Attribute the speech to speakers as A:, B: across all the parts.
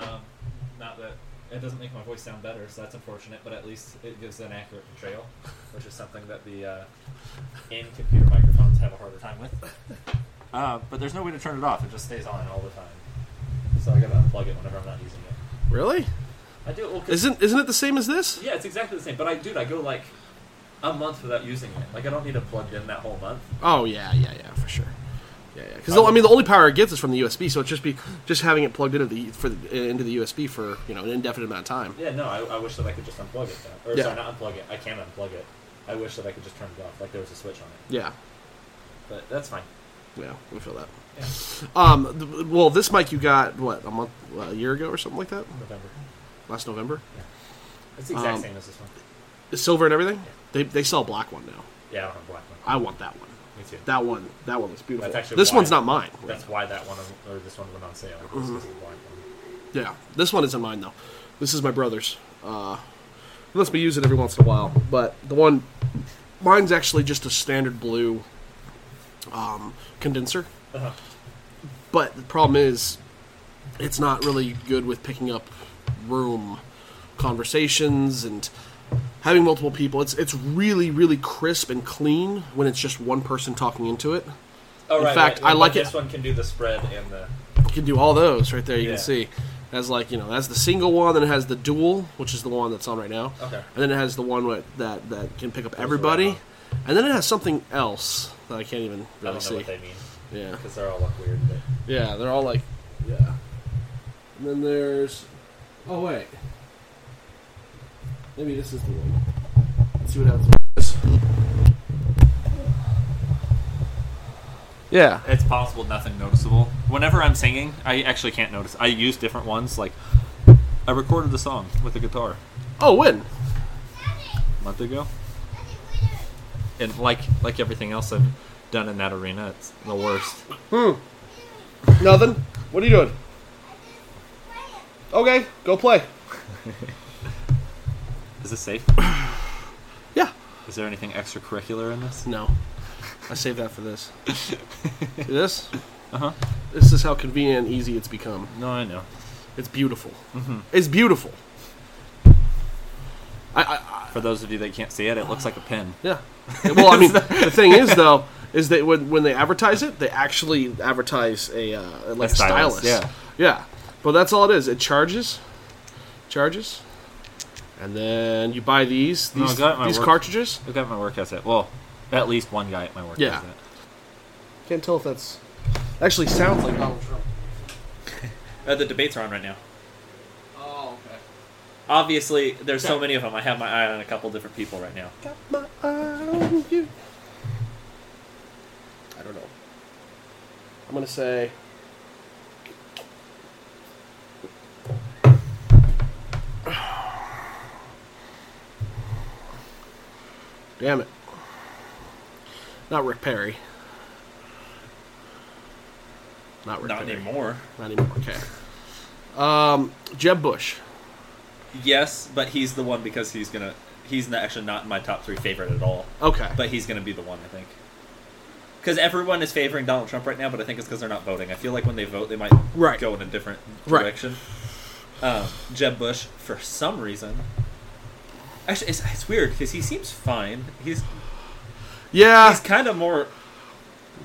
A: Um, It doesn't make my voice sound better, so that's unfortunate. But at least it gives an accurate portrayal, which is something that the uh, in-computer microphones have a harder time with. Uh, but there's no way to turn it off; it just stays on all the time. So I gotta unplug it whenever I'm not using it.
B: Really?
A: I do. Well, 'cause-
B: Isn't isn't it the same as this?
A: yeah, it's exactly the same. But I, dude, I go like a month without using it. Like I don't need it plugged in that whole month.
B: Oh yeah, yeah, yeah, for sure. Yeah, yeah. Because I mean, the only power it gets is from the USB, so it's just be just having it plugged into the for the, into the USB for you know an indefinite amount of time.
A: Yeah, no, I, I wish that I could just unplug it. Though. Or
B: Yeah.
A: sorry, not unplug it. I can unplug it. I wish that I could just turn it off. Like there was a switch on it.
B: Yeah,
A: But that's fine.
B: yeah, we feel that.
A: Yeah,
B: Um, th- well, this mic you got what a month, a year ago or something like that,
A: November.
B: last November.
A: It's the exact
B: Um,
A: same as this one.
B: It's silver and everything. They they sell a black one now.
A: Yeah, I don't have a black one.
B: I want that one.
A: Me too.
B: That one. That one looks beautiful.
A: That's actually
B: this
A: why-
B: one's not mine.
A: That's why that one or this one went on sale. It's 'cause of the black one.
B: Mm-hmm. Yeah, this one isn't mine though. This is my brother's. Uh, unless we use it every once in a while, but the one mine's actually just a standard blue um, condenser.
A: Uh-huh.
B: But the problem is, it's not really good with picking up room conversations and having multiple people. It's it's really really crisp and clean when it's just one person talking into it.
A: Oh,
B: In fact, I
A: but
B: like it-
A: This one can do the spread and the.
B: You can do all those right there. You
A: Yeah.
B: can see. As like you know, that's the single one. Then it has the dual, which is the one that's on right now.
A: Okay.
B: And then it has the one with, that that can pick up
A: are
B: everybody.
A: on.
B: And then it has something else that I can't even
A: I don't
B: really
A: know
B: see.
A: what they mean
B: yeah.
A: because they're all look weird. But
B: Yeah. They're all like. Yeah. And then there's. Oh wait. Maybe this is the one. Let's see what happens. Yeah.
A: It's possible nothing noticeable. Whenever I'm singing, I actually can't notice. I use different ones. Like, I recorded the song with the guitar
B: Oh, when?
A: a month ago, and like like everything else I've done in that arena, it's the worst.
B: Nothing. What are you doing? Okay, go play.
A: Is this safe?
B: Yeah.
A: Is there anything extracurricular in this?
B: No. I saved that for this. Uh-huh. See this?
A: Uh huh.
B: This is how convenient and easy it's become.
A: No, I know.
B: It's beautiful. It's beautiful. I, I, I
A: For those of you that can't see it, it looks like a pin.
B: yeah. Well, I mean, the thing is though, is that when when they advertise it, they actually advertise a uh, like
A: A
B: a
A: stylus,
B: stylus.
A: yeah.
B: Yeah. But that's all it is. It charges, charges, and then you buy these
A: No, I
B: these,
A: got my
B: these
A: work-
B: cartridges.
A: Look at my work has it. Well, at least one guy at my work
B: Yeah.
A: has it.
B: Can't tell if that's actually sounds like Donald Trump.
A: Uh, the debates are on right now.
B: Oh, okay.
A: Obviously, there's so many of them. I have my eye on a couple different people right now.
B: Got my eye on you. I don't know. I'm gonna say. Damn it. Not Rick Perry. Not Rick
A: Not
B: Perry.
A: anymore.
B: Not anymore. Okay. Um, Jeb Bush.
A: Yes, but he's the one because he's gonna. He's not, actually not in my top three favorite at all.
B: Okay.
A: But he's gonna be the one I think. Because everyone is favoring Donald Trump right now, but I think it's because they're not voting. I feel like when they vote, they might
B: Right.
A: go in a different
B: Right.
A: direction. Um, Jeb Bush, for some reason, actually, it's, it's weird because he seems fine. He's
B: yeah.
A: he's kind of more.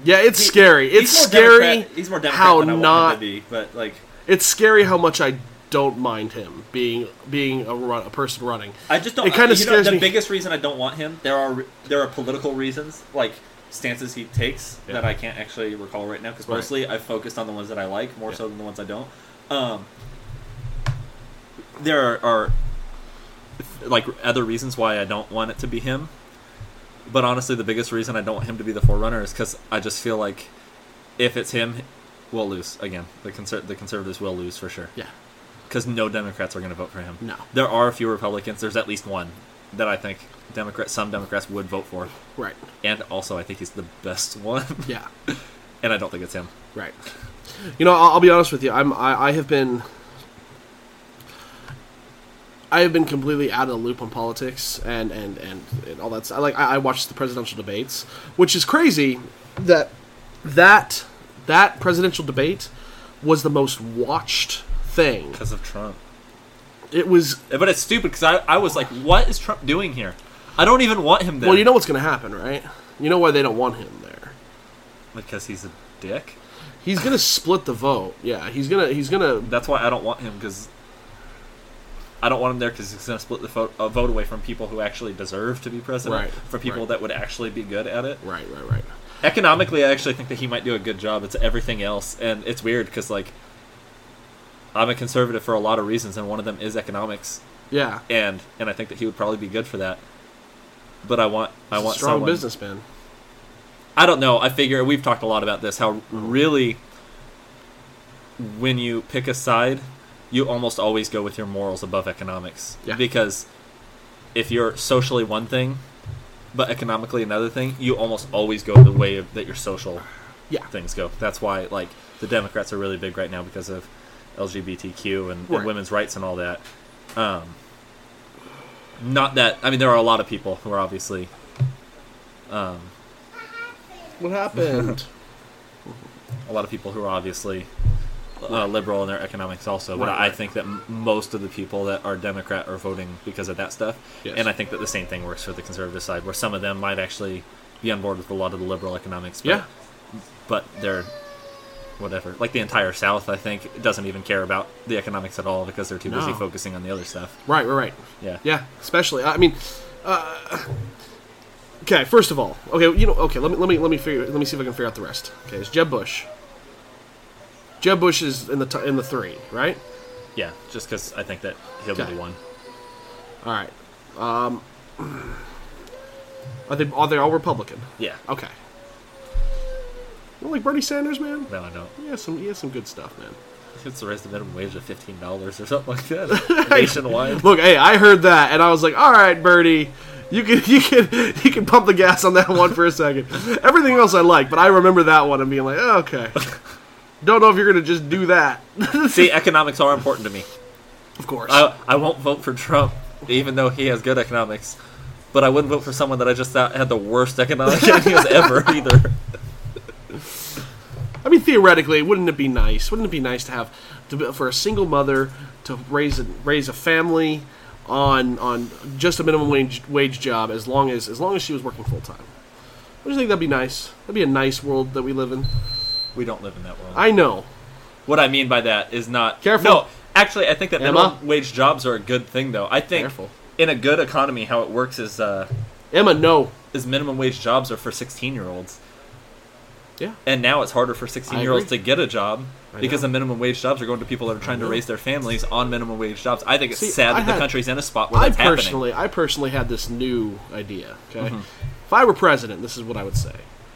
B: Yeah, it's
A: he-
B: Ah. scary.
A: he's
B: It's
A: more
B: scary.
A: Democrat- He's more Democrat
B: how
A: than I want
B: not.
A: him to be, but like
B: It's scary how much I don't mind him being being a, run, a person running.
A: I just don't.
B: It kinda
A: you know,
B: scares
A: The
B: me.
A: biggest reason I don't want him there are there are political reasons like stances he takes
B: Yeah.
A: that I can't actually recall right now because
B: Right.
A: mostly I focused on the ones that I like more
B: Yeah.
A: so than the ones I don't. Um, there are, are like other reasons why I don't want it to be him, but honestly, the biggest reason I don't want him to be the forerunner is because I just feel like if it's him, we'll lose again. The conser- the conservatives will lose for sure
B: Yeah,
A: because no Democrats are going to vote for him.
B: No.
A: there are a few Republicans. There's at least one that I think Democrats, some Democrats would vote for,
B: right.
A: and also I think he's the best one,
B: Yeah,
A: and I don't think it's him.
B: right. You know, I'll, I'll be honest with you. I'm I, I have been I have been completely out of the loop on politics and and and, and all that. Stuff. Like I, I watched the presidential debates, which is crazy that that that presidential debate was the most watched thing
A: Because of Trump,
B: It was
A: But it's stupid because I, I was like, what is Trump doing here? I don't even want him there.
B: well. You know what's going to happen, right? You know why they don't want him there.
A: because he's a dick.
B: He's going to split the vote. Yeah, he's gonna he's gonna
A: That's why I don't want him because I don't want him there because he's going to split the vote, uh, vote away from people who actually deserve to be president,
B: Right,
A: from people
B: right.
A: that would actually be good at it.
B: right right right.
A: Economically, I actually think that he might do a good job. It's everything else, and it's weird because like I'm a conservative for a lot of reasons, and one of them is economics,
B: Yeah,
A: and and I think that he would probably be good for that. But I want I
B: He's a
A: want
B: strong
A: someone,
B: businessman.
A: I don't know. I figure we've talked a lot about this. How really, when you pick a side, you almost always go with your morals above economics.
B: Yeah.
A: Because if you're socially one thing, but economically another thing, you almost always go the way of, that your social
B: Yeah,
A: things go. That's why like the Democrats are really big right now because of LGBTQ and,
B: Right.
A: and women's rights and all that. Um, not that I mean there are a lot of people who are obviously um,
B: what happened?
A: a lot of people who are obviously uh, liberal in their economics also but
B: Right,
A: i
B: right.
A: think that m- most of the people that are democrat are voting because of that stuff
B: Yes.
A: and i think that the same thing works for the conservative side where some of them might actually be on board with a lot of the liberal economics but,
B: yeah,
A: but they're whatever like the entire south i think doesn't even care about the economics at all because they're too busy
B: No.
A: focusing on the other stuff
B: right right right.
A: yeah
B: Yeah, especially. I mean, uh, okay. First of all, okay. You know, okay. Let me let me let me figure. Let me see if I can figure out the rest. Okay, it's Jeb Bush. Jeb Bush is in the t- in the three, right?
A: yeah just because i think that he'll be
B: Okay.
A: the one
B: All right. Um, are they are they all Republican?
A: yeah
B: Okay. You don't like Bernie Sanders, man.
A: no i don't
B: He has some he has some good stuff, man.
A: it's the raise the minimum wage to $15 or something like that nationwide
B: Look, hey, I heard that and I was like, all right, Bernie. You can you can you can pump the gas on that one for a second. Everything else I like, but I remember that one and being like, oh, okay. Don't know if you're gonna just do that.
A: see economics are important to me
B: Of course.
A: I, I won't vote for Trump, even though he has good economics. But I wouldn't vote for someone that I just thought had the worst economic ideas ever either.
B: I mean, theoretically, wouldn't it be nice? Wouldn't it be nice to have to, be- for a single mother to raise a, raise a family on on just a minimum wage wage job as long as as long as she was working full time? Don't you think that'd be nice? That'd be a nice world that we live in.
A: We don't live in that world.
B: I know.
A: what I mean by that is not
B: Careful.
A: No, actually, I think that
B: Emma.
A: minimum wage jobs are a good thing, though. I think
B: Careful.
A: in a good economy, how it works is uh,
B: Emma, no.
A: is minimum wage jobs are for sixteen year olds,
B: Yeah.
A: and now it's harder for sixteen year olds to
B: agree.
A: get a job
B: I
A: because
B: know.
A: the minimum wage jobs are going to people that are trying to
B: know.
A: raise their families on minimum wage jobs. I think it's
B: See,
A: sad
B: I
A: that the
B: had-
A: country's in a spot where
B: I
A: that's happening.
B: personally, I personally had this new idea. Okay, if I were president, this is what I would say,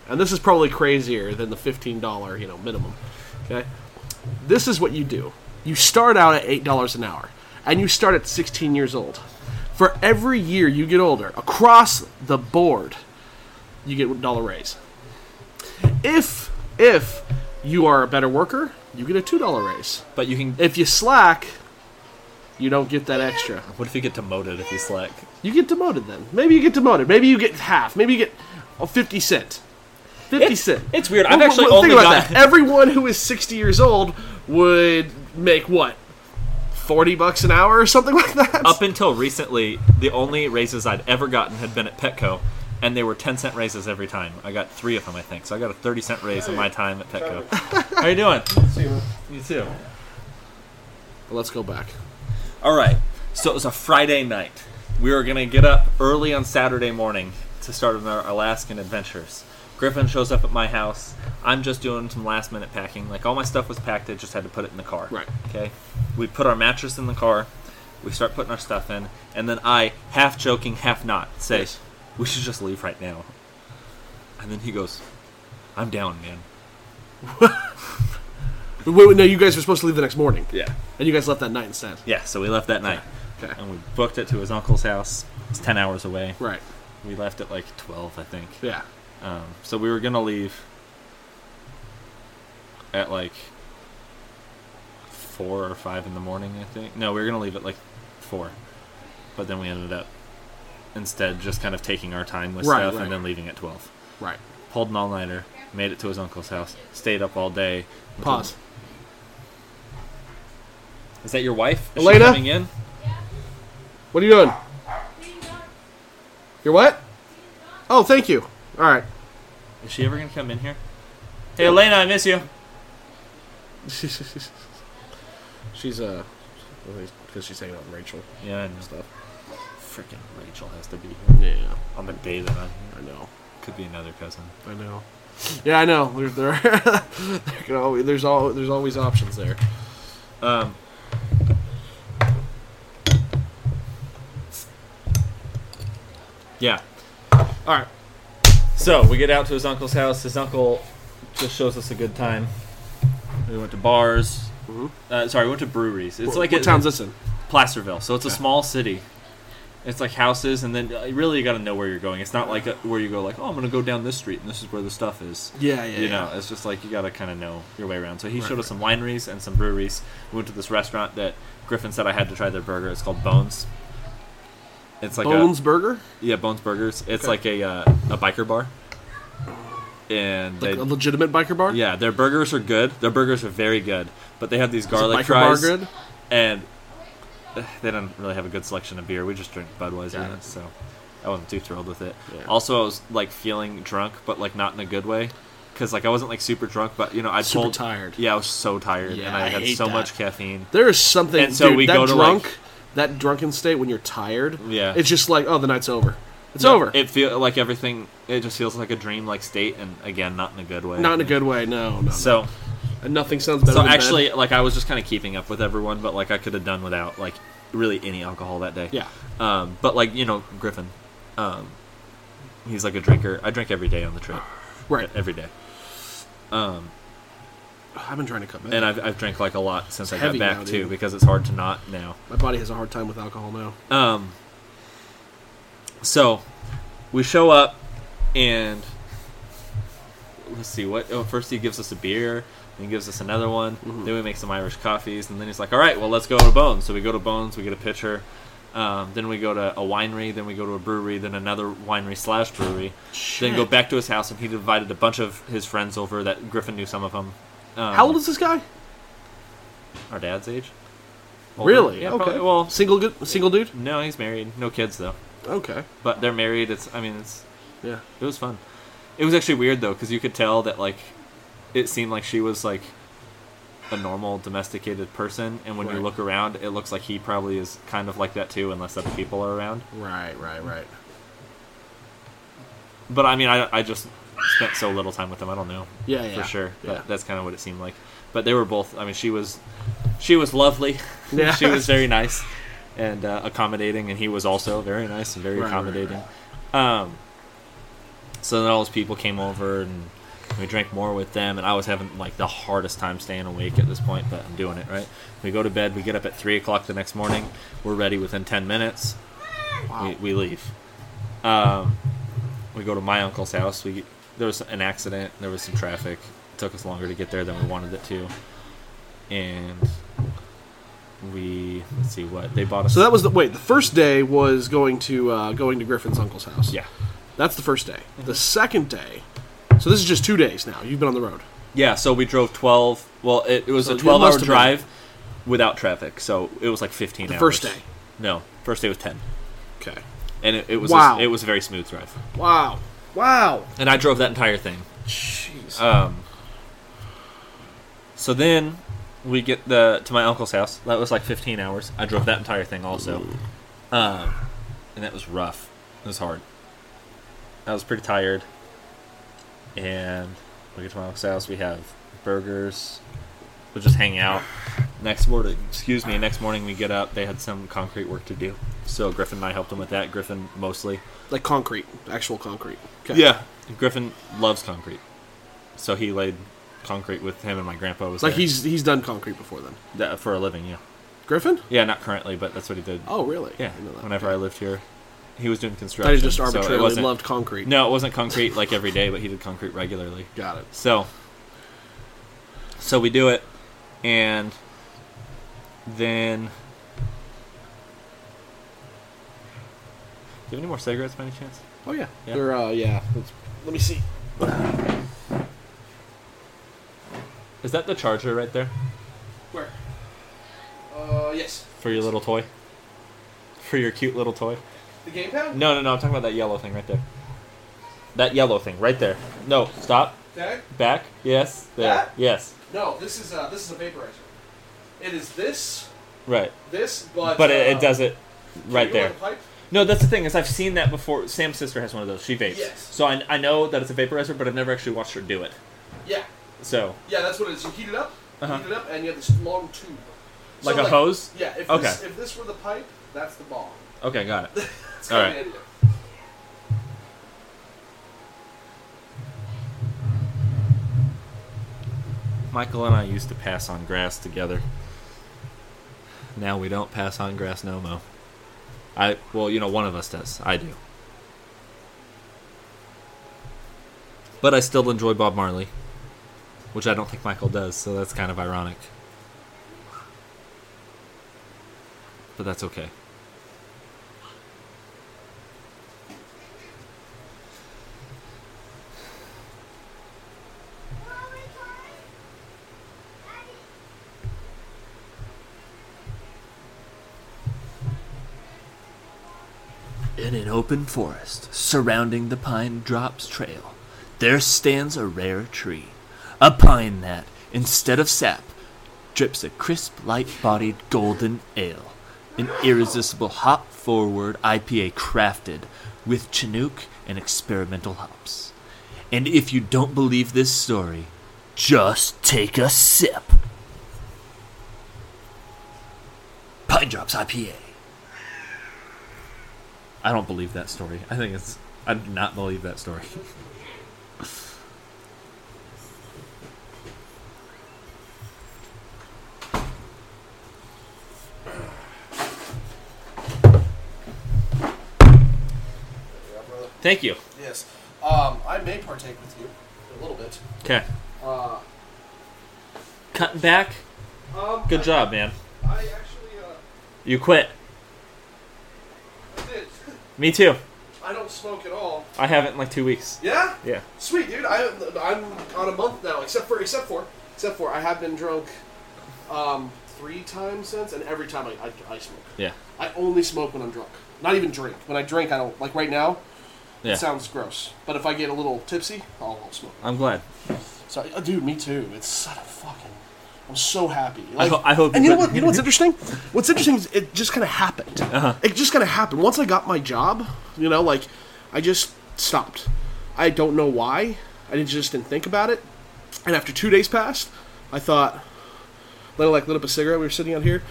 B: and this is probably crazier than the fifteen dollar, you know, minimum. Okay, this is what you do: you start out at eight dollars an hour, and you start at sixteen years old. For every year you get older, across the board, you get a dollar raise. If if you are a better worker, you get a two dollar raise.
A: But you can.
B: If you slack, you don't get that extra.
A: What if you get demoted if you slack?
B: You get demoted then. Maybe you get demoted. Maybe you get half. Maybe you get oh, 50 cent. 50
A: It's-
B: cent.
A: it's weird. I've
B: Well,
A: actually
B: well,
A: only
B: think about
A: got-
B: that. Everyone who is 60 years old would make what? 40 bucks an hour or something like that?
A: Up until recently, the only raises I'd ever gotten had been at Petco, and they were 10 cent raises every time. I got three of them, I think. So I got a 30 cent raise in my time at Petco. How you doing? You too.
B: Let's go back.
A: All right. So it was a Friday night. We were going to get up early on Saturday morning to start on our Alaskan adventures. Griffin shows up at my house. I'm just doing some last minute packing. Like all my stuff was packed, I just had to put it in the car.
B: Right.
A: Okay. We put our mattress in the car. We start putting our stuff in, and then I, half joking, half not, say,
B: Yes.
A: "We should just leave right now." And then he goes, "I'm down, man."
B: Wait, wait, no, you guys were supposed to leave the next morning.
A: Yeah.
B: And you guys left that night instead.
A: Yeah. So we left that night,
B: Okay.
A: and we booked it to his uncle's house. It's ten hours away.
B: Right.
A: We left at like 12, I think.
B: Yeah.
A: Um, so we were going to leave at like 4 or 5 in the morning, I think. No, we were going to leave at like 4. But then we ended up instead just kind of taking our time with
B: Right,
A: stuff
B: right.
A: and then leaving at 12.
B: Right.
A: Pulled an all nighter, made it to his uncle's house, stayed up all day.
B: Pause.
A: Is that your wife? Is
B: Elena?
A: she coming in?
B: What are you doing? You're what? Oh, thank you. All right.
A: Is she ever gonna come in here? Hey, Elena, I miss you.
B: she's uh, because she's hanging out with Rachel
A: Yeah, and
B: and stuff.
A: freaking Rachel has to be here
B: Yeah,
A: on the day that I'm here.
B: I know.
A: Could be another cousin.
B: I know. Yeah, I know. There's there, there can always, there's all there's always options there.
A: Um. Yeah.
B: All right.
A: So we get out to his uncle's house. His uncle just shows us a good time. We went to bars.
B: Mhm.
A: Uh, sorry, we went to breweries. It's
B: What-
A: like
B: what
A: a,
B: town's this in?
A: Placerville. So it's a small city. It's like houses, and then uh, really you got to know where you're going. It's not like a, where you go like, oh, I'm gonna go down this street, and this is where the stuff is.
B: Yeah, yeah.
A: you
B: yeah.
A: know, it's just like you got to kind of know your way around. So he
B: Right,
A: showed us some wineries and some breweries. We went to this restaurant that Griffin said I had to try their burger. It's called Bones. It's like
B: Bones Burger,
A: a yeah Bones Burgers. It's
B: Okay.
A: like a uh, a biker bar, and
B: like
A: they,
B: a legitimate biker bar.
A: yeah, their burgers are good. Their burgers are very good, but they have these
B: Is a
A: garlic
B: biker
A: fries
B: bar good.
A: and uh, they don't really have a good selection of beer. We just drink Budweiser,
B: Yeah.
A: so I wasn't too thrilled with it.
B: Yeah.
A: Also, I was like feeling drunk, but like not in a good way, because like I wasn't like super drunk, but you know I
B: Super
A: pulled-
B: tired.
A: Yeah, I was so tired,
B: Yeah,
A: and I,
B: I
A: had
B: hate
A: so
B: that.
A: much caffeine.
B: There is something.
A: And so
B: dude,
A: we
B: that
A: go to, like-
B: drunk, that drunken state when you're tired.
A: Yeah.
B: It's just like, oh, the night's over. It's over.
A: It feel like everything. It just feels like a dream like state, and again, not in a good way.
B: Not in a good way. No, no. no.
A: So,
B: and nothing sounds better.
A: so
B: than bed.
A: actually, like I was just kind of keeping up with everyone, but like I could have done without like really any alcohol that day.
B: yeah.
A: Um, but like you know, Griffin, um, he's like a drinker. I drink every day on the trip,
B: Right.
A: every day,
B: I've been trying to cut back.
A: and I've, I've drank like a lot since I got
B: heavy
A: back
B: now,
A: too
B: dude.
A: because it's hard to not now.
B: My body has a hard time with alcohol now.
A: Um, so we show up and let's see what. Oh, first he gives us a beer. Then he gives us another one.
B: Mm-hmm.
A: Then we make some Irish coffees, and then he's like, "All right, well, let's go to Bones." So we go to Bones. We get a pitcher. Um, then we go to a winery. Then we go to a brewery. Then another winery slash brewery. Then go
B: Shit.
A: back to his house, and he invited a bunch of his friends over. That Griffin knew some of them. Um,
B: How old is this guy?
A: our dad's age?
B: Really?
A: Yeah,
B: okay.
A: probably- well,
B: single good, single dude.
A: no, he's married. No kids though.
B: Okay.
A: But they're married. It's. I mean, it's.
B: Yeah.
A: It was fun. It was actually weird though, because you could tell that like, it seemed like she was like, a normal domesticated person, and when you
B: Right.
A: look around, it looks like he probably is kind of like that too, unless other people are around.
B: Right. Right. Right.
A: But I mean, I I just spent so little time with them. I don't know.
B: Yeah. Yeah.
A: for sure.
B: Yeah.
A: But that's kind of what it seemed like. But they were both. I mean, she was, she was lovely.
B: Yeah.
A: she was very nice and uh, accommodating, and he was also very nice and very
B: Right, right,
A: accommodating. Um, so then all those people came over, and we drank more with them. And I was having like the hardest time staying awake at this point, but I'm doing it right. We go to bed. We get up at three o'clock the next morning. We're ready within ten minutes
B: Wow.
A: we, we leave. Um, we go to my uncle's house. We there was an accident. There was some traffic. It took us longer to get there than we wanted it to, and we let's see what they bought us.
B: So that was the wait. The first day was going to uh, going to Griffin's uncle's house.
A: yeah, Mm-hmm.
B: That's the first day. The second day. So this is just two days now. You've been on the road.
A: yeah. So we drove twelve. Well, it, it was
B: So
A: a
B: you
A: twelve
B: must
A: hour
B: have been-
A: drive without traffic. So it was like fifteen.
B: The
A: hours.
B: first day.
A: No, first day was ten,
B: Okay.
A: and it, it was
B: Wow.
A: it was a very smooth drive.
B: Wow. Wow.
A: And I drove that entire thing.
B: Jeez.
A: Um, so then we get the to my uncle's house. That was like 15 hours. I drove that entire thing also, um, and that was rough. It was hard. I was pretty tired. And we get to my uncle's house. We have burgers. We just hang out. Next morning, excuse me. Next morning we get up. They had some concrete work to do, so Griffin and I helped him with that. Griffin mostly.
B: like concrete, actual concrete. Okay.
A: Yeah. Griffin loves concrete. So he laid concrete with him and my grandpa was
B: Like
A: there.
B: he's he's done concrete before then.
A: That- for a living, yeah.
B: Griffin?
A: Yeah, not currently, but that's what he did.
B: Oh, really?
A: yeah.
B: I didn't know that.
A: Whenever I lived here, he was doing
B: I
A: construction.
B: thought he just
A: so it
B: arbitrarily
A: wasn't-
B: loved concrete.
A: No, it wasn't concrete like every day, but he did concrete regularly.
B: Got it.
A: So So we do it and then Do you have any more cigarettes by any chance?
B: Oh yeah.
A: Yeah.
B: They're uh yeah. It's, let me see.
A: Is that the charger right there
B: Where? Uh yes.
A: for your little toy? for your cute little toy?
B: The gamepad?
A: No, no, no. I'm talking about that yellow thing right there. That yellow thing right there. No, stop.
B: That?
A: Back. Yes. There.
B: That?
A: Yes.
B: No, this is uh, this is a vaporizer. It is this,
A: Right.
B: this, but
A: But it,
B: uh,
A: it does it
B: can
A: right
B: you go
A: there.
B: with a pipe?
A: No, that's the thing is I've seen that before. Sam's sister has one of those. She vapes.
B: Yes.
A: So I, I know that it's a vaporizer, but I've never actually watched her do it.
B: Yeah,
A: So
B: yeah, that's what it is. You heat it up,
A: Uh-huh.
B: heat it up, and you have this long tube. So,
A: like a hose.
B: Yeah. If
A: Okay.
B: this if this were the pipe, that's the ball.
A: Okay, got it.
B: It's
A: All
B: coming
A: right.
B: in here.
A: Michael and I used to pass on grass together. Now we don't pass on grass no mo. I well, you know, one of us does. I do. But I still enjoy Bob Marley, which I don't think Michael does, so that's kind of ironic. But that's okay. In an open forest surrounding the Pine Drops Trail, there stands a rare tree. A pine that, instead of sap, drips a crisp, light bodied golden ale. An irresistible hop forward IPA crafted with Chinook and experimental hops. And if you don't believe this story, just take a sip. Pine Drops IPA. I don't believe that story. I think it's. I do not believe that story.
B: Yeah, brother.
A: Thank you.
B: Yes. Um, I may partake with you a little bit.
A: Okay.
B: Uh,
A: Cutting back.
B: um,
A: Good job, man.
B: I actually uh,
A: You quit.
B: I did.
A: Me too.
B: I don't smoke at all.
A: I haven't in like two weeks.
B: Yeah.
A: Yeah.
B: Sweet, dude. I, I'm on a month now, except for except for except for I have been drunk um, three times since, and every time I, I, I smoke.
A: Yeah.
B: I only smoke when I'm drunk. Not even drink. When I drink, I don't like right now.
A: Yeah.
B: It sounds gross, but if I get a little tipsy, I'll, I'll smoke.
A: I'm glad.
B: So, uh, dude, me too. It's such a fucking. I'm so happy.
A: I, ho- I hope.
B: And you know
A: quit.
B: what? You know what's interesting? What's interesting is it just kind of happened.
A: Uh-huh.
B: It just kind of happened. Once I got my job, you know, like I just stopped. I don't know why. I didn't, just didn't think about it. And after two days passed, I thought, then I like lit up a cigarette. We were sitting out here,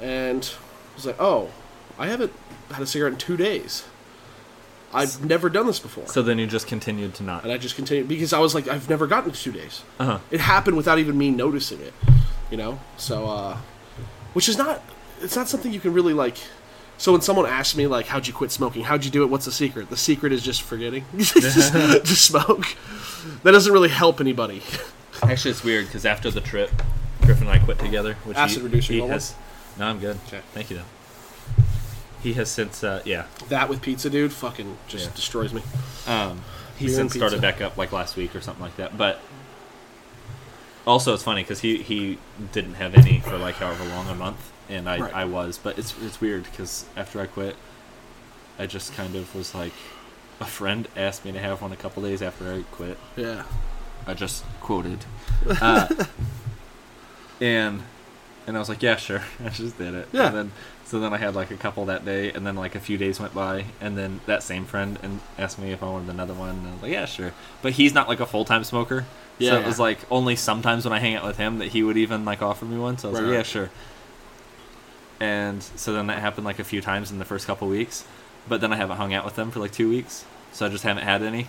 B: and I was like, oh, I haven't had a cigarette in two days. I've never done this before.
A: So then you just continued to not.
B: and I just continued because I was like, I've never gotten to two days
A: Uh huh.
B: it happened without even me noticing it you know so uh which is not it's not something you can really like so when someone asks me like how'd you quit smoking how'd you do it what's the secret the secret is just forgetting just, just smoke that doesn't really help anybody
A: Actually, it's weird because after the trip, Griffin and I quit together. Which
B: Acid
A: he,
B: reducer,
A: he
B: you want
A: has. No, I'm good.
B: Okay.
A: Thank you though. He has since. Uh, yeah.
B: that with pizza dude fucking just
A: Yeah.
B: destroys me
A: Um, he
B: Beer and
A: since
B: pizza.
A: started back up like last week or something like that. But also, it's funny because he he didn't have any for like however long a month, and I
B: Right.
A: I was. But it's it's weird because after I quit, I just kind of was like, a friend asked me to have one a couple days after I quit.
B: yeah
A: I just quoted, uh, and and I was like, yeah, sure. I just did it.
B: Yeah.
A: And then so then I had like a couple that day, and then like a few days went by, and then that same friend and asked me if I wanted another one, and I was like, yeah, sure. But he's not like a full time smoker, so
B: Yeah.
A: it was like only sometimes when I hang out with him that he would even like offer me one. So I was
B: Right.
A: like, yeah, sure. And so then that happened like a few times in the first couple weeks, but then I haven't hung out with them for like two weeks, so I just haven't had any.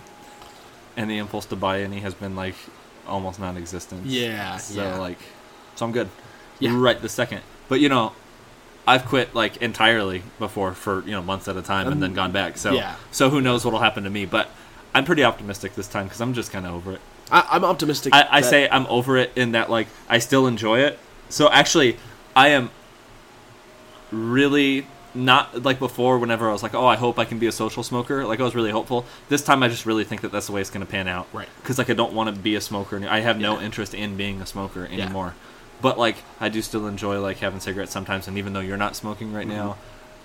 A: And the impulse to buy any has been like almost non-existent.
B: Yeah,
A: So
B: yeah.
A: like, so I'm good.
B: Yeah.
A: Right the second. But you know, I've quit like entirely before for you know months at a time and then gone back. So
B: Um, yeah.
A: So who knows what'll happen to me? But I'm pretty optimistic this time because I'm just kind of over it.
B: I, i'm optimistic
A: I, I
B: that-
A: say I'm over it in that like I still enjoy it. So actually, I am really not like before. Whenever I was like, oh, I hope I can be a social smoker. Like I was really hopeful. This time, I just really think that that's the way it's going to pan out.
B: Right.
A: Because like I don't want to be a smoker. any- I have no interest in being a smoker
B: Yeah.
A: anymore. But like I do still enjoy like having cigarettes sometimes. And even though you're not smoking right now,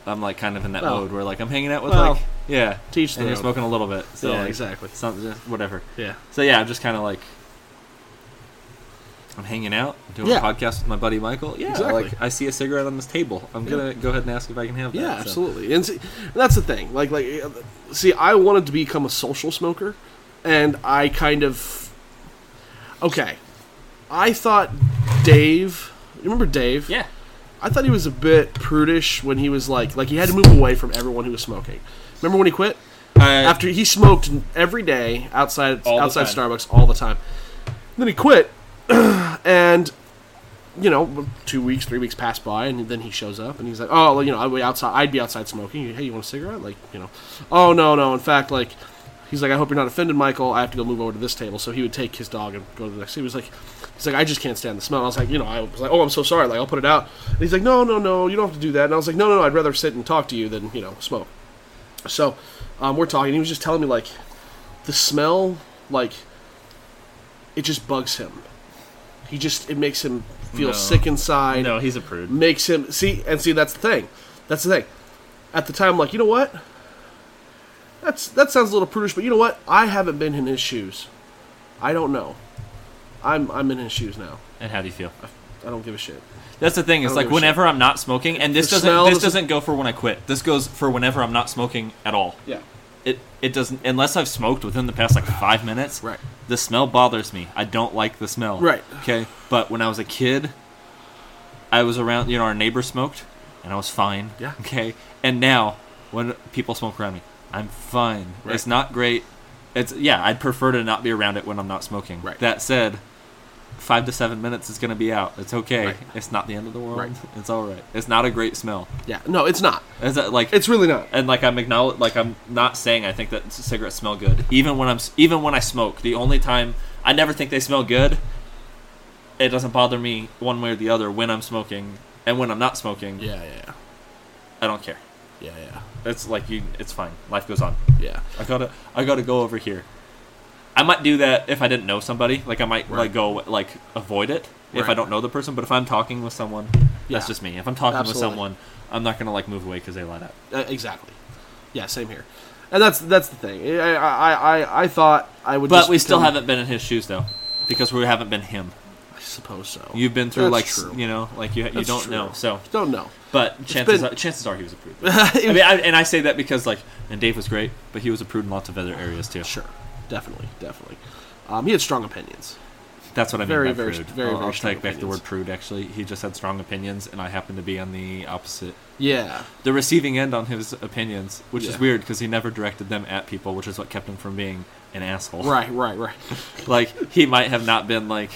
A: I'm like kind of in that
B: Mm-hmm. Well-
A: mode where like I'm hanging out with
B: Well,
A: like yeah,
B: teach
A: and
B: their
A: you're
B: own.
A: smoking a little bit. So
B: yeah,
A: like,
B: exactly.
A: something whatever.
B: Yeah.
A: So yeah, I'm just kind of like I'm hanging out, doing
B: Yeah.
A: a podcast with my buddy Michael. Yeah,
B: Exactly.
A: like I see a cigarette on this table. I'm gonna go ahead and ask if I can have that.
B: Yeah,
A: so.
B: absolutely. And, see, and that's the thing. Like, like, uh, see, I wanted to become a social smoker, and I kind of, okay, I thought Dave. You remember Dave?
A: Yeah,
B: I thought he was a bit prudish when he was like, like he had to move away from everyone who was smoking. Remember when he quit? After he smoked every day outside
A: All the
B: outside
A: time.
B: Starbucks all the time. Then he quit, and you know, two weeks, three weeks passed by, and then he shows up and he's like, "Oh, well, you know, I'd be outside. I'd be outside smoking. Hey, you want a cigarette? Like, you know, oh no, no. In fact, like." He's like, I hope you're not offended, Michael. I have to go move over to this table. So he would take his dog and go to the next. He was like, he's like, I just can't stand the smell. I was like, you know, I was like, oh, I'm so sorry. Like, I'll put it out. And he's like, no, no, no, you don't have to do that. And I was like, no, no, no, I'd rather sit and talk to you than you know smoke. So um, we're talking. He was just telling me like the smell, like it just bugs him. He just it makes him feel
A: No.
B: sick inside.
A: no, he's a prude.
B: Makes him see and see. That's the thing. That's the thing. At the time, I'm like you know what? That's that sounds a little prudish, but you know what? I haven't been in his shoes. I don't know. I'm I'm in his shoes now.
A: And how do you feel?
B: I don't give a shit.
A: That's the thing.
B: I
A: It's
B: don't
A: like
B: give a shit.
A: whenever I'm not smoking, and this
B: The
A: doesn't
B: smell
A: this
B: doesn't-
A: doesn't go for when I quit. This goes for whenever I'm not smoking at all.
B: Yeah.
A: It it doesn't unless I've smoked within the past like five minutes.
B: Right.
A: The smell bothers me. I don't like the smell.
B: Right.
A: Okay. But when I was a kid, I was around. You know, our neighbor smoked, and I was fine.
B: Yeah.
A: Okay. And now, when people smoke around me, I'm fine.
B: Right.
A: It's not great. It's yeah. I'd prefer to not be around it when I'm not smoking.
B: Right.
A: That said, five to seven minutes is going to be out. It's okay.
B: Right.
A: It's not the end of the world.
B: Right.
A: It's all right. It's not a great smell.
B: Yeah. No, it's not.
A: It's uh, like
B: It's really not.
A: and like I'm acknowledge, like I'm not saying I think that c- cigarettes smell good. Even when I'm s- even when I smoke, the only time I never think they smell good. It doesn't bother me one way or the other when I'm smoking and when I'm not smoking.
B: Yeah, yeah,
A: I don't care.
B: yeah, yeah,
A: It's like you. It's fine. Life goes on.
B: yeah.
A: I gotta I gotta go over here. I might do that if I didn't know somebody. Like I might like
B: Right.
A: go like avoid it if I
B: Right.
A: don't know the person. But if I'm talking with someone,
B: Yeah.
A: that's just me. If I'm talking
B: Absolutely.
A: with someone, I'm not gonna like move away because they light up.
B: Uh, exactly. Yeah, same here. And that's that's the thing. I I I, I thought I would.
A: But
B: just
A: we still
B: become-
A: haven't been in his shoes though, because we haven't been him.
B: I suppose so.
A: You've been through
B: That's
A: like
B: true.
A: you know like you you
B: That's
A: don't
B: true.
A: know. So,
B: don't know.
A: but chances
B: been-
A: are, chances are he was a prude. I mean, I, and I say that because like and Dave was great, but he was a prude in lots of other areas too.
B: Sure, definitely, definitely. Um, he had strong opinions.
A: That's what I mean
B: Very,
A: by
B: very
A: prude.
B: st- very,
A: I'll,
B: very
A: I'll
B: strong
A: take back the
B: opinions.
A: word prude. Actually, he just had strong opinions, and I happen to be on the opposite,
B: Yeah,
A: the receiving end on his opinions, which
B: Yeah.
A: is weird because he never directed them at people, which is what kept him from being an asshole.
B: right, right, right.
A: Like he might have not been like,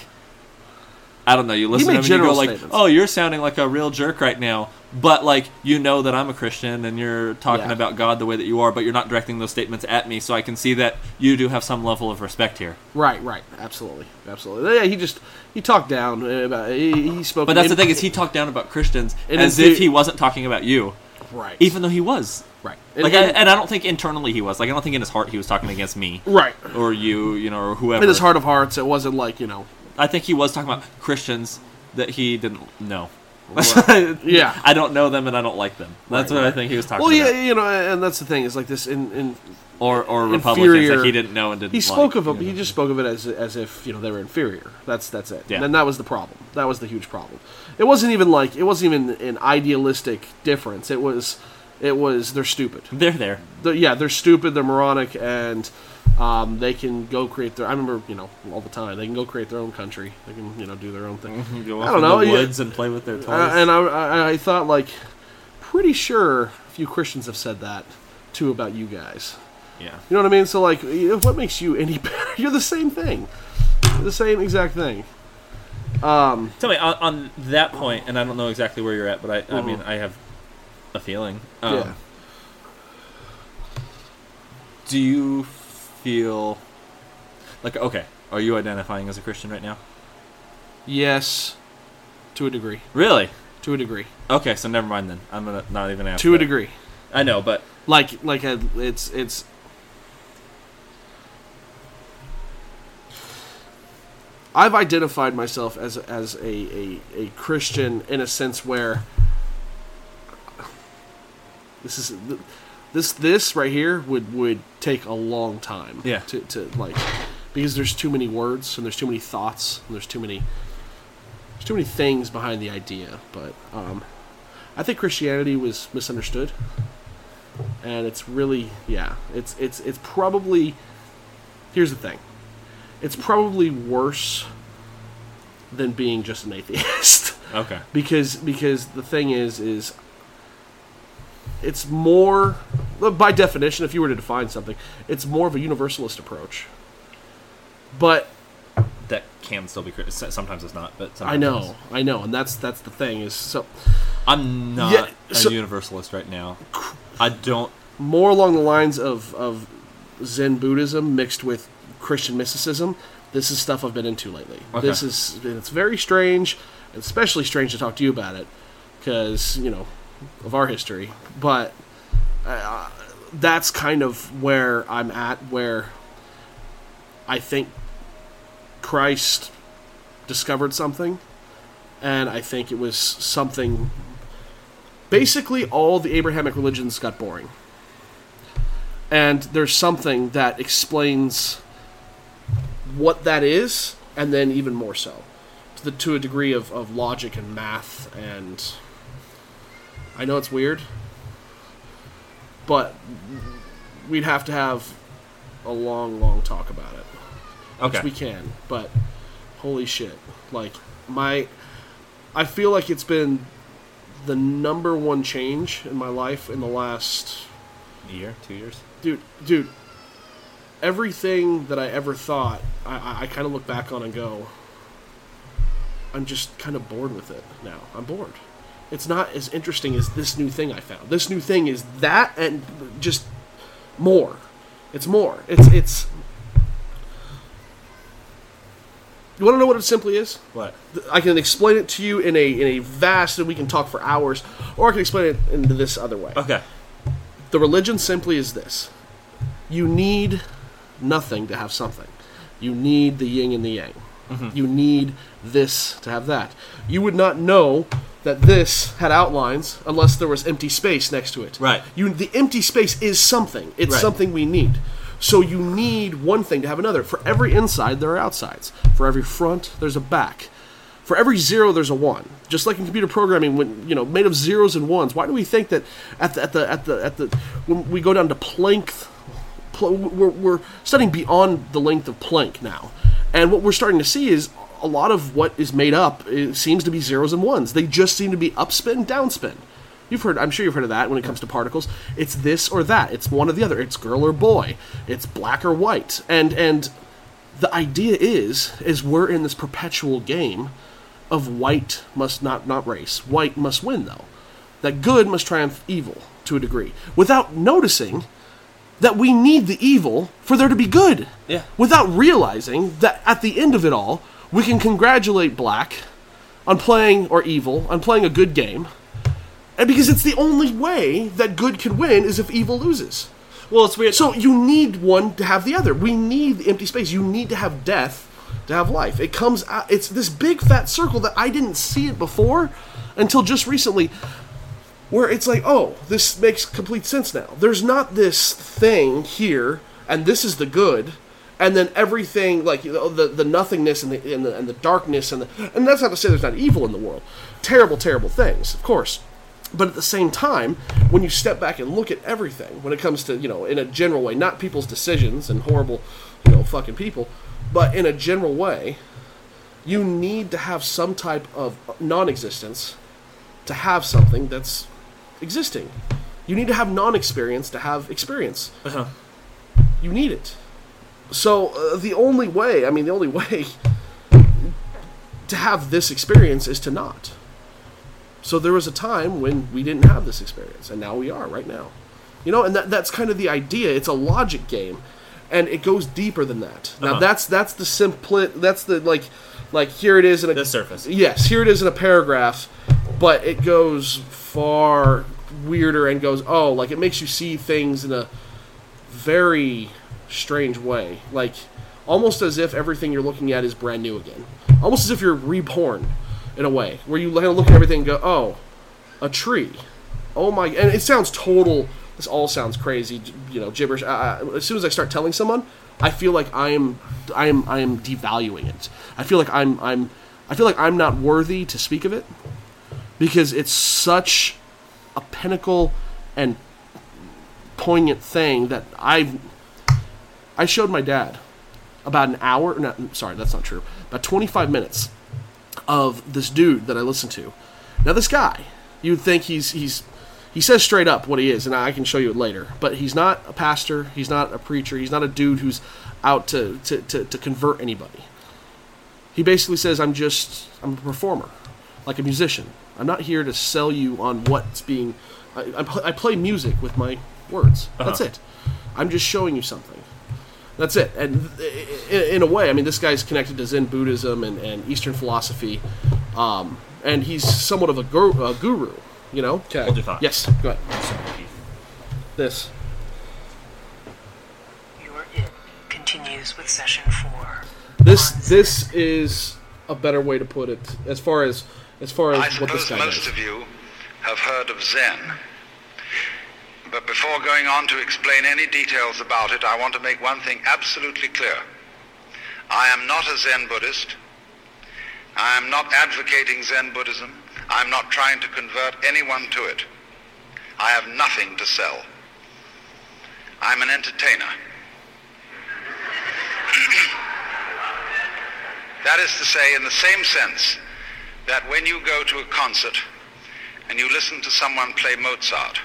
A: I don't know. You listen to
B: made
A: him and you go
B: general
A: like,
B: statements.
A: "Oh, you're sounding like a real jerk right now," but like you know that I'm a Christian and you're talking
B: Yeah.
A: about God the way that you are, but you're not directing those statements at me, so I can see that you do have some level of respect here.
B: Right, right, absolutely, absolutely. Yeah, he just he talked down about he, he spoke.
A: But that's
B: in-
A: the thing is he talked down about Christians
B: And
A: as
B: it's-
A: if he wasn't talking about you,
B: right,
A: even though he was.
B: right, and,
A: Like, I,
B: and-
A: and I don't think internally he was. Like, I don't think in his heart he was talking against me
B: right.
A: or you, you know, or whoever.
B: In his heart of hearts, it wasn't like you know.
A: I think he was talking about Christians that he didn't know.
B: Yeah.
A: I don't know them and I don't like them. That's
B: Right,
A: what I
B: right.
A: think he was talking
B: Well, yeah,
A: about.
B: you know, and that's the thing is like this in in
A: Or or Republicans
B: Inferior.
A: that he didn't know and didn't.
B: He spoke
A: like,
B: of them.
A: you know.
B: He just spoke of it as as if you know they were inferior. That's that's it.
A: Yeah.
B: And that was the problem. That was the huge problem. It wasn't even like it wasn't even an idealistic difference. It was, it was they're stupid.
A: they're there.
B: They're, yeah, they're stupid. They're moronic, and um, they can go create their. I remember you know all the time they can go create their own country. They can you know do their own thing.
A: Go
B: I
A: off
B: don't
A: in
B: know,
A: The
B: yeah.
A: woods and play with their toys.
B: Uh, and I, I I thought like, pretty sure a few Christians have said that too about you guys.
A: yeah.
B: You know what I mean? So like, y- what makes you any better? You're the same thing, You're the same exact thing.
A: Tell me on, on that point, and I don't know exactly where you're at, but I, I mean, I have a feeling. Um,
B: yeah.
A: Do you feel like okay? Are you identifying as a Christian right now?
B: Yes, to a degree.
A: Really?
B: To a degree.
A: Okay, so never mind then. I'm gonna not even ask.
B: To a
A: that.
B: degree.
A: I know, but
B: Like like a, it's it's. I've identified myself as as a, a, a Christian in a sense where This is th- this this right here would would take a long time.
A: Yeah.
B: To, to like because there's too many words and there's too many thoughts and there's too many there's too many things behind the idea. But um, I think Christianity was misunderstood, and it's really yeah. It's it's it's probably here's the thing. It's probably worse than being just an atheist.
A: Okay.
B: because because the thing is is it's more by definition if you were to define something it's more of a universalist approach but
A: That can still be crit- s- sometimes it's not, but sometimes
B: i
A: it is.
B: know i know and that's that's the thing is so
A: I'm not
B: Yeah, so-
A: a universalist right now. I don't
B: more along the lines of of zen buddhism mixed with christian mysticism this is stuff i've been into lately
A: Okay.
B: this is and it's very strange especially strange to talk to you about it because you know of our history but uh, that's kind of where I'm at, where I think Christ discovered something, and I think it was something. Basically, all the Abrahamic religions got boring. And there's something that explains what that is, and then even more so. To, the, to a degree of, of logic and math, and I know it's weird, but we'd have to have a long, long talk about it.
A: Okay.
B: Which we can, but holy shit. Like, my. I feel like it's been the number one change in my life in the last.
A: a year, 2 years.
B: Dude, dude. Everything that I ever thought, I, I, I kind of look back on and go, I'm just kind of bored with it now. I'm bored. It's not as interesting as this new thing I found. This new thing is that and just more. It's more. It's it's. You want to know what it simply is?
A: What?
B: Th- I can explain it to you in a in a vast, and we can talk for hours, or I can explain it in this other way.
A: Okay.
B: The religion simply is this: you need nothing to have something. You need the yin and the yang. You need this to have that. You would not know that this had outlines unless there was empty space next to it.
A: Right.
B: You the empty space is something. It's
A: Right.
B: something we need. So you need one thing to have another. For every inside, there are outsides. For every front, there's a back. For every zero, there's a one. Just like in computer programming, when you know, made of zeros and ones. Why do we think that at the at the at the at the when we go down to Planck pl- we're, we're studying beyond the length of Planck now. And what we're starting to see is a lot of what is made up it seems to be zeros and ones. They just seem to be upspin, downspin. You've heard, I'm sure you've heard of that when it comes to particles. It's this or that. It's one or the other. It's girl or boy. It's black or white. And and the idea is is we're in this perpetual game of white must not not race. White must win though. That good must triumph evil to a degree without noticing that we need the evil for there to be good.
A: Yeah.
B: Without realizing that at the end of it all, we can congratulate Black on playing or evil on playing a good game, and because it's the only way that good can win is if evil loses.
A: Well, it's weird.
B: So you need one to have the other. We need the empty space. You need to have death to have life. It comes out. It's this big fat circle that I didn't see it before until just recently, where it's like, oh, this makes complete sense now. There's not this thing here, and this is the good. And then everything, like you know, the the nothingness and the, and the and the darkness and the and that's not to say there's not evil in the world, terrible, terrible things, of course. But at the same time, when you step back and look at everything, when it comes to, you know, in a general way, not people's decisions and horrible, you know, fucking people, but in a general way, you need to have some type of non existence to have something that's existing. You need to have non experience to have experience. You need it. So uh, the only way, I mean, the only way to have this experience is to not. So there was a time when we didn't have this experience, and now we are right now. You know, and that, that's kind of the idea. It's a logic game, and it goes deeper than that. Now
A: Uh-huh.
B: that's that's the simpli that's the like like here it is in a
A: The surface.
B: Yes, here it is in a paragraph, but it goes far weirder and goes oh like it makes you see things in a very strange way. Like almost as if everything you're looking at is brand new again. Almost as if you're reborn in a way, where you kind of look at everything and go, "Oh, a tree. oh my, and it sounds total. This all sounds crazy, j- you know, gibberish. I, I, as soon as I start telling someone, I feel like I am, I am, I am devaluing it. I feel like I'm, I'm, I feel like I'm not worthy to speak of it because it's such a pinnacle and poignant thing that I've. I showed my dad about an hour. No, sorry, that's not true. About 25 minutes of this dude that I listen to. Now, this guy, you'd think he's he's he says straight up what he is, and I can show you it later. But he's not a pastor. He's not a preacher. He's not a dude who's out to to, to, to convert anybody. He basically says, "I'm just I'm a performer, like a musician. I'm not here to sell you on what's being. I, I, pl- I play music with my words. That's it. I'm just showing you something." That's it. And in, in a way, I mean, this guy's connected to Zen Buddhism and, and Eastern philosophy, um, and he's somewhat of a guru. A guru you know.
A: Hold your thought.
B: Yes. Go ahead. This.
C: Your it continues with session four.
B: This. This is a better way to put it. As far as as far
D: I
B: as what this
D: suppose
B: guy
D: most
B: does.
D: of you have heard of Zen. But before going on to explain any details about it, I want to make one thing absolutely clear. I am not a Zen Buddhist. I am not advocating Zen Buddhism. I'm not trying to convert anyone to it. I have nothing to sell. I'm an entertainer. That is to say, in the same sense that when you go to a concert and you listen to someone play Mozart,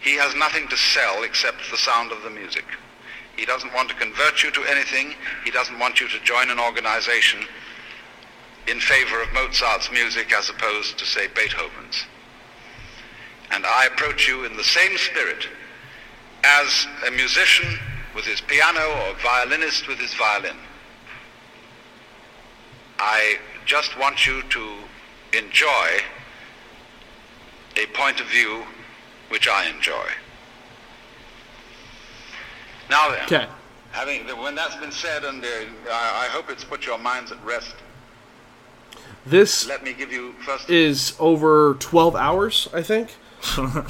D: he has nothing to sell except the sound of the music. He doesn't want to convert you to anything. He doesn't want you to join an organization in favor of Mozart's music as opposed to, say, Beethoven's. And I approach you in the same spirit as a musician with his piano or a violinist with his violin. I just want you to enjoy a point of view which I enjoy. Now then,
B: Okay.
D: having when that's been said, and uh, I, I hope it's put your minds at rest.
B: This
D: Let me give you first.
B: is over 12 hours, I think.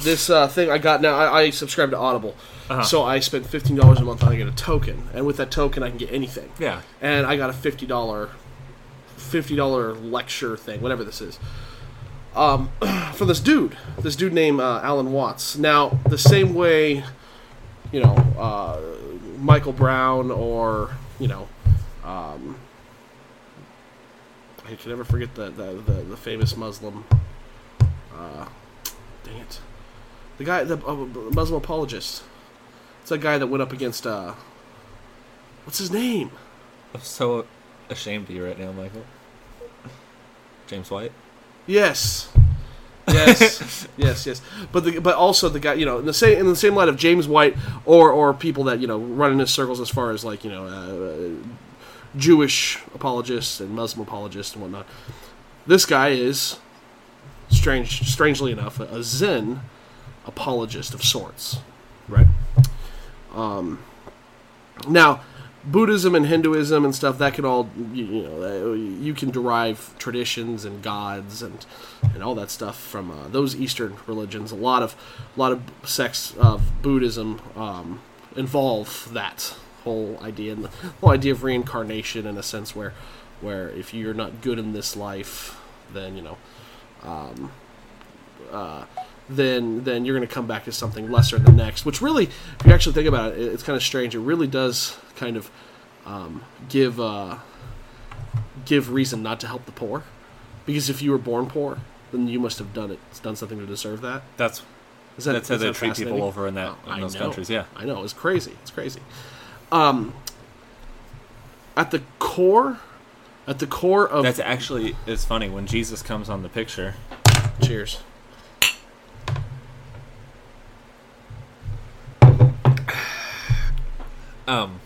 B: this uh, thing I got now, I, I subscribe to Audible. So I spend $15 a month and I get a token. And with that token, I can get anything.
A: Yeah.
B: And I got a $50, $50 lecture thing, whatever this is. Um, for this dude, this dude named uh, Alan Watts. Now, the same way, you know, uh, Michael Brown or, you know, um, I can never forget the the, the, the famous Muslim. Uh, dang it, the guy, the uh, Muslim apologist. It's that guy that went up against uh, what's his name?
A: I'm so ashamed of you right now, Michael. James White.
B: Yes. yes, yes, yes. But the, but also the guy, you know, in the same in the same light of James White or or people that you know run in his circles as far as like you know uh, uh, Jewish apologists and Muslim apologists and whatnot. This guy is strange, strangely enough, a Zen apologist of sorts, right? Um, now, Buddhism and Hinduism and stuff that can all you, you know uh, you can derive traditions and gods and and all that stuff from uh, those Eastern religions. A lot of a lot of sects of Buddhism um, involve that whole idea and the whole idea of reincarnation in a sense where where if you're not good in this life, then you know then then you're going to come back to something lesser in the next. Which really, if you actually think about it, it- it's kind of strange. It really does kind of um, give uh, give reason not to help the poor, because if you were born poor, then you must have done it done something to deserve that.
A: That's
B: Is that
A: That's how
B: is
A: they
B: that
A: treat people
B: fascinating? Oh,
A: over in that- in
B: I
A: those
B: know.
A: countries, yeah.
B: I know it's crazy. It's crazy. Um, at the core, at the core of
A: that's actually it's funny when Jesus comes on the picture.
B: Cheers.
A: Um,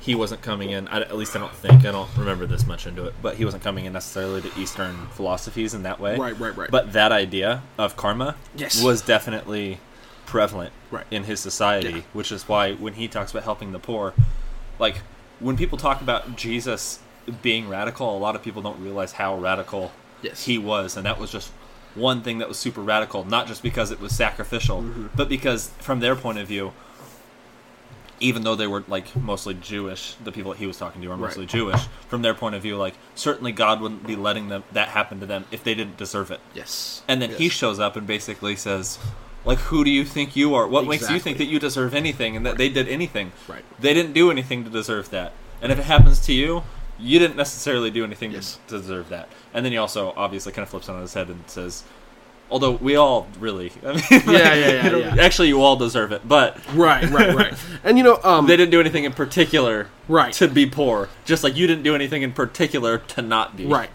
A: he wasn't coming in. I, at least I don't think I don't remember this much into it, but he wasn't coming in necessarily to Eastern philosophies in that way.
B: Right, right, right.
A: But that idea of karma
B: Yes.
A: was definitely prevalent
B: Right.
A: in his society,
B: Yeah.
A: which is why when he talks about helping the poor, like when people talk about Jesus being radical, a lot of people don't realize how radical
B: Yes.
A: he was, and that was just one thing that was super radical, not just because it was sacrificial,
B: Mm-hmm.
A: but because from their point of view, even though they were like mostly Jewish, the people that he was talking to were mostly
B: Right.
A: Jewish. From their point of view, like certainly God wouldn't be letting them that happen to them if they didn't deserve it.
B: Yes.
A: And then he
B: Yes.
A: shows up and basically says, like, who do you think you are? What makes you think
B: Exactly.
A: that you deserve anything and that they did anything?
B: Right.
A: They didn't do anything to deserve that. And if it happens to you, you didn't necessarily do anything
B: Yes.
A: to deserve that. And then he also obviously kind of flips on his head and says, although we all really, I mean, like,
B: yeah, yeah,
A: you know,
B: yeah.
A: actually you all deserve it, but
B: Right, right, right. and you know, um,
A: they didn't do anything in particular
B: Right.
A: to be poor. Just like you didn't do anything in particular to not be.
B: Right.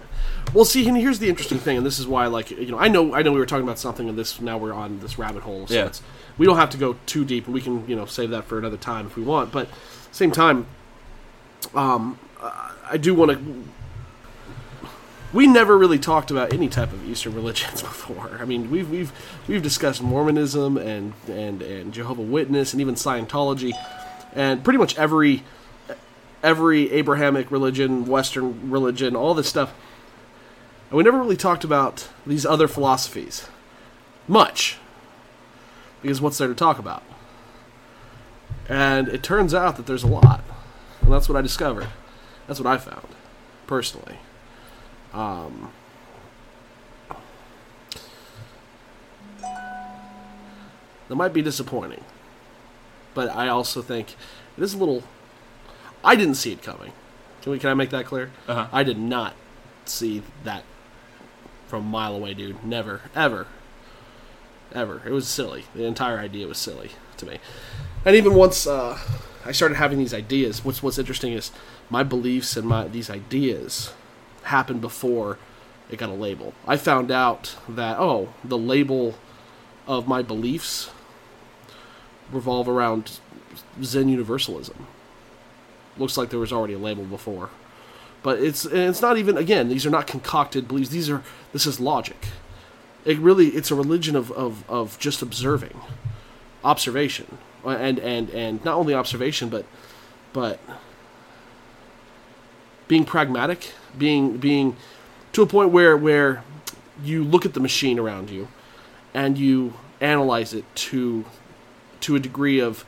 B: Well, see, and here's the interesting thing, and this is why, like, you know, I know, I know, we were talking about something, and this now we're on this rabbit hole. So
A: Yeah.
B: it's- we don't have to go too deep. We can, you know, save that for another time if we want. But same time, um, uh, I do want to. We never really talked about any type of Eastern religions before. I mean, we've we've we've discussed Mormonism and and and Jehovah Witness and even Scientology, and pretty much every every Abrahamic religion, Western religion, all this stuff. And we never really talked about these other philosophies much. Because what's there to talk about? And it turns out that there's a lot. And that's what I discovered. That's what I found, personally. Um, that might be disappointing. But I also think it is a little. I didn't see it coming. Can, we, can I make that clear?
A: Uh-huh.
B: I did not see that from a mile away, dude. Never, ever, ever. It was silly. The entire idea was silly to me. And even once uh, I started having these ideas, what's what's interesting is my beliefs and my these ideas happened before it got a label. I found out that oh, the label of my beliefs revolve around Zen universalism. Looks like there was already a label before but it's and it's not even again these are not concocted beliefs these are this is logic it really it's a religion of of, of just observing observation Uh, and and and not only observation but but being pragmatic being being to a point where where you look at the machine around you and you analyze it to to a degree of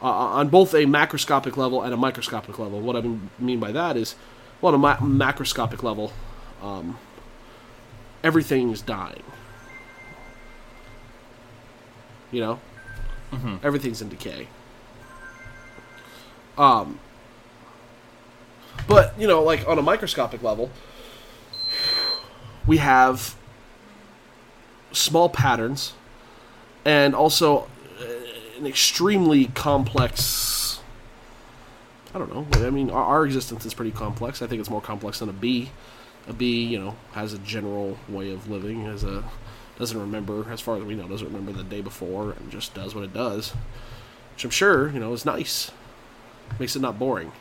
B: uh, on both a macroscopic level and a microscopic level. What I mean- mean by that is, well, on a ma- macroscopic level, um, everything is dying. You know, everything's in decay. Um, but you know, like on a microscopic level, we have small patterns and also uh, an extremely complex. I don't know. I mean, our, our existence is pretty complex. I think it's more complex than a bee. A bee, you know, has a general way of living. Has a doesn't remember, as far as we know, doesn't remember the day before, and just does what it does, which I'm sure you know is nice. Makes it not boring.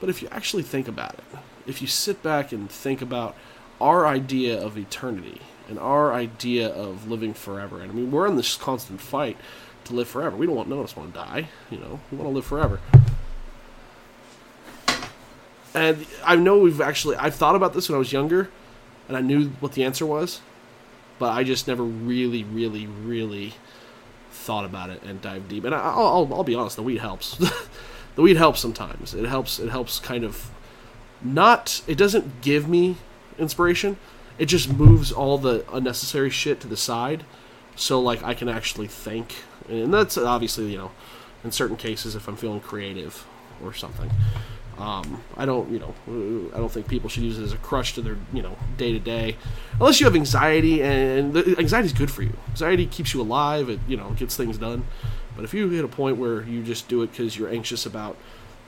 B: But if you actually think about it, if you sit back and think about our idea of eternity and our idea of living forever, and I mean, we're in this constant fight to live forever. We don't want, none of us want to die, you know, we want to live forever. And I know we've actually, I've thought about this when I was younger, and I knew what the answer was, but I just never really, really, really thought about it and dive deep. And I, I'll, I'll, I'll be honest, the weed helps. the weed helps sometimes. It helps. It helps kind of not. It doesn't give me inspiration. It just moves all the unnecessary shit to the side, so like I can actually think. And that's obviously you know, in certain cases, if I'm feeling creative or something. Um, I don't, you know, I don't think people should use it as a crutch to their, you know, day to day, unless you have anxiety, and anxiety is good for you. Anxiety keeps you alive. It, you know, gets things done. But if you hit a point where you just do it because you're anxious about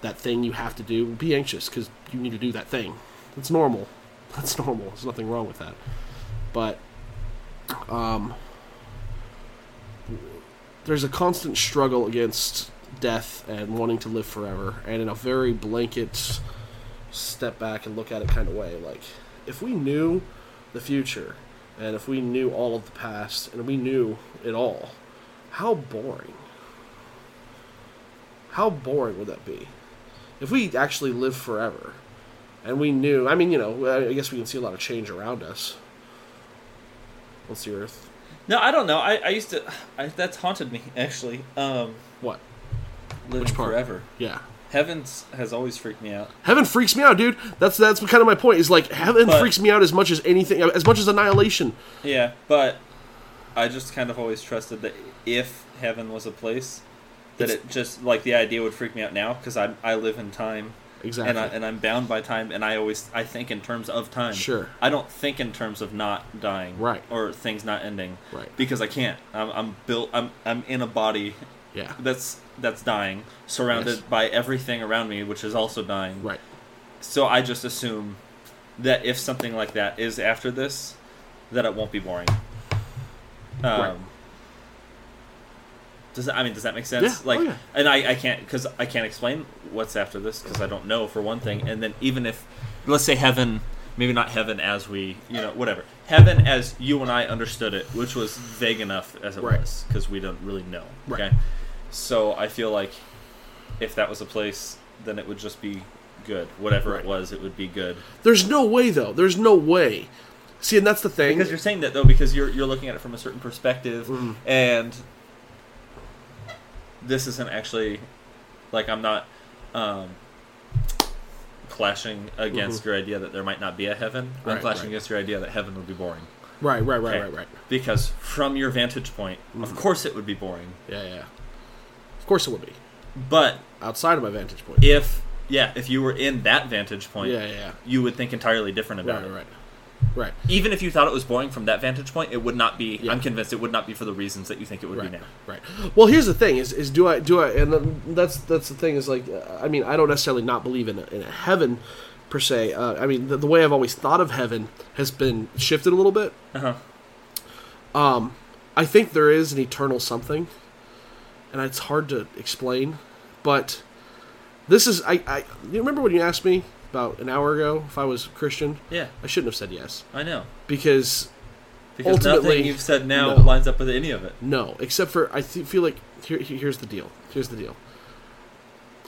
B: that thing you have to do, be anxious because you need to do that thing. That's normal. That's normal. There's nothing wrong with that. But um, there's a constant struggle against death and wanting to live forever, and in a very blanket step back and look at it kind of way. Like, if we knew the future, and if we knew all of the past, and we knew it all, how boring. How boring would that be? If we actually lived forever, and we knew, I mean, you know, I I guess we can see a lot of change around us. What's the Earth?
A: No, I don't know. I, I used to. I, that's haunted me actually. Um,
B: What?
A: living
B: Which part?
A: forever.
B: Yeah.
A: Heaven's has always freaked me out.
B: Heaven freaks me out, dude. That's that's kind of my point. Is like heaven
A: But-
B: freaks me out as much as anything, as much as annihilation.
A: Yeah, but I just kind of always trusted that if heaven was a place, that
B: It's-
A: it just like the idea would freak me out now because I I live in time.
B: Exactly.
A: And, I, and I'm bound by time, and I always I think in terms of time.
B: Sure.
A: I don't think in terms of not dying,
B: Right.
A: Or things not ending,
B: Right.
A: Because I can't. I'm, I'm built. I'm I'm in a body
B: yeah.
A: that's that's dying, surrounded
B: Yes.
A: by everything around me, which is also dying.
B: right.
A: So I just assume that if something like that is after this, that it won't be boring. Um,
B: Right.
A: Does that, I mean does that make sense?
B: Yeah. Oh,
A: Like,
B: yeah.
A: and I, I can't because I can't explain what's after this because I don't know for one thing. And then even if let's say heaven, maybe not heaven as we you know whatever heaven as you and I understood it, which was vague enough as it was
B: Right.
A: 'cause was because we don't really know.
B: Right.
A: Okay, so I feel like if that was a place, then it would just be good. Whatever
B: Right.
A: it was, it would be good.
B: There's no way though. There's no way. See, and that's the thing.
A: Because you're saying that though, because you're you're looking at it from a certain perspective,
B: Mm.
A: and this isn't actually like I'm not um, clashing against your idea that there might not be a heaven. I'm
B: Mm-hmm. Right,
A: clashing
B: right.
A: against your idea that heaven would be boring.
B: right. Right. Right.
A: Okay?
B: Right. Mm-hmm. Right.
A: Because from your vantage point, of course it would be boring.
B: Yeah. Yeah. yeah. Of course it would be
A: But
B: outside of my vantage point.
A: if yeah, if you were in that vantage point,
B: Yeah, yeah, yeah.
A: you would think entirely different about
B: Right.
A: it.
B: Right. Right. Right.
A: Even if you thought it was boring from that vantage point, it would not be.
B: Yeah.
A: I'm convinced it would not be for the reasons that you think it would
B: right,
A: be now.
B: Right. Well, here's the thing: is, is do I do I and then that's that's the thing is like uh, I mean I don't necessarily not believe in a, in a heaven per se. Uh, I mean the, the way I've always thought of heaven has been shifted a little bit. Uh-huh. Um, I think there is an eternal something, and it's hard to explain, but this is I, I you remember when you asked me about an hour ago if I was Christian.
A: Yeah,
B: I shouldn't have said yes
A: I know.
B: because
A: Because
B: Ultimately,
A: nothing you've said now
B: no.
A: lines up with any of it.
B: No, except for I th- feel like here, here- here's the deal. Here's the deal.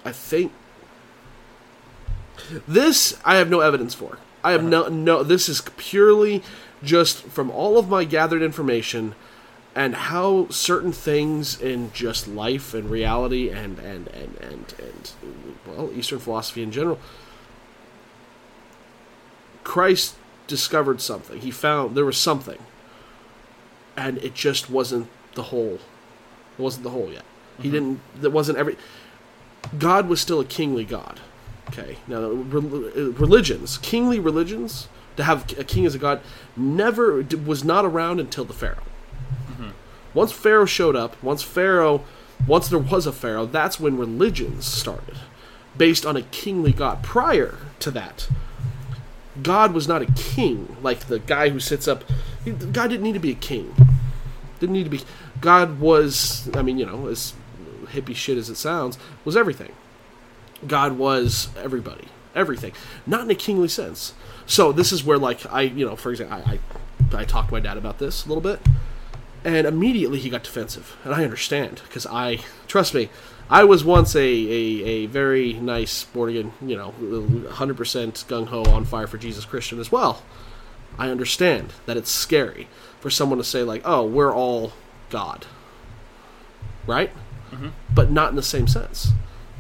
B: I think this I have no evidence for. I have no no. This is purely just from all of my gathered information and how certain things in just life and reality and and and and and well, Eastern philosophy in general. Christ discovered something. He found there was something and it just wasn't the whole. It wasn't the whole yet. He didn't. That wasn't every. God was still a kingly God. Okay. Now, rel- uh, religions, kingly religions, to have a king as a god, never d- was not around until the Pharaoh. Once Pharaoh showed up, once Pharaoh, once there was a Pharaoh, that's when religions started, based on a kingly god. Prior to that, God was not a king, like the guy who sits up. God didn't need to be a king. Didn't need to be. God was, I mean, you know, as hippie shit as it sounds, was everything. God was everybody, everything, not in a kingly sense. So this is where, like, I, you know, for example, I, I, I talked to my dad about this a little bit, and immediately he got defensive, and I understand because I trust me, I was once a a, a very nice born again, you know, hundred percent gung ho on fire for Jesus Christian as well. I understand that it's scary for someone to say like, "Oh, we're all God," right? But not in the same sense,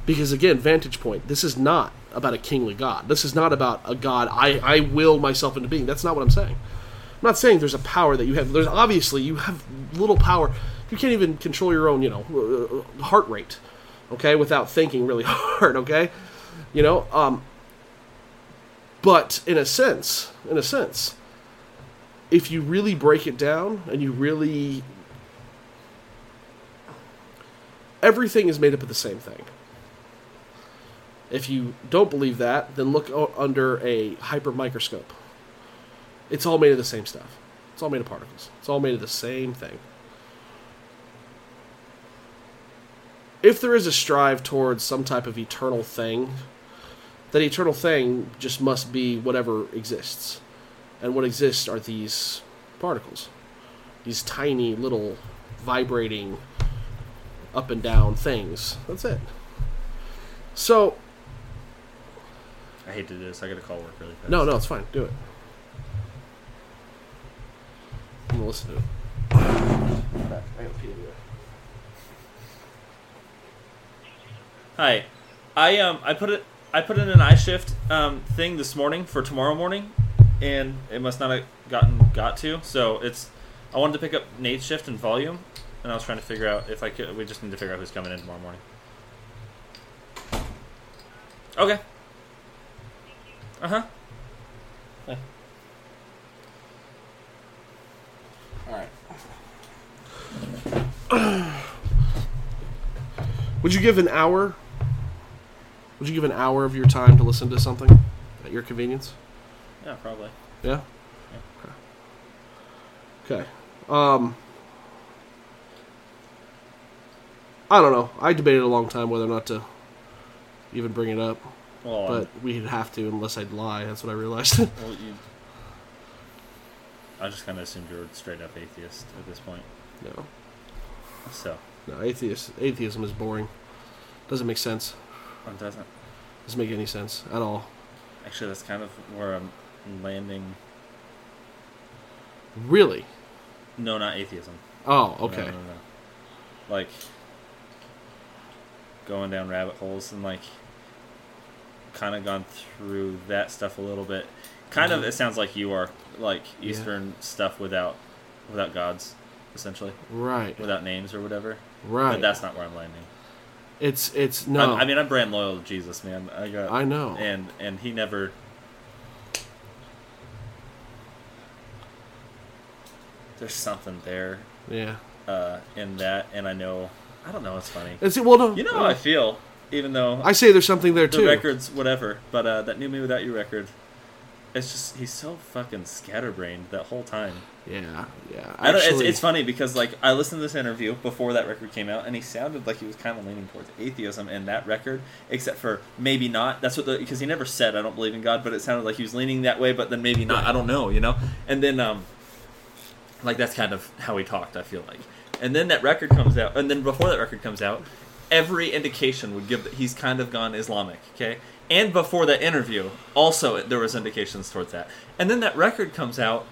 B: because again, vantage point. This is not about a kingly God. This is not about a God. I I will myself into being. That's not what I'm saying. I'm not saying there's a power that you have. There's obviously you have little power. You can't even control your own, you know, uh, heart rate, okay, without thinking really hard, okay, you know. Um, but in a sense, in a sense, if you really break it down and you really, everything is made up of the same thing. If you don't believe that, then look o- under a hyper microscope it's all made of the same stuff. It's all made of particles. It's all made of the same thing. If there is a strive towards some type of eternal thing, that eternal thing just must be whatever exists. And what exists are these particles. These tiny little vibrating up and down things. That's it. So,
A: I hate to do this. I got to call work really fast.
B: no, no, it's fine. Do it. even listen to it.
A: Hi, I um I put it I put in an eye shift um thing this morning for tomorrow morning, and it must not have gotten got to. So it's I wanted to pick up Nate's shift and volume, and I was trying to figure out if I could. We just need to figure out who's coming in tomorrow morning. Okay. Uh huh.
B: Would you give an hour? Would you give an hour of your time to listen to something at your convenience?
A: Yeah, probably.
B: Yeah. Okay. Okay. Um. I don't know. I debated a long time whether or not to even bring it up,
A: Well, um,
B: but we'd have to unless I'd lie. That's what I realized.
A: Well, you. I just kind of assumed you're a straight up atheist at this point.
B: no.
A: So,
B: No. Atheist. Atheism is boring. Doesn't make sense.
A: it doesn't.
B: Doesn't make any sense at all.
A: Actually, that's kind of where I'm landing.
B: Really.
A: No, not atheism.
B: Oh.
A: No,
B: Okay.
A: no, no. Like, going down rabbit holes and, like, kind of gone through that stuff a little bit. Kind of, it sounds like you are. Like,
B: Mm-hmm. Yeah.
A: Eastern stuff without without gods, essentially.
B: Right.
A: Without names or whatever.
B: Right.
A: But that's not where I'm landing.
B: It's it's no.
A: I'm, I mean, I'm brand loyal to Jesus, man. I got.
B: I know.
A: And and he never. There's something there
B: yeah.
A: uh, in that, and I know. I don't know. It's funny.
B: It's well no.
A: You know how I feel, even though
B: I say there's something there
A: the
B: too.
A: records, whatever. But uh, that "Knew Me Without You" record, it's just he's so fucking scatterbrained that whole time.
B: Yeah. Yeah.
A: I don't, it's,
B: Actually-
A: it's funny because like I listened to this interview before that record came out, and he sounded like he was kind of leaning towards atheism in that record, except for maybe not. That's what the because he never said I don't believe in God, but it sounded like he was leaning that way, but then maybe not. I don't know, you know. And then um, like that's kind of how he talked. I feel like. And then that record comes out, and then before that record comes out, every indication would give that he's kind of gone Islamic. Okay. And before that interview, also there was indications towards that. And then that record comes out,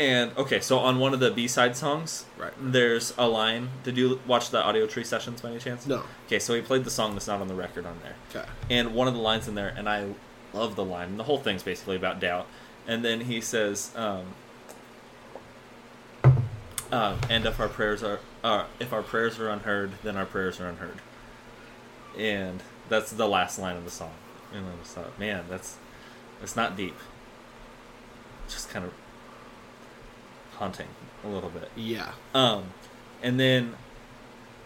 A: and okay, so on one of the B side songs,
B: Right.
A: There's a line. Did you watch the Audio Tree sessions by any chance?
B: No.
A: Okay, so he played the song that's not on the record on there.
B: Okay.
A: And one of the lines in there, and I love the line. The whole thing's basically about doubt. And then he says, um, uh, "And if our prayers are, uh, if our prayers are unheard, then our prayers are unheard." And that's the last line of the song. And I just thought, man, that's it's not deep. Just kind of haunting a little bit.
B: Yeah.
A: Um, and then,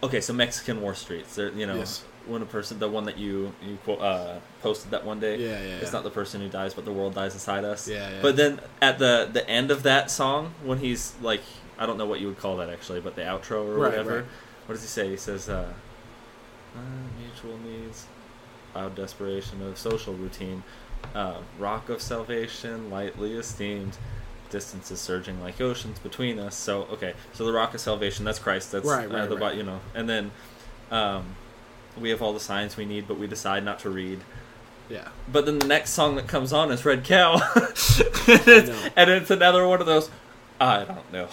A: okay, so Mexican War Streets. There, you know,
B: Yes.
A: when a person, the one that you you quote, uh, posted that one day.
B: Yeah, yeah,
A: It's
B: yeah.
A: not the person who dies, but the world dies inside us.
B: Yeah, yeah.
A: But then at the the end of that song, when he's like, I don't know what you would call that actually, but the outro or
B: Right,
A: whatever.
B: right.
A: What does he say? He says, uh, uh, "Mutual needs, loud desperation of social routine, uh, rock of salvation, lightly esteemed." Distances surging like oceans between us. So okay, so the rock of salvation, that's Christ. That's
B: Right, right,
A: uh, the
B: right.
A: bo- you know. And then um, we have all the signs we need, but we decide not to read.
B: Yeah.
A: But then the next song that comes on is Red Cow, and, it's, and it's another one of those. I don't know.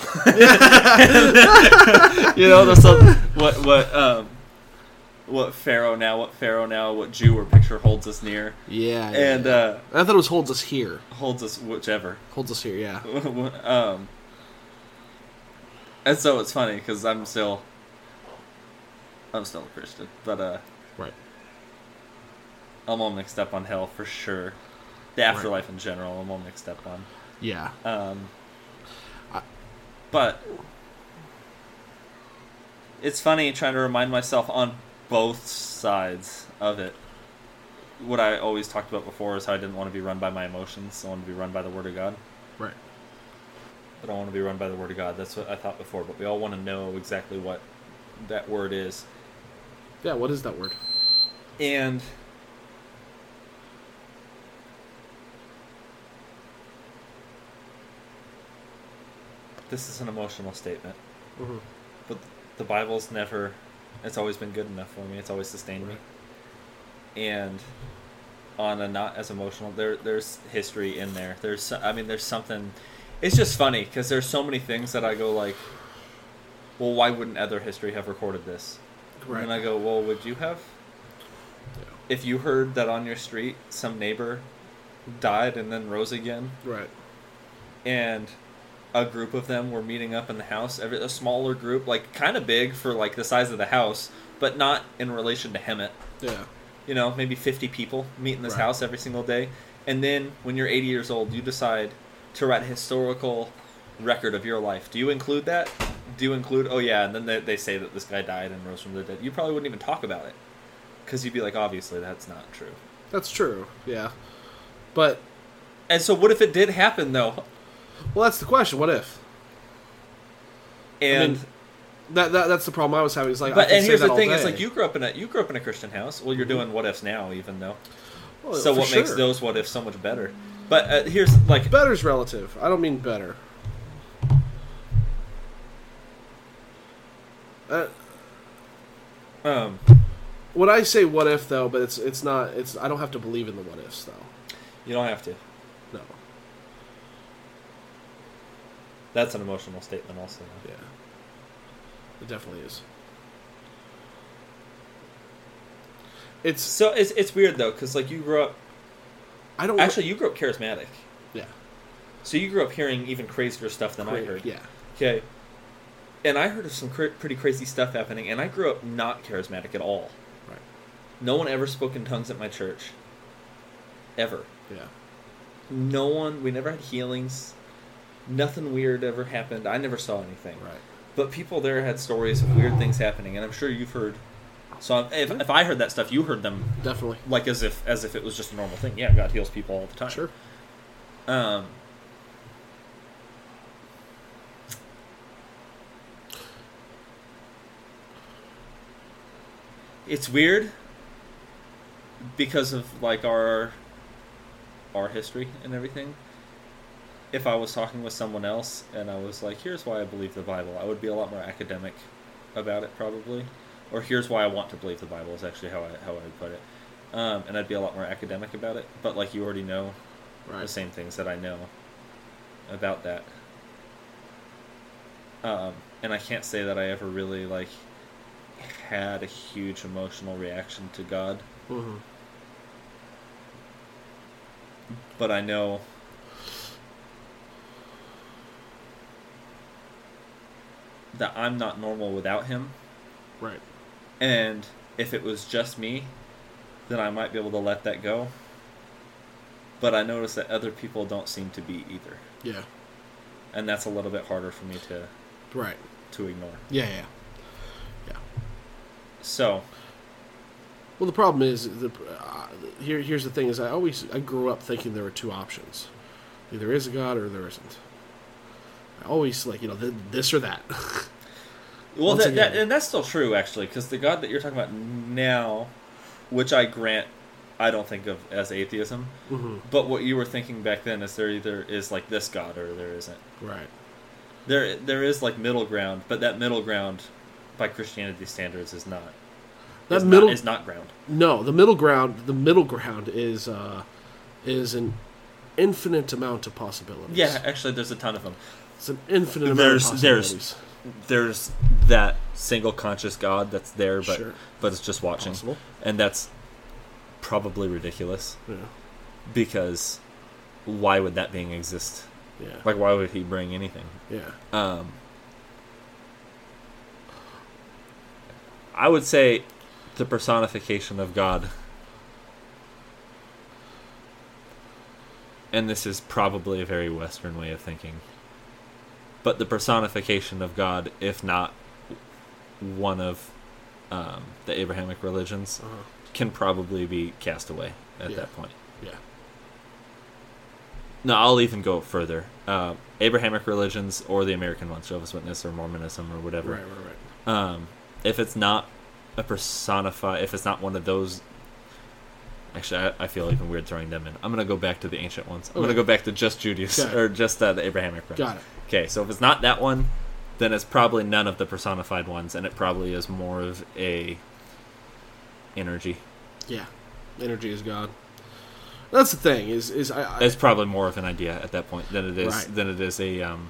A: you know, those songs- what what um, what Pharaoh now, what Pharaoh now, what Jew or picture holds us near,
B: Yeah. yeah,
A: and
B: yeah.
A: uh,
B: I thought it was holds us here.
A: holds us whichever.
B: Holds us here. Yeah.
A: um, and so it's funny because I'm still, I'm still a Christian, but uh,
B: Right.
A: I'm all mixed up on hell for sure. The afterlife in general, I'm all mixed up on.
B: Yeah.
A: Um, but it's funny trying to remind myself on both sides of it. What I always talked about before is how I didn't want to be run by my emotions. I wanted to be run by the Word of God.
B: Right.
A: But I want to be run by the Word of God. That's what I thought before. But we all want to know exactly what that word is.
B: Yeah. What is that word?
A: And this is an emotional statement. But the Bible's never it's always been good enough for me. It's always sustained me. And on a not as emotional there there's history in there. There's I mean there's something It's just funny because there's so many things that I go like, well, why wouldn't other history have recorded this?
B: Right.
A: And I go, well, would you have? If you heard that on your street some neighbor died and then rose again,
B: Right.
A: and a group of them were meeting up in the house, every, a smaller group, like kind of big for like the size of the house, but not in relation to Hemet
B: Yeah.
A: you know, maybe 50 people meet in this
B: Right.
A: house every single day. And then when you're 80 years old, you decide to write a historical record of your life. Do you include that? Do you include, oh yeah, and then they, they say that this guy died and rose from the dead? You probably wouldn't even talk about it. Because you'd be like, obviously, that's not true.
B: That's true. Yeah. But
A: And so, what if it did happen, though?
B: well, that's the question. What if?
A: And.
B: mean, That, that that's the problem I was having. Is like, I
A: but
B: can
A: and
B: say
A: here's
B: that
A: the
B: all
A: thing:
B: day.
A: it's like you grew up in a you grew up in a Christian house. Well, you're doing what ifs now, even though.
B: Well,
A: So
B: Oh, for
A: what makes
B: sure.
A: those what ifs so much better? But uh, here's like
B: better's relative? I don't mean better. Uh,
A: um,
B: when I say what if though, but it's it's not it's I don't have to believe in the what ifs though.
A: you don't have to.
B: No.
A: That's an emotional statement, also.
B: Yeah. It definitely is. It's
A: So it's it's weird though, because like you grew up.
B: I don't
A: Actually, you grew up charismatic,
B: yeah
A: so you grew up hearing even crazier stuff than I
B: Great,
A: heard.
B: yeah
A: Okay. And I heard of some cra- pretty crazy stuff happening, and I grew up not charismatic at all.
B: right
A: No one ever spoke in tongues at my church. Ever.
B: yeah
A: No one. We never had healings. Nothing weird ever happened. I never saw anything.
B: right
A: But people there had stories of weird things happening, and I'm sure you've heard. So if, if I heard that stuff, you heard them
B: definitely
A: like as if as if it was just a normal thing. Yeah, God heals people all the time.
B: sure
A: Um, it's weird because of like our our history and everything. If I was talking with someone else and I was like, "Here's why I believe the Bible," I would be a lot more academic about it probably, or "Here's why I want to believe the Bible" is actually how I how I would put it, um, and I'd be a lot more academic about it. But like you already know the
B: right
A: same things that I know about that. Um, and I can't say that I ever really like had a huge emotional reaction to God,
B: hmm
A: but I know that I'm not normal without him.
B: right
A: And if it was just me, then I might be able to let that go. But I notice that other people don't seem to be either.
B: yeah
A: And that's a little bit harder for me to
B: right
A: to ignore.
B: yeah yeah yeah
A: So,
B: well the problem is the uh, here here's the thing is I always I grew up thinking there were two options either is a God or there isn't I always like you know th- this or that
A: well,
B: Once
A: that, that,
B: again.
A: and that's still true actually, because the God that you're talking about now, which I grant, I don't think of as atheism,
B: Mhm.
A: but what you were thinking back then is there either is like this God or there isn't.
B: right
A: There, there is like middle ground, but that middle ground, by Christianity standards, is not.
B: that
A: is
B: middle
A: not, is not ground.
B: No, the middle ground. The middle ground is uh, is an infinite amount of possibilities.
A: Yeah, actually, there's a ton of them.
B: it's an infinite
A: There's-
B: amount of
A: there's-
B: possibilities.
A: There's that single conscious God that's there, but
B: Sure.
A: but it's just watching,
B: Possible.
A: and that's probably ridiculous.
B: Yeah,
A: because why would that being exist?
B: yeah,
A: Like, why would he bring anything?
B: yeah.
A: Um, I would say the personification of God, and this is probably a very Western way of thinking, but the personification of God, if not one of um, the Abrahamic religions,
B: Uh-huh.
A: can probably be cast away at
B: Yeah.
A: that point.
B: yeah.
A: No, I'll even go further. Uh, Abrahamic religions or the American ones, Jehovah's Witness or Mormonism or whatever.
B: Right, right, right.
A: Um, if it's not a personify, if it's not one of those, actually, I, I feel even weird throwing them in. I'm gonna go back to the ancient ones. I'm
B: Okay.
A: gonna go back to just Judaism
B: Got it.
A: or just uh, the Abrahamic. ones.
B: Got it.
A: Okay, so if it's not that one, then it's probably none of the personified ones, and it probably is more of a energy.
B: Yeah, energy is God. That's the thing is is I, I
A: That's probably more of an idea at that point than it is
B: Right.
A: than it is a um,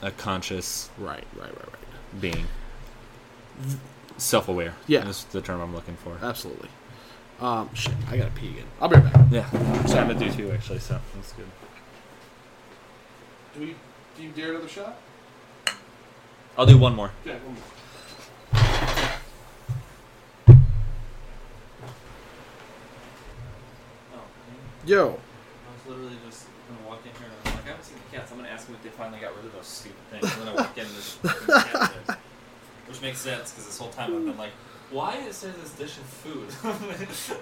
A: a conscious
B: right right right right
A: being. Self-aware.
B: Yeah.
A: that's the term I'm looking for.
B: absolutely. Um, shit, I gotta pee again. I'll be right back.
A: yeah, I'm trying to do too actually. So that's good.
B: Do we? Do you dare another shot?
A: I'll do one more.
B: Yeah, one more.
A: Oh,
B: Yo,
A: I was literally just gonna walk in here and I was like, I haven't seen the cats. I'm gonna ask them if they finally got rid of those stupid things. And then I walk in and there's fucking cat there. Which makes sense because this whole time I've been like, why is there this dish of food?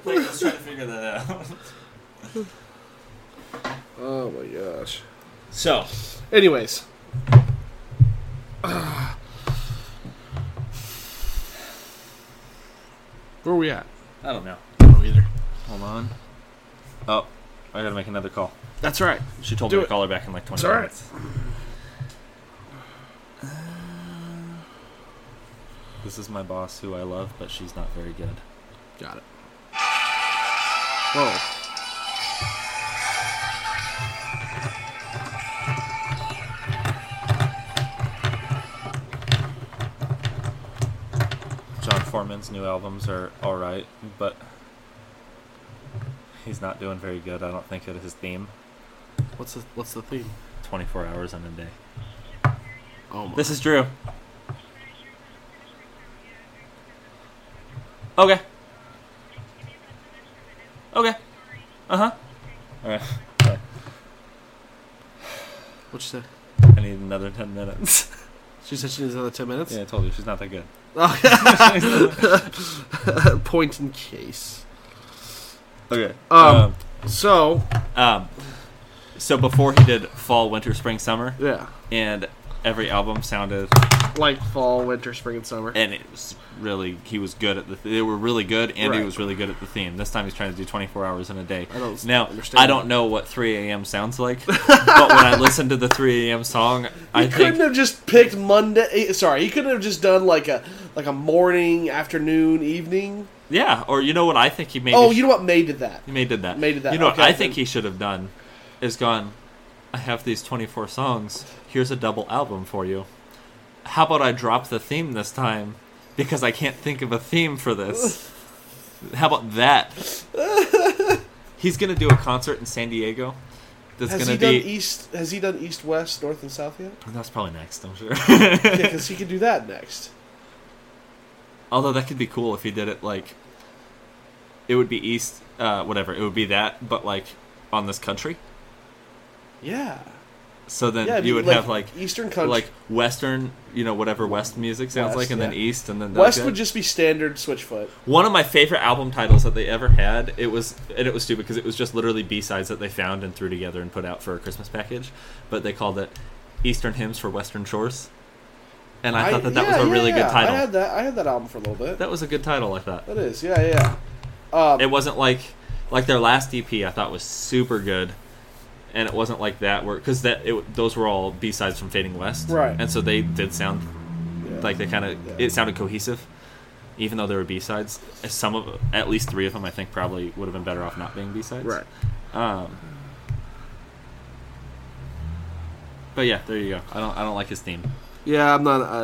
A: like, I was trying to figure that out.
B: oh my gosh.
A: So,
B: Anyways, where are we at?
A: I don't know.
B: I don't know either.
A: Hold on. Oh, I gotta make another call.
B: That's right.
A: She told
B: Do
A: me
B: it.
A: to call her back in like 20
B: It's all right.
A: minutes. Uh, This is my boss who I love, but she's not very good.
B: Got it. Whoa.
A: John Foreman's new albums are all right, but he's not doing very good. I don't think it is his theme.
B: What's the What's the theme?
A: 24 hours in a day.
B: Oh my.
A: This is Drew. Okay. Okay. Uh huh. All right.
B: What she said?
A: I need another 10 minutes.
B: She said she needs another ten minutes.
A: yeah, I told you she's not that good.
B: Point in case.
A: Okay.
B: Um, So
A: um, um, so before he did fall, winter, spring, summer,
B: yeah,
A: and every album sounded
B: like fall, winter, spring, and summer.
A: and it was really he was good at the they were really good and he
B: Right.
A: was really good at the theme this time he's trying to do 24 hours in a day
B: I don't
A: now
B: understand
A: i don't
B: that.
A: know what 3 a.m sounds like but when i listen to the 3 a.m song i
B: He couldn't
A: think
B: have just picked Monday. eh, Sorry, he couldn't have just done like a like a morning, afternoon, evening.
A: yeah or you know what i think he made
B: Oh, you know what? May did that.
A: May did that.
B: May did that.
A: You know what
B: Okay,
A: I think
B: then-
A: he should have done is gone. I have these twenty four songs. Here's a double album for you. How about I drop the theme this time because I can't think of a theme for this. How about that? He's gonna do a concert in San Diego. That's
B: Has
A: gonna
B: he done E-
A: be.
B: east? Has he done east, west, north, and south yet?
A: that's probably next. I'm sure.
B: Yeah, because he could do that next.
A: Although that could be cool if he did it like. It would be east, uh, whatever. It would be that, but like on this country.
B: Yeah,
A: So then
B: yeah. it'd
A: you
B: be
A: would have like
B: eastern country.
A: like western, you know, whatever west music sounds
B: West,
A: like, and then
B: yeah.
A: east, and then
B: west
A: that's
B: would
A: it.
B: just be standard Switchfoot.
A: One of my favorite album titles that they ever had. It was and it was stupid because it was just literally B sides that they found and threw together and put out for a Christmas package, but they called it Eastern Hymns for Western Shores, and I, thought that that
B: yeah,
A: was a
B: yeah,
A: really
B: yeah.
A: good title.
B: I had that. I had that album for a little bit.
A: That was a good title, I thought.
B: that is, yeah, yeah. yeah. Um,
A: It wasn't like like their last EP I thought was super good. And it wasn't like that, where because that it, those were all B sides from Fading West,
B: Right.
A: And so they did sound
B: yeah.
A: like they kind of
B: Yeah.
A: it sounded cohesive even though there were b-sides some of at least three of them i think probably would have been better off not being b-sides
B: right.
A: um but yeah there you go i don't i don't like his theme
B: Yeah, I'm not. I,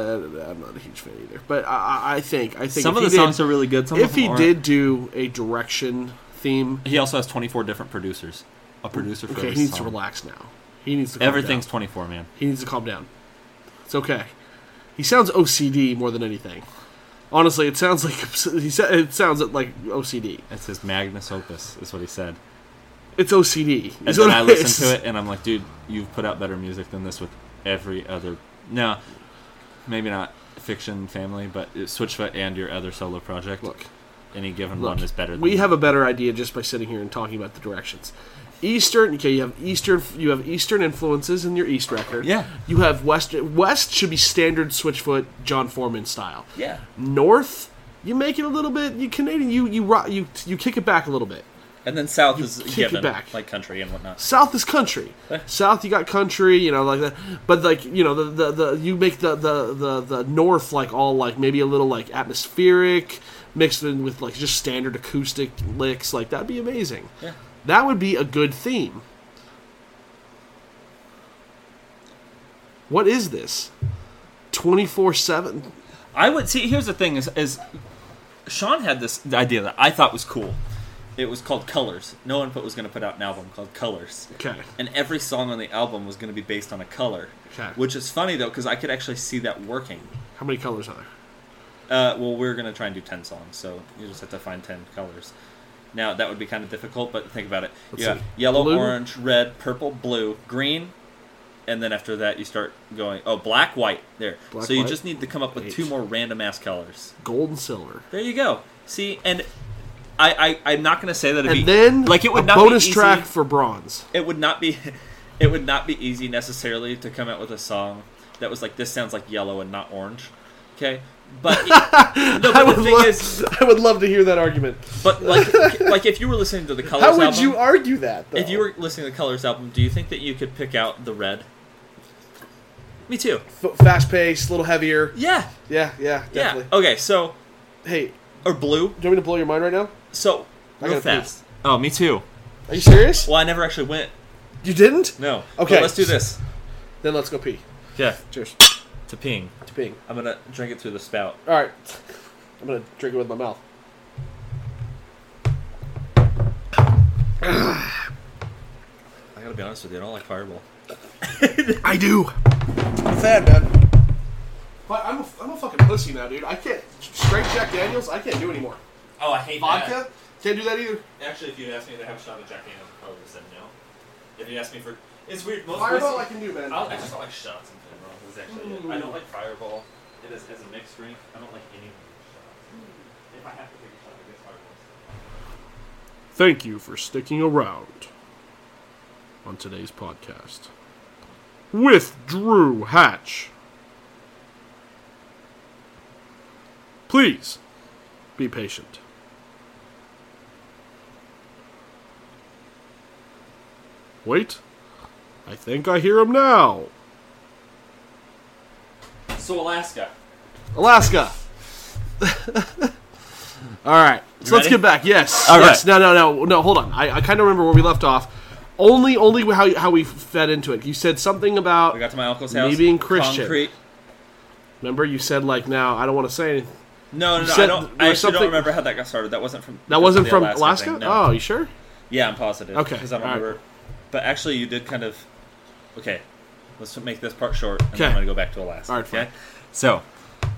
B: I'm not a huge fan either. But I- I, I think I think
A: some
B: if
A: of the
B: he did-
A: songs are really good some of
B: if
A: them
B: he
A: aren't.
B: did do a direction theme,
A: he also has 24 different producers a producer for
B: okay,
A: every
B: he needs to
A: song.
B: relax now. He needs to. Calm
A: everything's
B: Down.
A: 24 man
B: He needs to calm down. It's okay. He sounds OCD more than anything. Honestly, it sounds like he. sa- It sounds like OCD.
A: it's his magnus opus is what he said
B: It's OCD.
A: and then i listened to it and i'm like dude you've put out better music than this with every other no maybe not fiction family but it's switchfoot and your other solo project
B: Look,
A: any given
B: Look,
A: one is better than
B: we have a better idea just by sitting here and talking about the directions. Eastern, okay, you have Eastern, you have Eastern influences in your East record.
A: Yeah.
B: you have West. West should be standard Switchfoot John Foreman style.
A: yeah
B: North, you make it a little bit. You Canadian, you you ro- you you kick it back a little bit.
A: and then south is
B: kick it
A: given
B: back.
A: like country and whatnot
B: South is country. South, you got country, you know, like that. But like you know, the the, the you make the, the the the North like all like maybe a little like atmospheric, mixed in with like just standard acoustic licks. Like that'd be amazing.
A: yeah
B: That would be a good theme. What is this? 24 7.
A: I would see. Here's the thing: is, is Sean had this idea that I thought was cool. It was called Colors. No one put was going to put out an album called Colors.
B: Okay.
A: And every song on the album was going to be based on a color.
B: Okay.
A: Which is funny though, because I could actually see that working.
B: How many colors are there?
A: Uh, well, we're going to try and do ten songs, so you just have to find ten colors. Now that would be kind of difficult, but think about it.
B: Let's
A: yeah,
B: see.
A: yellow,
B: Blue?
A: orange, red, purple, blue, green, and then after that you start going. Oh, black, white. There.
B: Black,
A: so you
B: white,
A: just need to come up with
B: eight.
A: two more random ass colors.
B: Gold and silver.
A: There you go. See, and I, I I'm not gonna say that. It'd
B: And
A: be,
B: then
A: like it would
B: a
A: not
B: bonus
A: be easy,
B: track for bronze.
A: It would not be, it would not be easy necessarily to come out with a song that was like this sounds like yellow and not orange. Okay, but no,
B: I
A: but
B: would,
A: the thing
B: love,
A: is,
B: I would love to hear that argument.
A: but like like if you were listening to the colors
B: How would
A: album,
B: you argue that, though?
A: if you were listening to the colors album, do you think that you could pick out the red? Me too.
B: F- fast paced, a little heavier.
A: Yeah.
B: Yeah, yeah, Oh. definitely.
A: Yeah. Okay. So
B: Hey, do
A: or blue.
B: you want me to blow your mind right now?
A: So
B: I gotta
A: real
B: pee.
A: fast. Oh, me too.
B: Are you serious?
A: Well, I never actually went.
B: You didn't?
A: No.
B: Okay.
A: But let's do this.
B: Then let's go pee.
A: Yeah.
B: Cheers.
A: To peeing.
B: To peeing.
A: I'm gonna drink it through the spout.
B: All right. I'm going to drink it with my mouth.
A: I gotta be honest with you, I don't like Fireball.
B: I do.
A: Sad, man.
B: But I'm a, I'm a fucking pussy now, dude. I can't. Straight Jack Daniels, I can't do anymore.
A: Oh, I hate
B: Vodka? Can't do that either.
A: That. Actually, if you'd asked me to have a shot of Jack Daniels, I would have said no. If you asked me for, it's weird. Most
B: Fireball, I
A: places-
B: can do, man.
A: I'll- I just don't like shots in general. Is actually it. I don't like Fireball. It is as a mixed drink. I don't like any of the shots. If I have to pick a shot, I guess Fireball.
B: Thank you for sticking around on today's podcast with Drew Hatch. Please be patient. Wait, I think I hear him now.
A: So Alaska.
B: Alaska. All right, so let's
A: ready?
B: get back. Yes.
A: All
B: yes.
A: right.
B: No, no, no, no. Hold on. I, I kind of remember where we left off. Only, only how how we fed into it. You said something about.
A: We got to my uncle's house.
B: Me being Christian.
A: Concrete.
B: Remember, you said like now. I don't want to say anything.
A: No, no, no.
B: said
A: I
B: there
A: don't. I
B: was
A: actually
B: something-
A: don't remember how that got started. That wasn't from.
B: That wasn't
A: the
B: from
A: Alaska.
B: Alaska.
A: thing, no.
B: Oh, you sure?
A: Yeah, I'm positive.
B: Okay,
A: Because I don't
B: alright.
A: remember. But actually, you did kind of. Okay, let's make this part short, and then
B: Okay.
A: I'm going to go back to Alaska.
B: Alright, fine.
A: okay. So,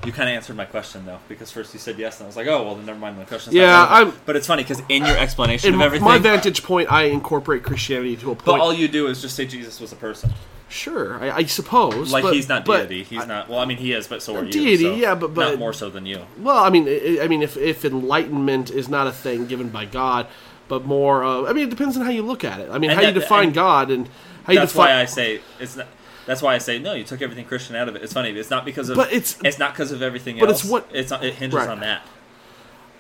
A: you kind of answered my question though, because first you said yes, and I was like, oh well, then never mind. My question's not
B: Yeah,
A: relevant.
B: I'm-
A: But it's funny because in your explanation
B: In
A: of everything,
B: my vantage point, I incorporate Christianity to a point.
A: but all you do is just say Jesus was a person.
B: sure, I, I suppose.
A: Like
B: but-
A: he's not
B: but-
A: deity. He's not. Well, I mean, he is, but so are you.
B: Deity,
A: so
B: yeah, but- but-
A: not more so than you.
B: Well, I mean, I I mean, if, if enlightenment is not a thing given by God, but more, uh, I mean, it depends on how you look at it. I mean,
A: And
B: how you
A: that-
B: define
A: and
B: God and how you
A: That's
B: define.
A: why I say it's not. That's why I say no. You took everything Christian out of it. It's funny. It's not because of.
B: But it's-
A: It's not because of everything
B: but
A: else.
B: it's what-
A: It's not, it hinges
B: Right.
A: on that.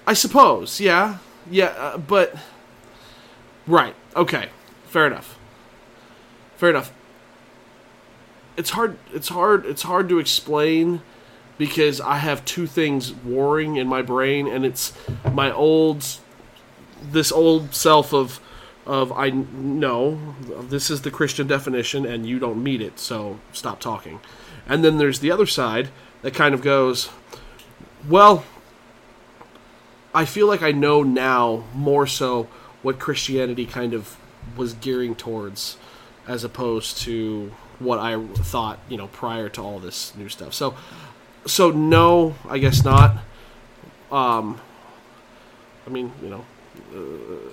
B: I suppose, yeah, yeah, uh, but right, okay, fair enough, fair enough. It's hard, it's hard, it's hard to explain because I have two things warring in my brain, and it's my old, this old self of, of I know this is the Christian definition, and you don't meet it, so stop talking. And then there's the other side that kind of goes, well. I feel like I know now more so what Christianity kind of was gearing towards as opposed to what I thought, you know, prior to all this new stuff. So so no, I guess not. Um I mean, you know, uh,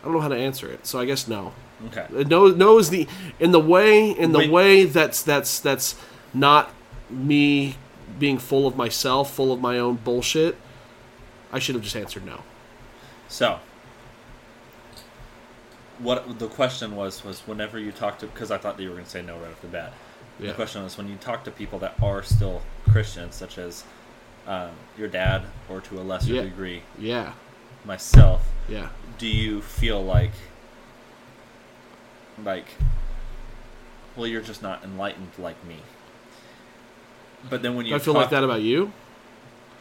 B: I don't know how to answer it. So I guess no.
A: Okay.
B: Uh, No, no is the in the way in the
A: When-
B: way that's that's that's not me being full of myself, full of my own bullshit. I should have just answered no.
A: So, what the question was was whenever you talk to because I thought that you were going to say no right off the bat.
B: Yeah.
A: The question was when you talk to people that are still Christians, such as um, your dad, or to a lesser
B: Yeah.
A: degree
B: Yeah,
A: myself.
B: yeah.
A: do you feel like like well you're just not enlightened like me but then when you
B: Do I feel
A: talk-
B: like that about you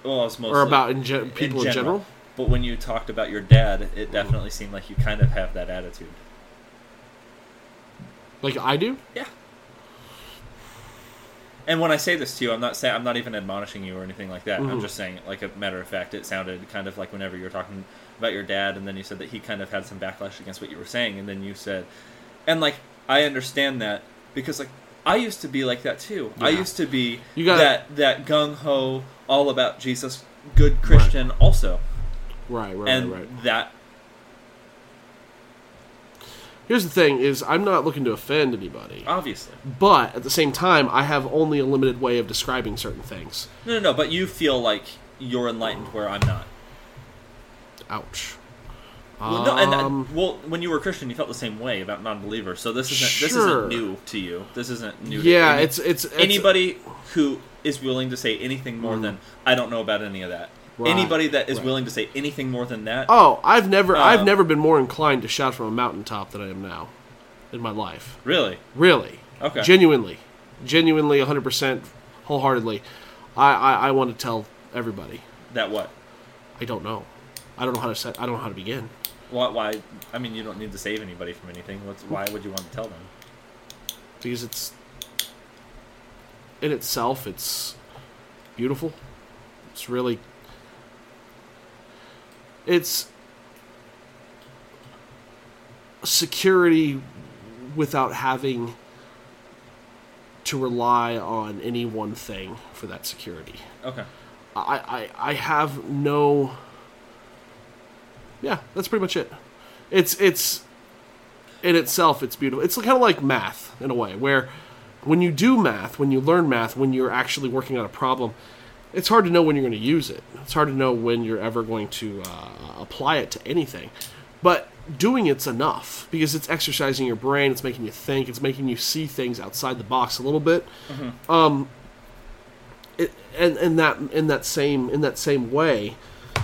A: well, it's mostly
B: or about in gen people in general?
A: But when you talked about your dad, it definitely seemed like you kind of have that attitude.
B: Like I do?
A: Yeah. And when I say this to you, I'm not saying I'm not even admonishing you or anything like that.
B: Mm-hmm.
A: I'm just saying, like a matter of fact, it sounded kind of like whenever you were talking about your dad, and then you said that he kind of had some backlash against what you were saying, and then you said, and like I understand that because like I used to be like that too. I
B: Yeah.
A: used to be
B: You gotta-
A: that that gung ho, all about Jesus, good Christian, also,
B: Right, right,
A: and
B: right.
A: that
B: Here's the thing: is I'm not looking to offend anybody,
A: obviously.
B: but at the same time, I have only a limited way of describing certain things.
A: No, no, no. But you feel like you're enlightened where I'm not.
B: Ouch.
A: Well, no, and, uh,
B: Um,
A: and well, when you were a Christian, you felt the same way about non-believers. So this isn't this
B: Sure.
A: isn't new to you. This isn't new.
B: yeah,
A: to any-
B: it's it's, it's
A: anybody who is willing to say anything more than I don't know about any of that.
B: Mm. Right,
A: Anybody that is
B: right.
A: willing to say anything more than that.
B: Oh, I've never I've
A: Um,
B: never been more inclined to shout from a mountaintop than I am now, in my life.
A: Really?
B: Really.
A: Okay.
B: Genuinely. Genuinely, 100%, wholeheartedly. I, I, I want to tell everybody.
A: That what?
B: I don't know. I don't know how to set, I don't know how to begin.
A: Why? why I mean, you don't need to save anybody from anything. What's, why would you want to tell them?
B: Because it's, in itself, it's beautiful. It's really, it's security without having to rely on any one thing for that security.
A: Okay.
B: I, I, I have no. Yeah, that's pretty much it. It's it's in itself it's beautiful. It's kind of like math in a way where when you do math, when you learn math, when you're actually working on a problem, it's hard to know when you're going to use it. It's hard to know when you're ever going to uh, apply it to anything. But doing it's enough because it's exercising your brain, it's making you think, it's making you see things outside the box a little bit it, and in that in that same in that same way,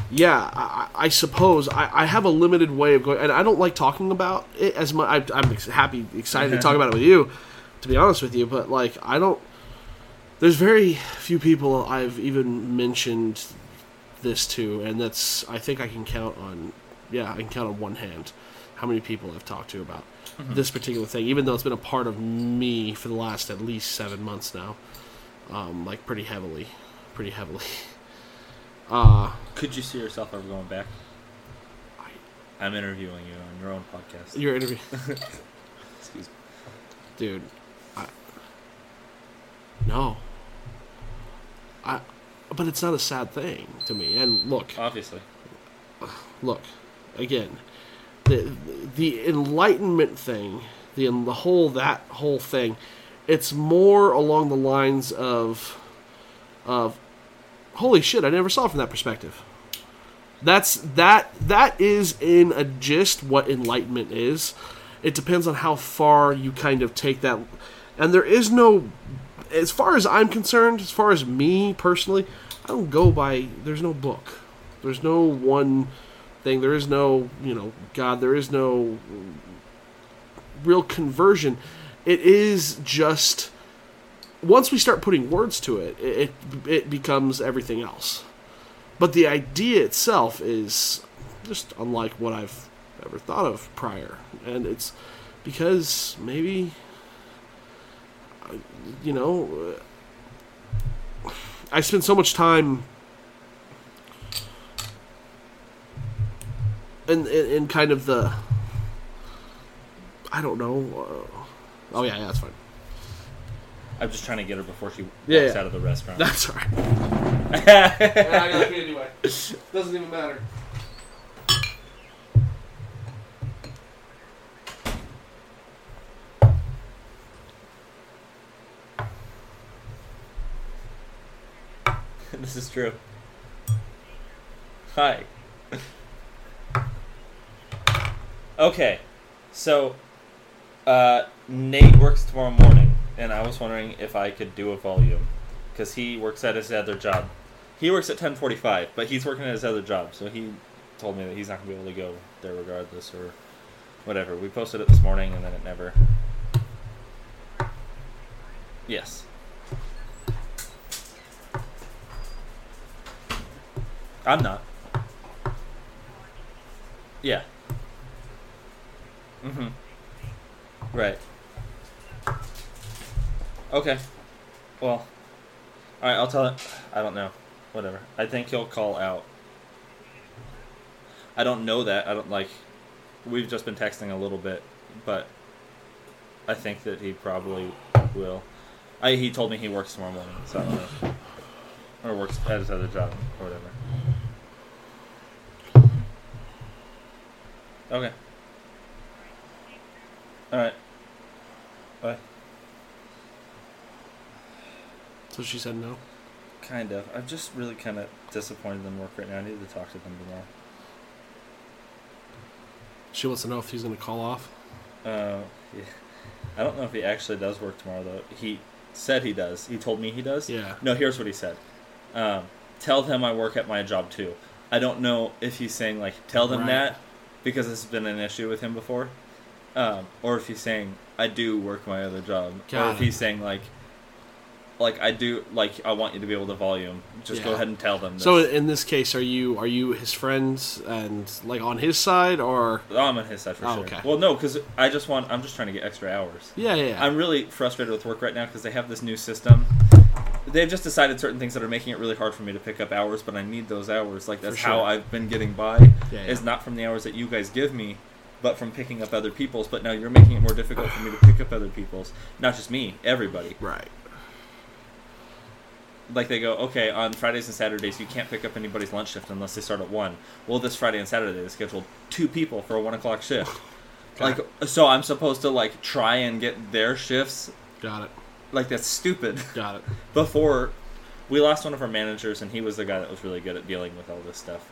B: yeah, I, I I suppose I, I have a limited way of going, and I don't like talking about it as much. I, I'm ex- happy, excited to talk about it with you, to be honest with you. But like, I don't. There's very few people I've even mentioned this to, and that's I think I can count on. Yeah, I can count on one hand how many people I've talked to about this particular thing, even though it's been a part of me for the last at least seven months now um, like pretty heavily, pretty heavily.
A: Could you see yourself ever going back? I'm interviewing you on your own podcast.
B: Your interview,
A: Excuse me.
B: dude. I, no, I. But it's not a sad thing to me. And look,
A: Obviously.
B: look again the the enlightenment thing the, en- the whole that whole thing it's more along the lines of of holy shit i never saw it from that perspective that's that that is in a gist what enlightenment is it depends on how far you kind of take that and there is no as far as i'm concerned as far as me personally i don't go by there's no book there's no one thing. There is no, you know, God. There is no real conversion. It is just once we start putting words to it, it it, it becomes everything else. But the idea itself is just unlike what I've ever thought of prior, and it's because maybe I- you know uh, I spend so much time in, in, in kind of the I don't know. Uh, oh yeah, yeah, that's fine.
A: I'm just trying to get her before she walks
B: Yeah, yeah.
A: out of the restaurant.
B: That's all right. I got it anyway. Doesn't even matter.
A: this is true. Hi. Okay, so uh, Nate works tomorrow morning, and I was wondering if I could do a volume because he works at his other job. He works at ten forty-five, but he's working at his other job, so he told me that he's not gonna be able to go there regardless or whatever. We posted it this morning, and then it never. Yes. I'm not. Yeah. Mm-hmm. Right. Okay. Well. All right. I'll tell it. I don't know. Whatever. I think he'll call out. I don't know that. I don't like. We've just been texting a little bit, but I think that he probably will. I he told me he works tomorrow morning, so I don't know. Or works at his other job or whatever. Okay. All right. Bye.
B: So she said no.
A: Kind of. I'm just really kind of disappointed in work right now. I need to talk to them tomorrow.
B: She wants to know if he's going to call off.
A: Uh, yeah. I don't know if he actually does work tomorrow though. He said he does. He told me he does.
B: Yeah.
A: No, here's what he said. Um, tell them I work at my job too. I don't know if he's saying like tell them
B: Right.
A: that because this has been an issue with him before, um, or if he's saying I do work my other job, or
B: Got
A: if
B: it.
A: he's saying like like I do like I want you to be able to volume. Just go
B: Yeah.
A: ahead and tell them. This.
B: So in this case, are you are you his friends and like on his side or?
A: Oh, I'm on his side for
B: Oh,
A: sure.
B: okay.
A: Well, no, because I just want. I'm just trying to get extra hours.
B: Yeah, yeah. yeah.
A: I'm really frustrated with work right now because they have this new system. They've just decided certain things that are making it really hard for me to pick up hours, but I need those hours. Like that's
B: For sure.
A: how I've been getting by.
B: Yeah,
A: Is
B: yeah.
A: not from the hours that you guys give me, but from picking up other people's. But now you're making it more difficult for me to pick up other people's. Not just me, everybody.
B: right.
A: Like they go, okay, on Fridays and Saturdays you can't pick up anybody's lunch shift unless they start at one. Well, this Friday and Saturday they scheduled two people for a one o'clock shift. Like so, I'm supposed to like try and get their shifts.
B: Got it.
A: Like that's stupid.
B: Got it.
A: before we lost one of our managers and he was the guy that was really good at dealing with all this stuff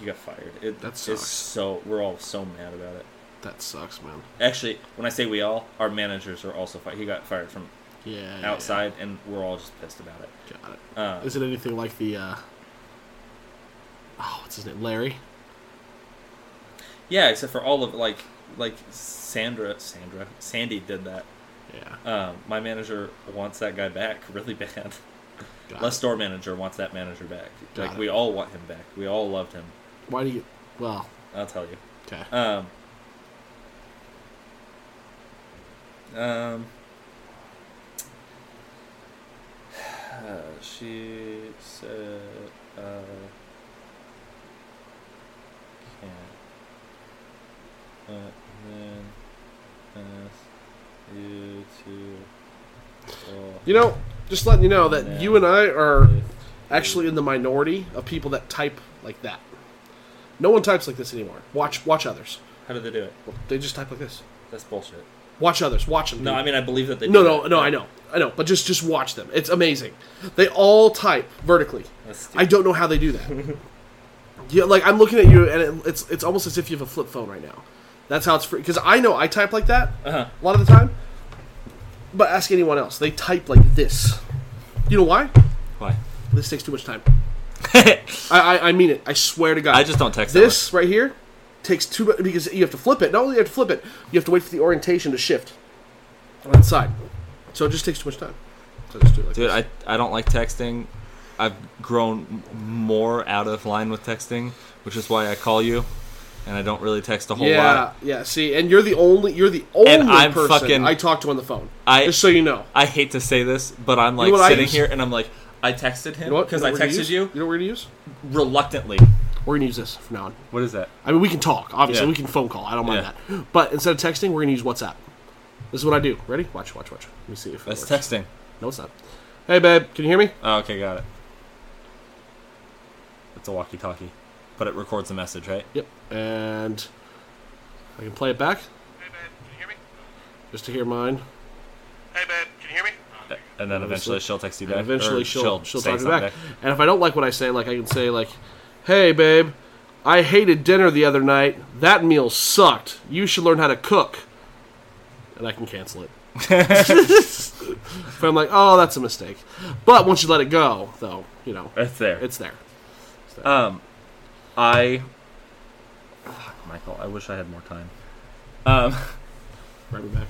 A: he got fired it,
B: That
A: it's
B: sucks.
A: so we're all so mad about it
B: That sucks, man.
A: actually when i say we all our managers are also fired he got fired from
B: Yeah. yeah, yeah.
A: outside and we're all just pissed about it
B: Got it. Is
A: uh,
B: it anything like the? uh Oh, what's his name? Larry.
A: yeah except for all of like like sandra sandra sandy did that
B: Yeah.
A: um, my manager wants that guy back really bad
B: Got
A: Les
B: it.
A: store manager wants that manager back
B: Got
A: like
B: it.
A: we all want him back we all loved him
B: Why do you? Well,
A: i'll tell you
B: okay.
A: Um. Um. She said, uh, can't. But then ask you to. Well,
B: You know, just letting you know that
A: Yeah.
B: you and I are actually in the minority of people that type like that. No one types like this anymore. Watch, watch others.
A: How do they do it?
B: They just type like this.
A: That's bullshit.
B: Watch others. Watch them.
A: No, I mean I believe that they.
B: no,
A: do
B: no,
A: that,
B: no.
A: but
B: I know, I know. But just, just watch them. It's amazing. They all type vertically.
A: that's stupid.
B: I don't know how they do that. yeah, like I'm looking at you, and it, it's it's almost as if you have a flip phone right now. That's how it's free. Because I know I type like that
A: Uh-huh.
B: a lot of the time. But ask anyone else; they type like this. You know why?
A: Why?
B: This takes too much time. I, I I mean it. I swear to God.
A: I just don't text that
B: this right here. Takes too much because you have to flip it. Not only you have to flip it, you have to wait for the orientation to shift on the side. So it just takes too much time. So I just do it like
A: Dude,
B: this.
A: I, I don't like texting. I've grown m- more out of line with texting, which is why I call you, and I don't really text a whole
B: yeah,
A: lot.
B: yeah. See, and you're the only you're the only
A: I'm
B: person
A: fucking-
B: I talk to on the phone.
A: I-
B: just so you know.
A: I hate to say this, but I'm like
B: know what I
A: sitting
B: use?
A: here and I'm like, I texted
B: You
A: him
B: know what?
A: because
B: know
A: I
B: what we're gonna
A: texted
B: use?
A: you
B: You know what we're gonna use?
A: reluctantly.
B: We're gonna use this from now on.
A: What is that?
B: I mean, we can talk. Obviously,
A: Yeah.
B: we can phone call. I don't mind
A: Yeah.
B: that. But instead of texting, we're gonna use WhatsApp. This is what I do. Ready? Watch, watch, watch. Let me see if it
A: That's
B: works.
A: texting.
B: No, it's not. Hey, babe, can you hear me?
A: Oh, okay, got it. It's a walkie-talkie, but it records a message, right?
B: Yep. And I can play it back
D: Hey, babe, can you hear me?
B: just to hear mine.
D: Hey, babe, can you hear me?
A: And then eventually she'll text you back.
B: And eventually
A: or
B: she'll she'll
A: say
B: talk me
A: something
B: back. And if I don't like what I say, like I can say like, "Hey, babe, I hated dinner the other night. That meal sucked. You should learn how to cook." And I can cancel it. if I'm like, "Oh, that's a mistake," but once you let it go, though, you know,
A: It's there.
B: it's there.
A: Um, I. Fuck, Michael, I wish I had more time. Um,
B: Right me back.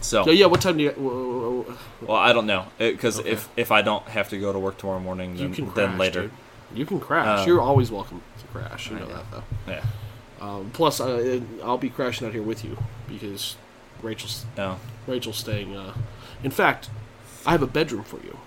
A: so
B: Yeah, yeah. What time do you? wh- wh- wh-
A: well, I don't know uh, because
B: Okay.
A: if if I don't have to go to work tomorrow morning,
B: You
A: then,
B: can
A: then
B: crash,
A: later.
B: dude. You can crash.
A: Um,
B: You're always welcome to crash. You know that though.
A: Yeah.
B: Um, plus, I, I'll be crashing out here with you because Rachel's
A: No.
B: Rachel's staying. Uh, in fact, I have a bedroom for you.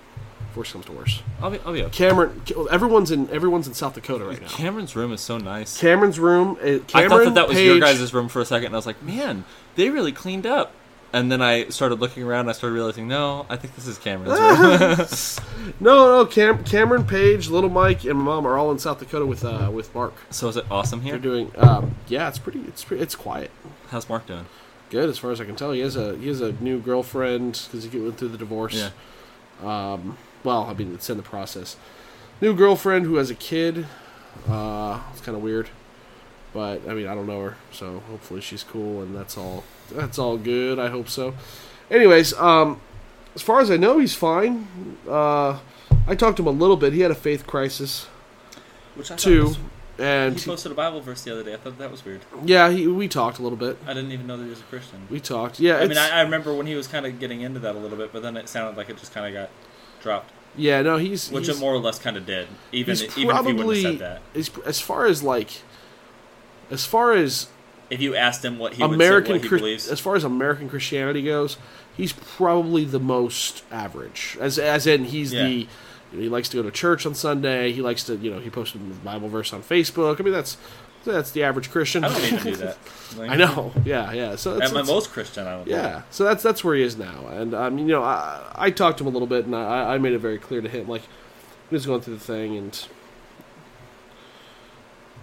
B: If worse comes to worse,
A: I'll be. I'll be okay.
B: Cameron. Ca- Everyone's in everyone's in South Dakota right now.
A: Cameron's room is so nice.
B: Cameron's room. Uh, Cameron,
A: I thought that that was your
B: Paige-
A: guys' room for a second, and I was like, man, they really cleaned up. And then I started looking around, and I started realizing, no, I think this is Cameron's room.
B: No, no. Cam- Cameron, Paige, Little Mike, and my mom are all in South Dakota with uh, with Mark.
A: so is it awesome
B: They're
A: here?
B: doing. Um, yeah, it's pretty. It's pretty, it's quiet.
A: How's Mark doing?
B: Good as far as I can tell. He has a he has a new girlfriend because he went through the divorce. Um,
A: Yeah.
B: Well, I mean, it's in the process. New girlfriend who has a kid. Uh, it's kind of weird, but I mean, I don't know her, so hopefully she's cool and that's all. That's all good. I hope so. Anyways, um, as far as I know, he's fine. Uh, I talked to him a little bit. He had a faith crisis
A: Which I
B: too, and
A: he posted a Bible verse the other day. I thought that was weird.
B: yeah, he, we talked a little bit.
A: I didn't even know that he was a Christian.
B: We talked. Yeah,
A: I mean,
B: it's-
A: I, I remember when he was kind of getting into that a little bit, but then it sounded like it just kind of got dropped,
B: yeah. No, he's
A: which
B: he's,
A: it more or less kind of did. Even
B: he's
A: even if he wouldn't have
B: probably
A: said that,
B: he's- as far as like as far as
A: if you asked him what he
B: American
A: would say, what he
B: Chris-
A: believes,
B: as far as American Christianity goes, he's probably the most average. As as in he's the
A: Yeah.
B: you know, he likes to go to church on Sunday. He likes to you know he posted a Bible verse on Facebook. I mean that's that's the average Christian.
A: I don't even do that. Like,
B: I know. Yeah, yeah. So it's,
A: At my
B: it's-
A: most Christian, I don't. do that.
B: yeah, so that's that's where he is now, and I mean, you know, I I talked to him a little bit, and I I made it very clear to him, like he was going through the thing, and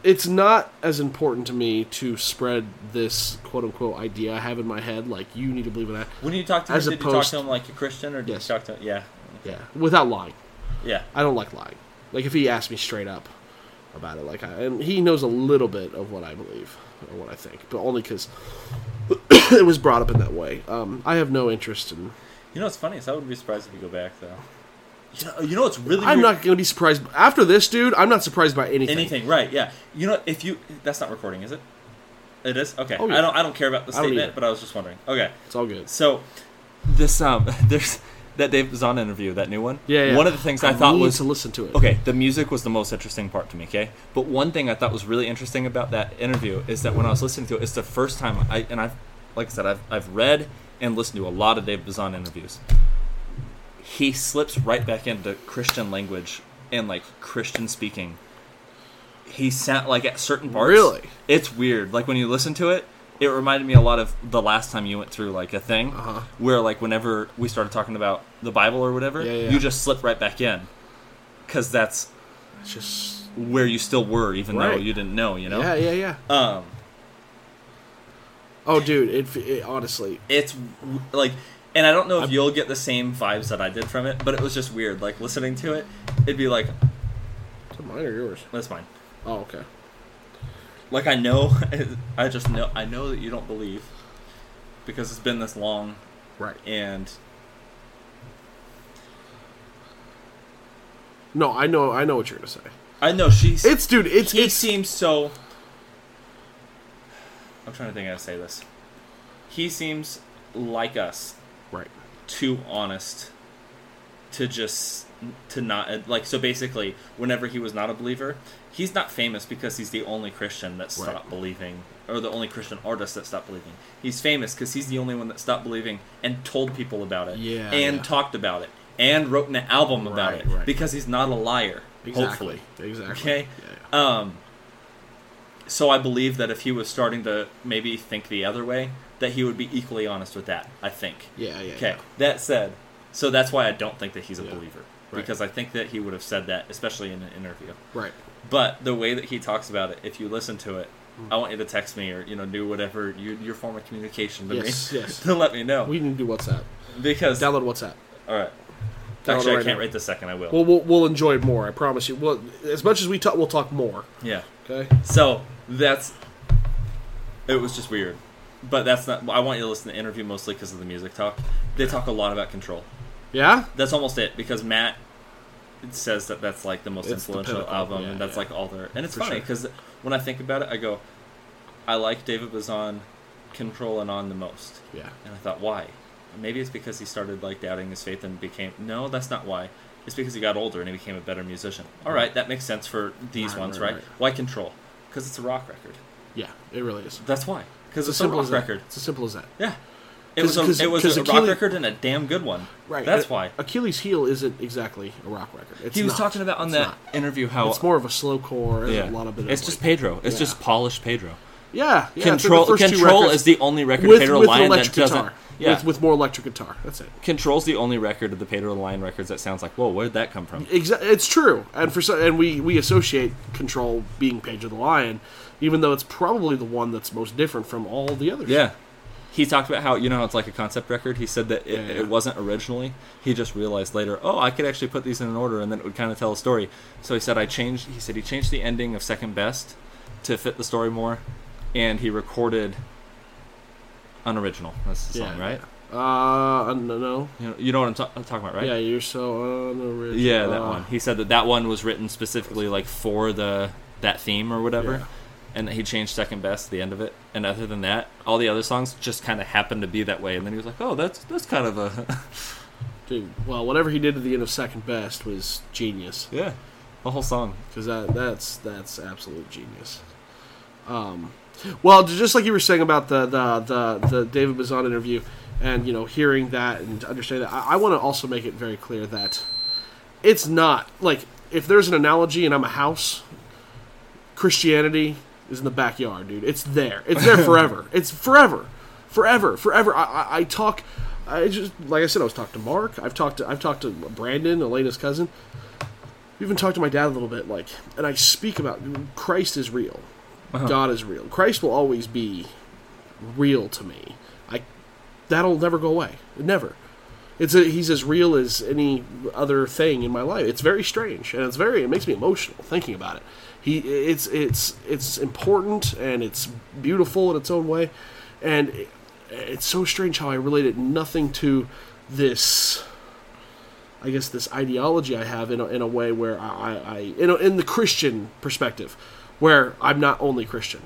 B: it's not as important to me to spread this quote unquote idea I have in my head, like you need to believe in that,
A: When you talk to him,
B: As
A: did you talk
B: opposed-
A: to him like a Christian, or did
B: Yes.
A: you talk to him? Yeah,
B: yeah, without lying.
A: yeah.
B: I don't like lying. Like if he asked me straight up about it, like I, and he knows a little bit of what I believe or what I think, but only because it was brought up in that way. Um, I have no interest in.
A: You know what's funny is I wouldn't be surprised if you go back though. You know, you know what's really
B: I'm
A: weird?
B: not going to be surprised after this, dude. I'm not surprised by anything.
A: anything right? Yeah. You know if you that's not recording, is it? It is okay.
B: Oh, yeah.
A: I don't I don't care about the
B: I don't either.
A: statement, but I was just wondering. Okay,
B: It's all good.
A: so this um there's that Dave Zahn interview that new one.
B: Yeah, yeah.
A: One of the things I, thought
B: need
A: was
B: to listen to it.
A: Okay, the music was the most interesting part to me, okay? But one thing I thought was really interesting about that interview is that when I was listening to it, it's the first time I and I've like I said, I've I've read and listened to a lot of Dave Bazan interviews. He slips right back into Christian language and like Christian speaking. He sound like at certain parts.
B: Really?
A: It's weird. Like when you listen to it, it reminded me a lot of the last time you went through like a thing where like whenever we started talking about the Bible or whatever,
B: Yeah, yeah.
A: you just slip right back in because that's
B: It's just
A: where you still were, even though
B: Right.
A: you didn't know. You know,
B: yeah, yeah, yeah.
A: um,
B: oh, dude, it, it honestly.
A: it's w- like, and I don't know if you'll get the same vibes that I did from it, but it was just weird. Like listening to it, it'd be like,
B: Is it mine or yours?
A: that's mine.
B: Oh, okay.
A: Like I know, I just know, I know that you don't believe because it's been this long,
B: Right.
A: and
B: No, I know. I know what you're gonna say.
A: I know she's.
B: It's, dude. It's
A: he
B: it's
A: seems so. I'm trying to think how to say this. He seems like us
B: right.
A: too honest to just to not like so basically whenever he was not a believer he's not famous because he's the only christian that stopped
B: Right.
A: believing or the only christian artist that stopped believing he's famous because he's the only one that stopped believing and told people about it
B: Yeah,
A: and
B: yeah.
A: talked about it and wrote an album about
B: Right,
A: it
B: right.
A: because he's not a liar
B: Exactly.
A: hopefully
B: Exactly.
A: Okay.
B: Yeah, yeah.
A: Um. So I believe that if he was starting to maybe think the other way, that he would be equally honest with that. I think.
B: Yeah, yeah,
A: Okay.
B: yeah.
A: That said, so that's why I don't think that he's a
B: Yeah.
A: believer
B: Right.
A: because I think that he would have said that, especially in an interview.
B: Right.
A: But the way that he talks about it, if you listen to it,
B: Hmm.
A: I want you to text me or you know do whatever you, your form of communication to
B: Yes,
A: me
B: yes.
A: to let me know
B: We need to do WhatsApp.
A: because
B: Download WhatsApp.
A: all right.
B: Download
A: Actually,
B: right
A: I can't
B: now.
A: write this second. I will.
B: Well, we'll we'll enjoy it more. I promise you. Well, as much as we talk, we'll talk more.
A: yeah.
B: Okay.
A: So that's it was just weird, but that's not. I want you to listen to the interview mostly because of the music talk. They talk a lot about control.
B: Yeah.
A: That's almost it because Matt says that that's like the most
B: It's the
A: influential
B: pinnacle,
A: album,
B: yeah,
A: and that's
B: yeah.
A: like all their. And it's
B: For
A: funny
B: sure.
A: because when I think about it, I go, I like David Bazan, Control and On the most,
B: Yeah.
A: and I thought why. maybe it's because he started like doubting his faith and became no, that's not why. It's because he got older and he became a better musician. All right, that makes sense for these
B: Right,
A: ones,
B: right,
A: right?
B: right.
A: Why Control? Because it's a rock record.
B: Yeah, it really is.
A: That's why. Because it's a
B: simple
A: rock
B: as that.
A: record.
B: It's as simple as that.
A: Yeah. It
B: 'Cause-
A: was a,
B: 'cause-
A: it was
B: 'cause
A: a rock
B: Achilles-
A: record and a damn good one.
B: Right.
A: That's
B: A-
A: why.
B: Achilles' heel isn't exactly a rock record. It's
A: He was
B: not.
A: talking about on
B: It's
A: that
B: not.
A: interview how
B: It's more of a slow core. Yeah.
A: yeah,
B: A lot of bit.
A: it's
B: of
A: just
B: like,
A: Pedro. It's
B: Yeah.
A: just polished Pedro.
B: yeah, yeah. it's like the
A: Control
B: first two
A: Control
B: records
A: is the only record
B: with,
A: Pedro
B: with
A: Lion that
B: electric
A: doesn't.
B: guitar.
A: Yeah,
B: With, with more electric guitar. That's it.
A: Control's the only record of the Pedro Lion records that sounds like whoa, where did that come from?
B: Exactly, it's true, and for so, and we we associate control being Pedro the Lion, even though it's probably the one that's most different from all the others.
A: Yeah. He talked about how you know how it's like a concept record. He said that it,
B: Yeah, yeah.
A: it wasn't originally. He just realized later, oh, I could actually put these in an order, and then it would kind of tell a story. So he said I changed. He said he changed the ending of Second Best to fit the story more, and he recorded unoriginal. That's the
B: Yeah,
A: song, right?
B: Uh, no, no.
A: You know, you know what I'm, ta- I'm talking about, right?
B: Yeah, Uh, you're so unoriginal.
A: Yeah, that one. He said that that one was written specifically like for the that theme or whatever,
B: Yeah.
A: and that he changed second best at the end of it. And other than that, all the other songs just kind of happened to be that way. And then he was like, "Oh, that's that's kind of a
B: Dude, well, whatever he did at the end of Second Best was genius
A: yeah, the whole song."
B: because that that's that's absolute genius. Um, well, j- just like you were saying about the the the, the David Bazan interview, and you know, hearing that and understanding that, I, I want to also make it very clear that it's not like if there's an analogy and I'm a house, Christianity is in the backyard, dude. It's there. It's there forever. it's forever, forever, forever. I, I, I talk. I just like I said, I was talking to Mark. I've talked to I've talked to Brandon, Elena's cousin. We even talked to my dad a little bit, like, and I speak about Christ is real, God is real. Christ will always be real to me. I that'll never go away. Never. It's a, he's as real as any other thing in my life. It's very strange, and it's very it makes me emotional thinking about it. He it's it's it's important and it's beautiful in its own way, and it, it's so strange how I related nothing to this. I guess this ideology I have in a, in a way where I, I, I in, a, in the Christian perspective, where I'm not only Christian.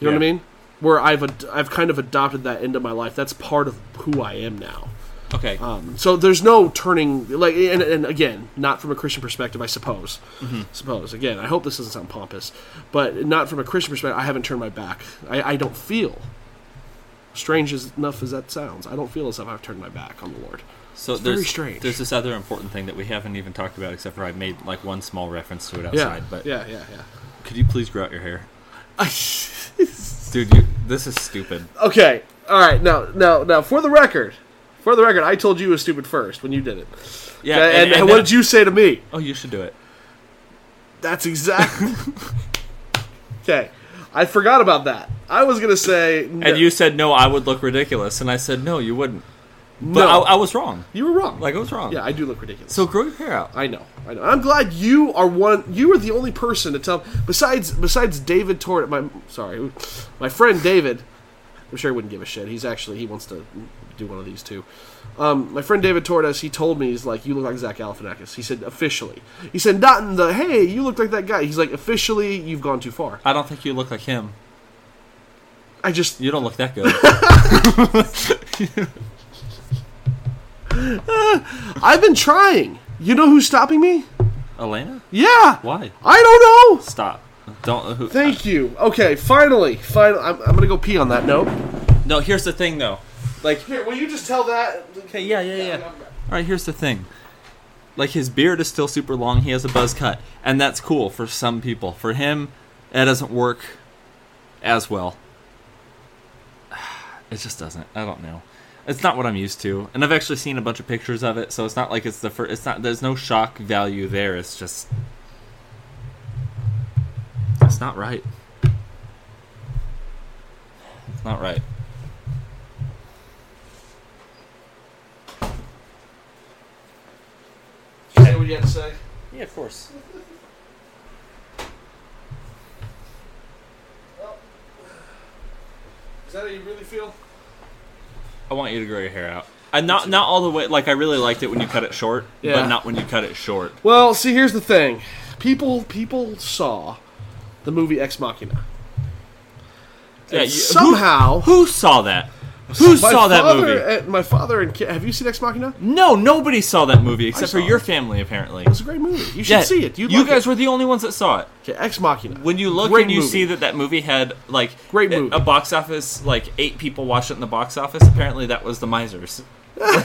B: You know what I
A: Yeah.
B: mean? Where I've ad- I've kind of adopted that into my life. That's part of who I am now.
A: Okay,
B: Um, so there's no turning like and, and again not from a christian perspective i suppose suppose again i hope this doesn't sound pompous but not from a christian perspective i haven't turned my back i, I don't feel strange as enough as that sounds i don't feel as if i've turned my back on the lord
A: so
B: it's
A: there's
B: very strange.
A: there's this other important thing that we haven't even talked about, except for I made like one small reference to it
B: yeah
A: outside. But
B: yeah yeah yeah
A: could you please grow out your hair, dude? You this is stupid.
B: okay all right now now now for the record for the record i told you it was stupid first when you did it
A: Yeah,
B: and, and what
A: then-
B: did you say to me
A: Oh, you should do it.
B: That's exactly. okay, I forgot about that. I was gonna say no.
A: And you said no, I would look ridiculous, and I said no, you wouldn't. But
B: No.
A: I, I was wrong.
B: you were wrong.
A: Like I was wrong.
B: yeah, I do look ridiculous.
A: So grow your hair out.
B: I know, I know. I'm glad you are one. You are the only person to tell. Besides, besides David Tort, my sorry, my friend David. I'm sure he wouldn't give a shit. He's actually he wants to do one of these too. Um, my friend David Torres, he told me he's like, you look like Zach Galifianakis. He said officially. He said not in the hey, you look like that guy. He's like officially, you've gone too far.
A: I don't think you look like him.
B: I just
A: You don't look that good.
B: I've been trying. You know who's stopping me?
A: Elena,
B: Yeah.
A: why?
B: I don't know.
A: Stop. Don't. uh, Who,
B: Thank you. Okay, finally, finally, I'm, I'm gonna go pee on that note.
A: No. Here's the thing, though. Like.
B: Here, will you just tell that?
A: Okay. Yeah. Yeah. Yeah. All right. Here's the thing. Like his beard is still super long. He has a buzz cut, and that's cool for some people. For him, that doesn't work as well. It just doesn't. I don't know. It's not what I'm used to, and I've actually seen a bunch of pictures of it. So it's not like it's the first. It's not. There's no shock value there. It's just. It's not right. It's not right.
B: Say what you had to say.
A: Yeah, of course.
B: Is that how you really feel?
A: I want you to grow your hair out. And not not all the way. Like I really liked it when you cut it short,
B: Yeah.
A: but not when you cut it short.
B: Well, see, here's the thing. People, people saw the movie Ex Machina.
A: Yeah, you-
B: Somehow,
A: who, who saw that? Who saw that
B: father
A: movie?
B: and- my father and kid. Have you seen Ex Machina?
A: no, nobody saw that movie except
B: saw
A: for your
B: it.
A: family, apparently.
B: It's a great movie. You should see it.
A: You,
B: You'd like
A: guys
B: it.
A: were the only ones that saw it.
B: okay, Ex Machina.
A: When you look
B: Great
A: and you
B: movie.
A: see that that movie had like
B: Great
A: a-
B: movie.
A: a box office, like eight people watched it in the box office. Apparently, that was the Misers.
B: Eh,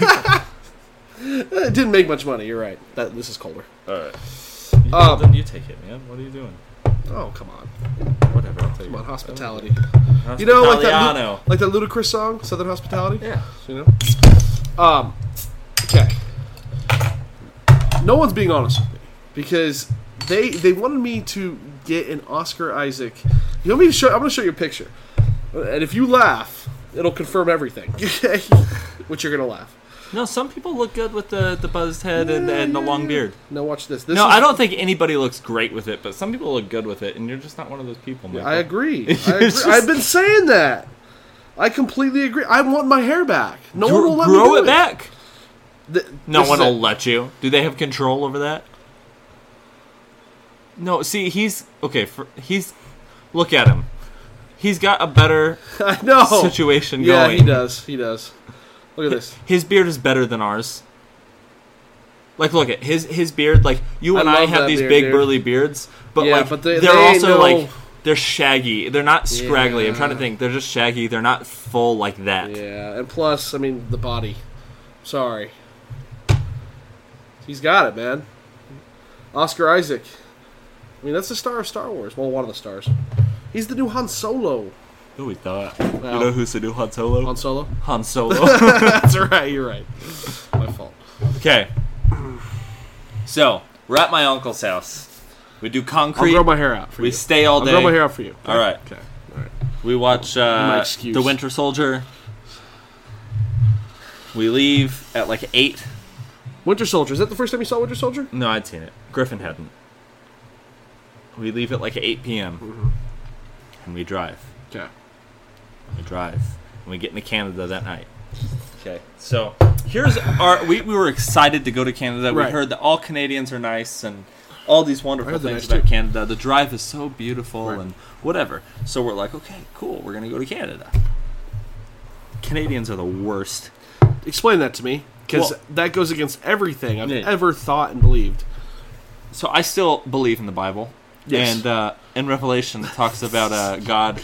B: it didn't make much money. You're right. That this is colder.
A: All right.
B: Um,
A: then you take it, man. What are you doing?
B: Oh come on,
A: Whatever. I'll take
B: come on,
A: it.
B: hospitality. You know, like that,
A: Hospitaliano.
B: Lu- like that ludicrous song, Southern Hospitality.
A: Yeah.
B: You know. Um. Okay. No one's being honest with me because they they wanted me to get an Oscar Isaac. You want me to show? I'm going to show you a picture, and if you laugh, it'll confirm everything. Okay, which you're going to laugh.
A: No, some people look good with the the buzzed head and, and the long beard.
B: Now watch this. this
A: No,
B: is-
A: I don't think anybody looks great with it, but some people look good with it, and you're just not one of those people, Michael.
B: I agree. I
A: You're
B: agree.
A: just-
B: I've been saying that. I completely agree. I want my hair back. No one
A: Grow-
B: will let me
A: grow
B: do
A: it back.
B: Th-
A: No
B: this
A: one
B: is
A: will
B: it.
A: let you. Do they have control over that? No. See, he's okay. For, he's look at him. He's got a better.
B: I know.
A: situation
B: yeah,
A: going.
B: he does. He does. Look at this.
A: His beard is better than ours. Like, look at his his beard. Like you
B: I
A: and I,
B: love
A: have
B: that
A: these
B: beard,
A: big
B: dude.
A: burly beards, but
B: Yeah,
A: like
B: but they-
A: are
B: they ain't
A: also
B: no-
A: like they're shaggy. They're not scraggly. I'm trying to
B: Yeah.
A: think. They're just shaggy. They're not full like that.
B: Yeah, and plus, I mean, the body. Sorry. He's got it, man. Oscar Isaac. I mean, that's the star of Star Wars. Well, one of the stars. He's the new Han Solo.
A: Who we thought?
B: Well,
A: you know who's the new Han Solo?
B: Han Solo?
A: Han Solo.
B: That's right, you're right. My fault.
A: okay. So we're at my uncle's house. We do
B: I'll
A: concrete.
B: grow my hair out for
A: we
B: you.
A: stay all
B: I'll
A: day.
B: grow my hair out for you.
A: All right.
B: Okay. All right.
A: We watch
B: My
A: uh,
B: excuse.
A: The Winter Soldier. We leave at like eight.
B: Winter Soldier. Is that the first time you saw Winter Soldier?
A: No, I'd seen it. Griffin hadn't. We leave at like 8 p.m.
B: Mm-hmm.
A: And we drive.
B: Okay.
A: We drive. And we get into Canada that night. Okay. So here's our. We, we were excited to go to Canada.
B: Right.
A: We heard that all Canadians are nice and all these wonderful
B: heard they're
A: things
B: nice
A: about
B: too.
A: Canada. The drive is so beautiful
B: Right.
A: and whatever. So we're like, okay, cool. We're going to go to Canada. Canadians are the worst.
B: Explain that to me, because
A: Well-
B: that goes against everything I've
A: Yeah.
B: ever thought and believed.
A: so I still believe in the Bible.
B: Yes.
A: And uh, in Revelation, it talks about uh, God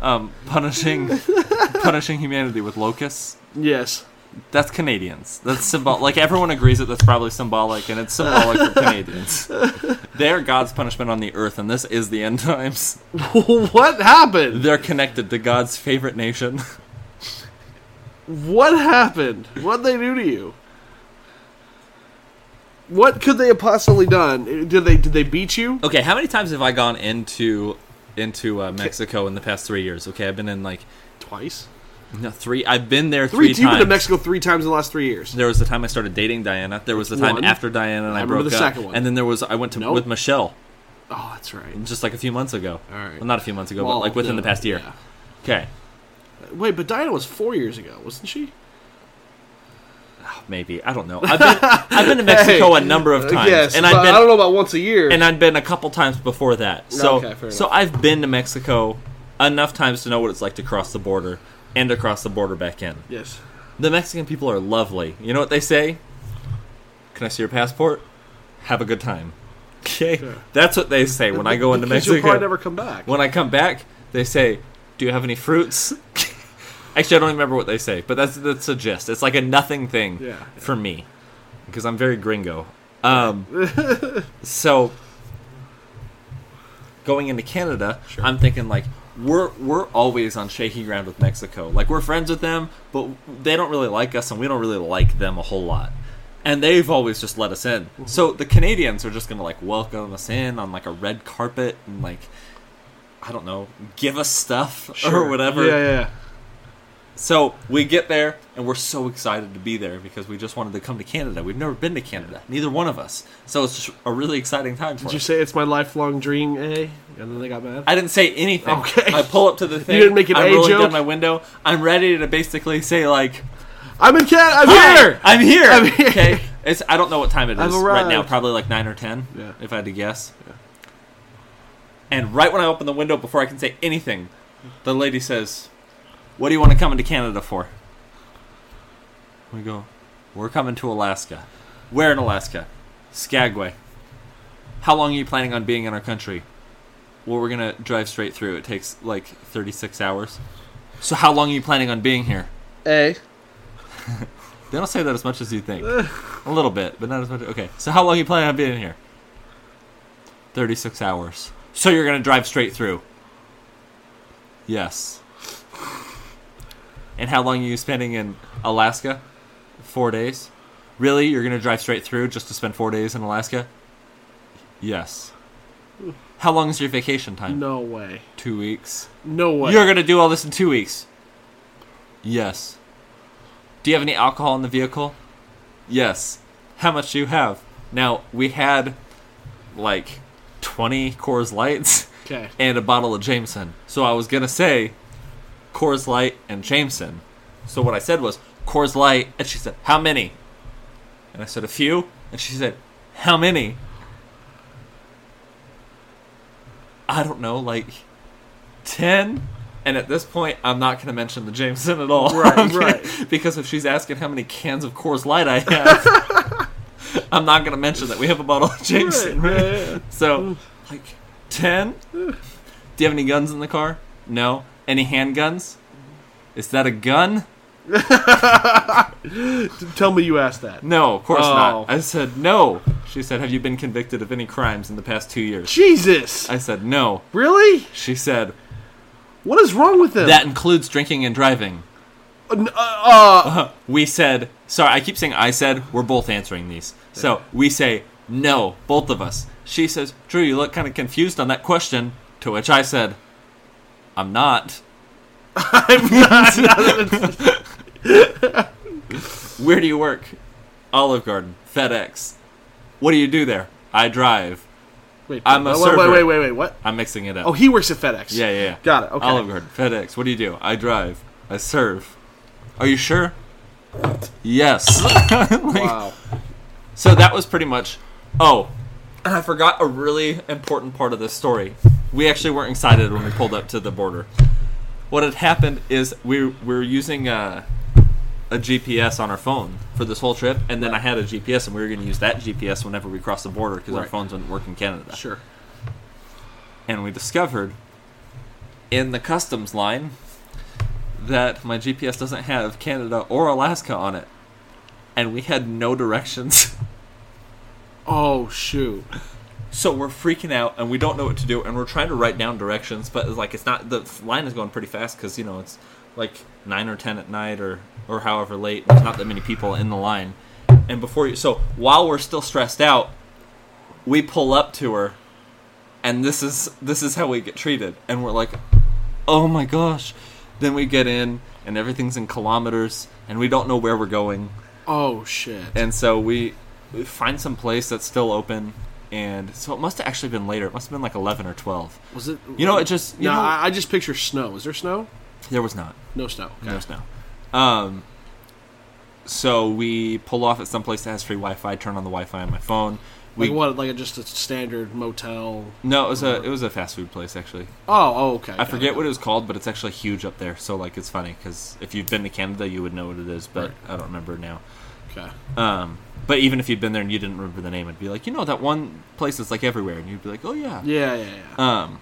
A: um, punishing punishing humanity with locusts.
B: Yes.
A: That's Canadians. That's symbol. Like everyone agrees that that's probably symbolic, and it's symbolic for Canadians. They're God's punishment on the earth, and this is the end times.
B: what happened?
A: They're connected to God's favorite nation.
B: What happened? What they do to you? What could they have possibly done? Eh, Did they did they beat you?
A: Okay, how many times have I gone into into uh, Mexico in the past three years? Okay, I've been in like
B: Twice.
A: no three. I've been there
B: Three.
A: three,
B: You've been to
A: times.
B: Mexico three times in the last three years.
A: There was the time I started dating Diana. There was the time
B: One.
A: after Diana and I,
B: I remember
A: broke
B: the
A: up.
B: second one.
A: And then there was I went to
B: Nope.
A: with Michelle
B: Oh, that's right.
A: just like a few months ago.
B: All right.
A: Well, not a few months ago,
B: Well,
A: but like within
B: no,
A: the past year.
B: yeah.
A: Okay,
B: Wait, but Diana was four years ago, wasn't she?
A: maybe I don't know. I've been I've been to Mexico a number of times,
B: yes,
A: and
B: but
A: I've been
B: I don't know about once a year.
A: and I've been a couple times before that. So
B: Okay, fair
A: so I've been to Mexico enough times to know what it's like to cross the border and to cross the border back in.
B: yes.
A: The Mexican people are lovely. You know what they say? Can I see your passport? Have a good time. Okay, that's what they say when I go into
B: Because
A: Mexico.
B: you'll probably never come back.
A: when I come back, they say, "Do you have any fruits?" Actually, I don't remember what they say, but that's that's a gist. It's like a nothing thing
B: Yeah.
A: for me because I'm very gringo. Um, so going into Canada, I'm thinking like we're we're always on shaky ground with Mexico. Like we're friends with them, but they don't really like us, and we don't really like them a whole lot. And they've always just let us in.
B: Mm-hmm.
A: So the Canadians are just gonna like welcome us in on like a red carpet and like I don't know, give us stuff or whatever.
B: Yeah, yeah. yeah.
A: So we get there, and we're so excited to be there because we just wanted to come to Canada. We've never been to Canada, neither one of us. So it's just a really exciting time for
B: Did you
A: us.
B: say it's my lifelong dream, eh? And then they got mad.
A: I didn't say anything.
B: Okay.
A: I pull up to the thing.
B: didn't make an
A: I'm
B: A
A: rolling
B: joke?
A: down my window. I'm ready to basically say like,
B: I'm in Canada. I'm
A: "Hi,
B: here.
A: I'm here.
B: I'm here.
A: Okay. It's I don't know what time it
B: I've
A: is right now.
B: arrived.
A: Probably like nine or ten,
B: Yeah.
A: if I had to guess. And right when I open the window, before I can say anything, the lady says, "What do you want to come into Canada for?" We go, we're coming to Alaska. Where in Alaska? Skagway. How long are you planning on being in our country? Well, we're gonna drive straight through. It takes like 36 hours. So how long are you planning on being here?
B: A.
A: They don't say that as much as you think. A little bit, but not as much. Okay, so how long you planning on being here? 36 hours. So you're going to drive straight through? Yes. And how long are you spending in Alaska? Four days. Really? You're going to drive straight through just to spend four days in Alaska? Yes. How long is your vacation time?
B: No way.
A: Two weeks.
B: No way.
A: You're gonna do all this in two weeks. Yes. Do you have any alcohol in the vehicle? Yes. How much do you have? Now we had like twenty Coors Lights
B: okay.
A: and a bottle of Jameson. So I was gonna say Coors Light and Jameson. So what I said was Coors Light, and she said how many? And I said a few, and she said how many? I don't know, like ten. And at this point, I'm not going to mention the Jameson at all,
B: Right,
A: I'm gonna-
B: right.
A: Because if she's asking how many cans of Coors Light I have, I'm not going to mention that we have a bottle of Jameson.
B: Right,
A: right?
B: yeah, yeah, yeah.
A: So, like, 10? Do you have any guns in the car? No. Any handguns? Is that a gun?
B: Tell me you asked that.
A: No, of course
B: Oh.
A: not. I said, no. She said, have you been convicted of any crimes in the past two years?
B: Jesus.
A: I said, no.
B: really?
A: She said,
B: What is wrong with them?
A: that includes drinking and driving.
B: N- uh, uh,
A: We said, sorry, I keep saying I said, we're both answering these. So we say, no, both of us. She says, Drew, you look kind of confused on that question. To which I said, I'm not. Where do you work? Olive Garden, FedEx. What do you do there? I drive.
B: wait,
A: I'm a
B: wait, wait,
A: server.
B: wait, wait, wait, what?
A: I'm mixing it up.
B: Oh, he works at FedEx.
A: Yeah, yeah, yeah.
B: Got it, okay.
A: Olive Garden, FedEx. What do you do? I drive. I serve. Are you sure? Yes.
B: Wow.
A: So that was pretty much. Oh, and I forgot a really important part of this story. We actually weren't excited when we pulled up to the border. What had happened is we we were using a, a GPS on our phone for this whole trip, and then I had a GPS, and we were going to use that GPS whenever we crossed the border because our
B: Right.
A: phones wouldn't work in Canada
B: Sure.
A: and we discovered in the customs line that my GPS doesn't have Canada or Alaska on it, and we had no directions.
B: Oh, shoot.
A: So we're freaking out and we don't know what to do, and we're trying to write down directions, but it's like it's not the line is going pretty fast because you know it's like nine or ten at night or or however late. There's not that many people in the line, and before you, so while we're still stressed out, we pull up to her, and this is this is how we get treated, and we're like, oh my gosh. Then we get in and everything's in kilometers, and we don't know where we're going
B: Oh, shit.
A: and so we we find some place that's still open and so it must have actually been later it must have been like 11 or 12
B: Was it?
A: you know it just you
B: no,
A: know
B: I, I just picture snow. Is there snow?
A: there was not
B: No snow. Okay.
A: there's no um so we pull off at some place that has free wi-fi turn on the wi-fi on my phone we
B: Like what? Like a, just a standard motel.
A: no it was a it was a fast food place actually
B: Oh, oh okay.
A: i forget what it was called but it's actually huge up there so like it's funny because if you've been to canada you would know what it is but i don't remember now
B: Okay.
A: Um, but even if you'd been there and you didn't remember the name, it'd be like, you know, that one place is like everywhere, and you'd be like, oh yeah.
B: Yeah, yeah, yeah.
A: Um,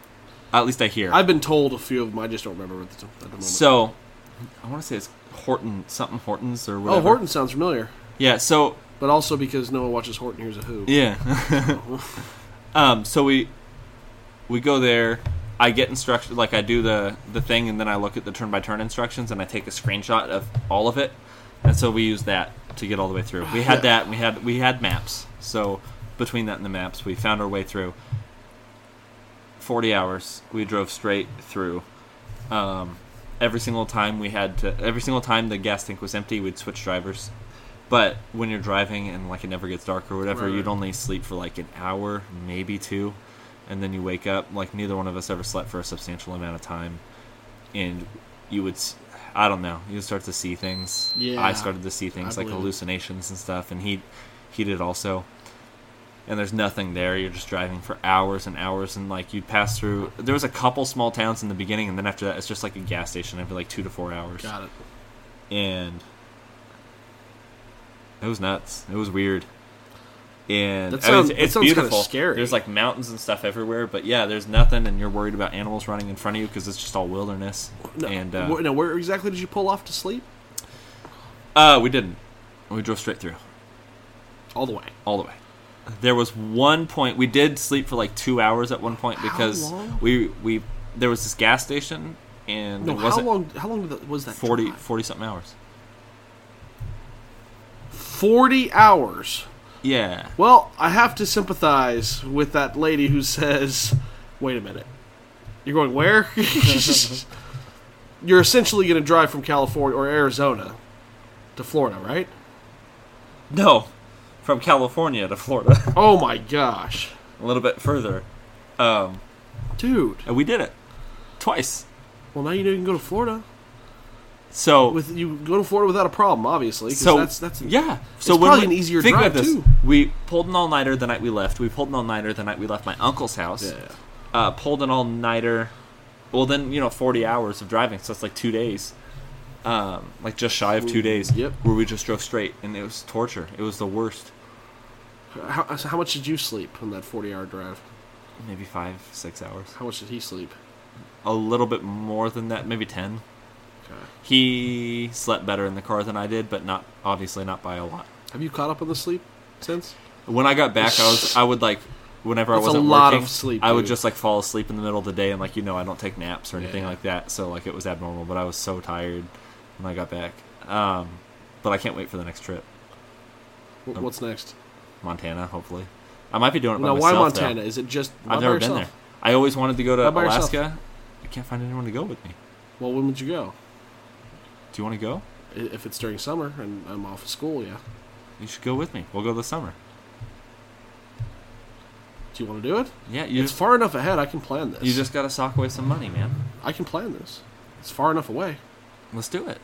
A: at least I hear.
B: I've been told a few of them. I just don't remember at the, at the moment.
A: so I want to say it's Horton something Hortons or whatever.
B: oh, Horton sounds familiar,
A: Yeah. So
B: but also because no one watches Horton Hears a Who.
A: yeah. um. So we we go there. I get instruction like I do the the thing, and then I look at the turn by turn instructions, and I take a screenshot of all of it, and so we use that to get all the way through. We had that. We had we had maps. So between that and the maps, we found our way through. Forty hours. We drove straight through. Um, every single time we had to. Every single time the gas tank was empty, we'd switch drivers. But when you're driving and like it never gets dark or whatever,
B: Right,
A: you'd
B: right.
A: only sleep for like an hour, maybe two and then you wake up like neither one of us ever slept for a substantial amount of time and you would s- i don't know you would start to see things
B: Yeah.
A: i started to see things
B: I
A: like
B: believe it.
A: hallucinations and stuff and he he did also and there's nothing there you're just driving for hours and hours and like you'd pass through there was a couple small towns in the beginning and then after that it's just like a gas station every like two to four hours
B: Got it.
A: and It was nuts. It was weird. And
B: That
A: I mean,
B: sound- that
A: it's, it's
B: sounds kinda
A: beautiful.
B: scary.
A: There's like mountains and stuff everywhere, but yeah, there's nothing, and you're worried about animals running in front of you because it's just all wilderness.
B: No,
A: and uh,
B: wh- no, where exactly did you pull off to sleep?
A: uh, we didn't. We drove straight through.
B: All the way.
A: all the way. There was one point we did sleep for like two hours at one point because
B: long?
A: we we there was this gas station and
B: No,
A: it
B: how
A: wasn't
B: long? How long did that, was that?
A: 40,
B: drive?
A: 40 something hours.
B: 40 hours.
A: Yeah,
B: Well, I have to sympathize with that lady who says, "Wait a minute, you're going where? you're essentially going to drive from California or Arizona to Florida, right?
A: no, from California to Florida,
B: Oh my gosh,
A: a little bit further. Um,
B: dude!
A: and we did it twice.
B: Well, now you know you can go to Florida
A: So
B: with you go to Florida without a problem, obviously. 'cause
A: so
B: that's that's
A: yeah. So
B: it's
A: when
B: probably
A: we-
B: an easier
A: think
B: drive
A: about this.
B: too.
A: We pulled an all nighter the night we left. We pulled an all nighter the night we left my uncle's house.
B: Yeah.
A: uh, pulled an all nighter. Well, then you know, forty hours of driving, so it's like two days, um, like just shy of two days.
B: Yep.
A: Where we just drove straight, and it was torture. It was the worst.
B: How, so how much did you sleep on that 40-hour drive?
A: Maybe five, six hours.
B: How much did he sleep?
A: A little bit more than that, maybe ten.
B: Okay.
A: He slept better in the car than I did, but not obviously not by a lot.
B: Have you caught up on the sleep since?
A: When I got back, I was I would like whenever
B: That's a
A: I wasn't
B: lot
A: working,
B: of sleep,
A: I would
B: dude.
A: just like fall asleep in the middle of the day, and like you know, I don't take naps or anything
B: Yeah.
A: like that, so like it was abnormal. But I was so tired when I got back. Um, but I can't wait for the next trip,
B: Wh- What's next?
A: Montana. Hopefully, I might be doing it by
B: Now, why
A: myself. though.
B: Montana? Is it just not
A: I've
B: by
A: never
B: yourself?
A: been there. I always wanted to go to
B: Not by yourself.
A: Alaska. I can't find anyone to go with me.
B: Well, when would you go?
A: Do you want to go?
B: I- If it's during summer and I'm off of school, yeah.
A: You should go with me. We'll go this summer.
B: Do you want to do it?
A: Yeah, you
B: It's
A: just,
B: far enough ahead. I can plan this.
A: you just gotta sock away some money, man.
B: I can plan this. It's far enough away.
A: Let's do it.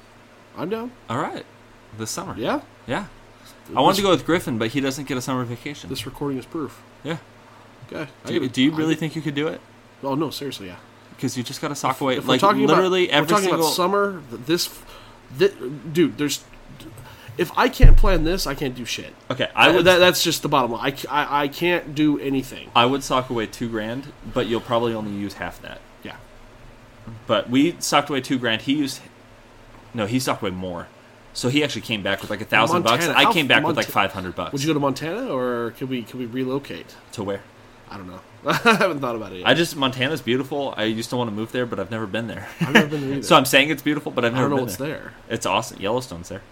B: I'm down.
A: All right, this summer.
B: Yeah.
A: yeah. I wanted to go with Griffin, but he doesn't get a summer vacation.
B: This recording is proof.
A: yeah.
B: Okay. I
A: Do you,
B: give it-
A: do you
B: I
A: really
B: give-
A: think you could do it?
B: Oh no, seriously, yeah.
A: Because you just got to sock away.
B: If
A: like
B: we're talking
A: literally
B: about,
A: every
B: we're talking
A: single.
B: about summer. th- This, this, dude. There's. If I can't plan this, I can't do shit.
A: okay, I would.
B: that, that's just the bottom line. I, c- I- I can't do anything.
A: I would sock away two grand, but you'll probably only use half that.
B: Yeah.
A: But we socked away two grand. He used. No, he socked away more. So he actually came back with like a thousand bucks.
B: Montana,
A: I
B: how-
A: came back with
B: Monta-
A: like five hundred bucks.
B: Would you go to Montana or could we could we relocate?
A: to where?
B: I don't know. I haven't thought about it yet.
A: I just Montana's beautiful. I used to want to move there, but I've never been there.
B: I've never been there either.
A: so I'm saying it's beautiful, but I've
B: I
A: never
B: don't know
A: been
B: what's
A: there.
B: there.
A: It's awesome. Yellowstone's there.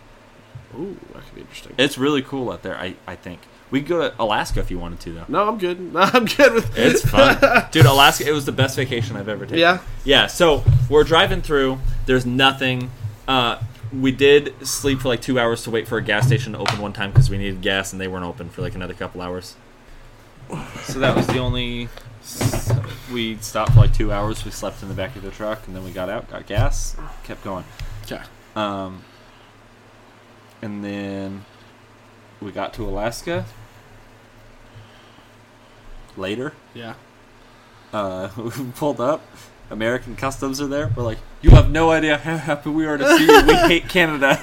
B: Ooh, that could be interesting.
A: It's really cool out there. I I think we could go to Alaska if you wanted to though.
B: no, I'm good. No, I'm good with
A: It's fun, dude. Alaska. It was the best vacation I've ever taken.
B: Yeah.
A: Yeah. So we're driving through. There's nothing. Uh, we did sleep for like two hours to wait for a gas station to open one time because we needed gas and they weren't open for like another couple hours. So that was the only. We stopped for like two hours. We slept in the back of the truck and then we got out, got gas, kept going.
B: Okay.
A: Um, and then we got to Alaska later.
B: Yeah.
A: Uh, we pulled up. American customs are there. We're like, you have no idea how happy we are to see you. We hate Canada.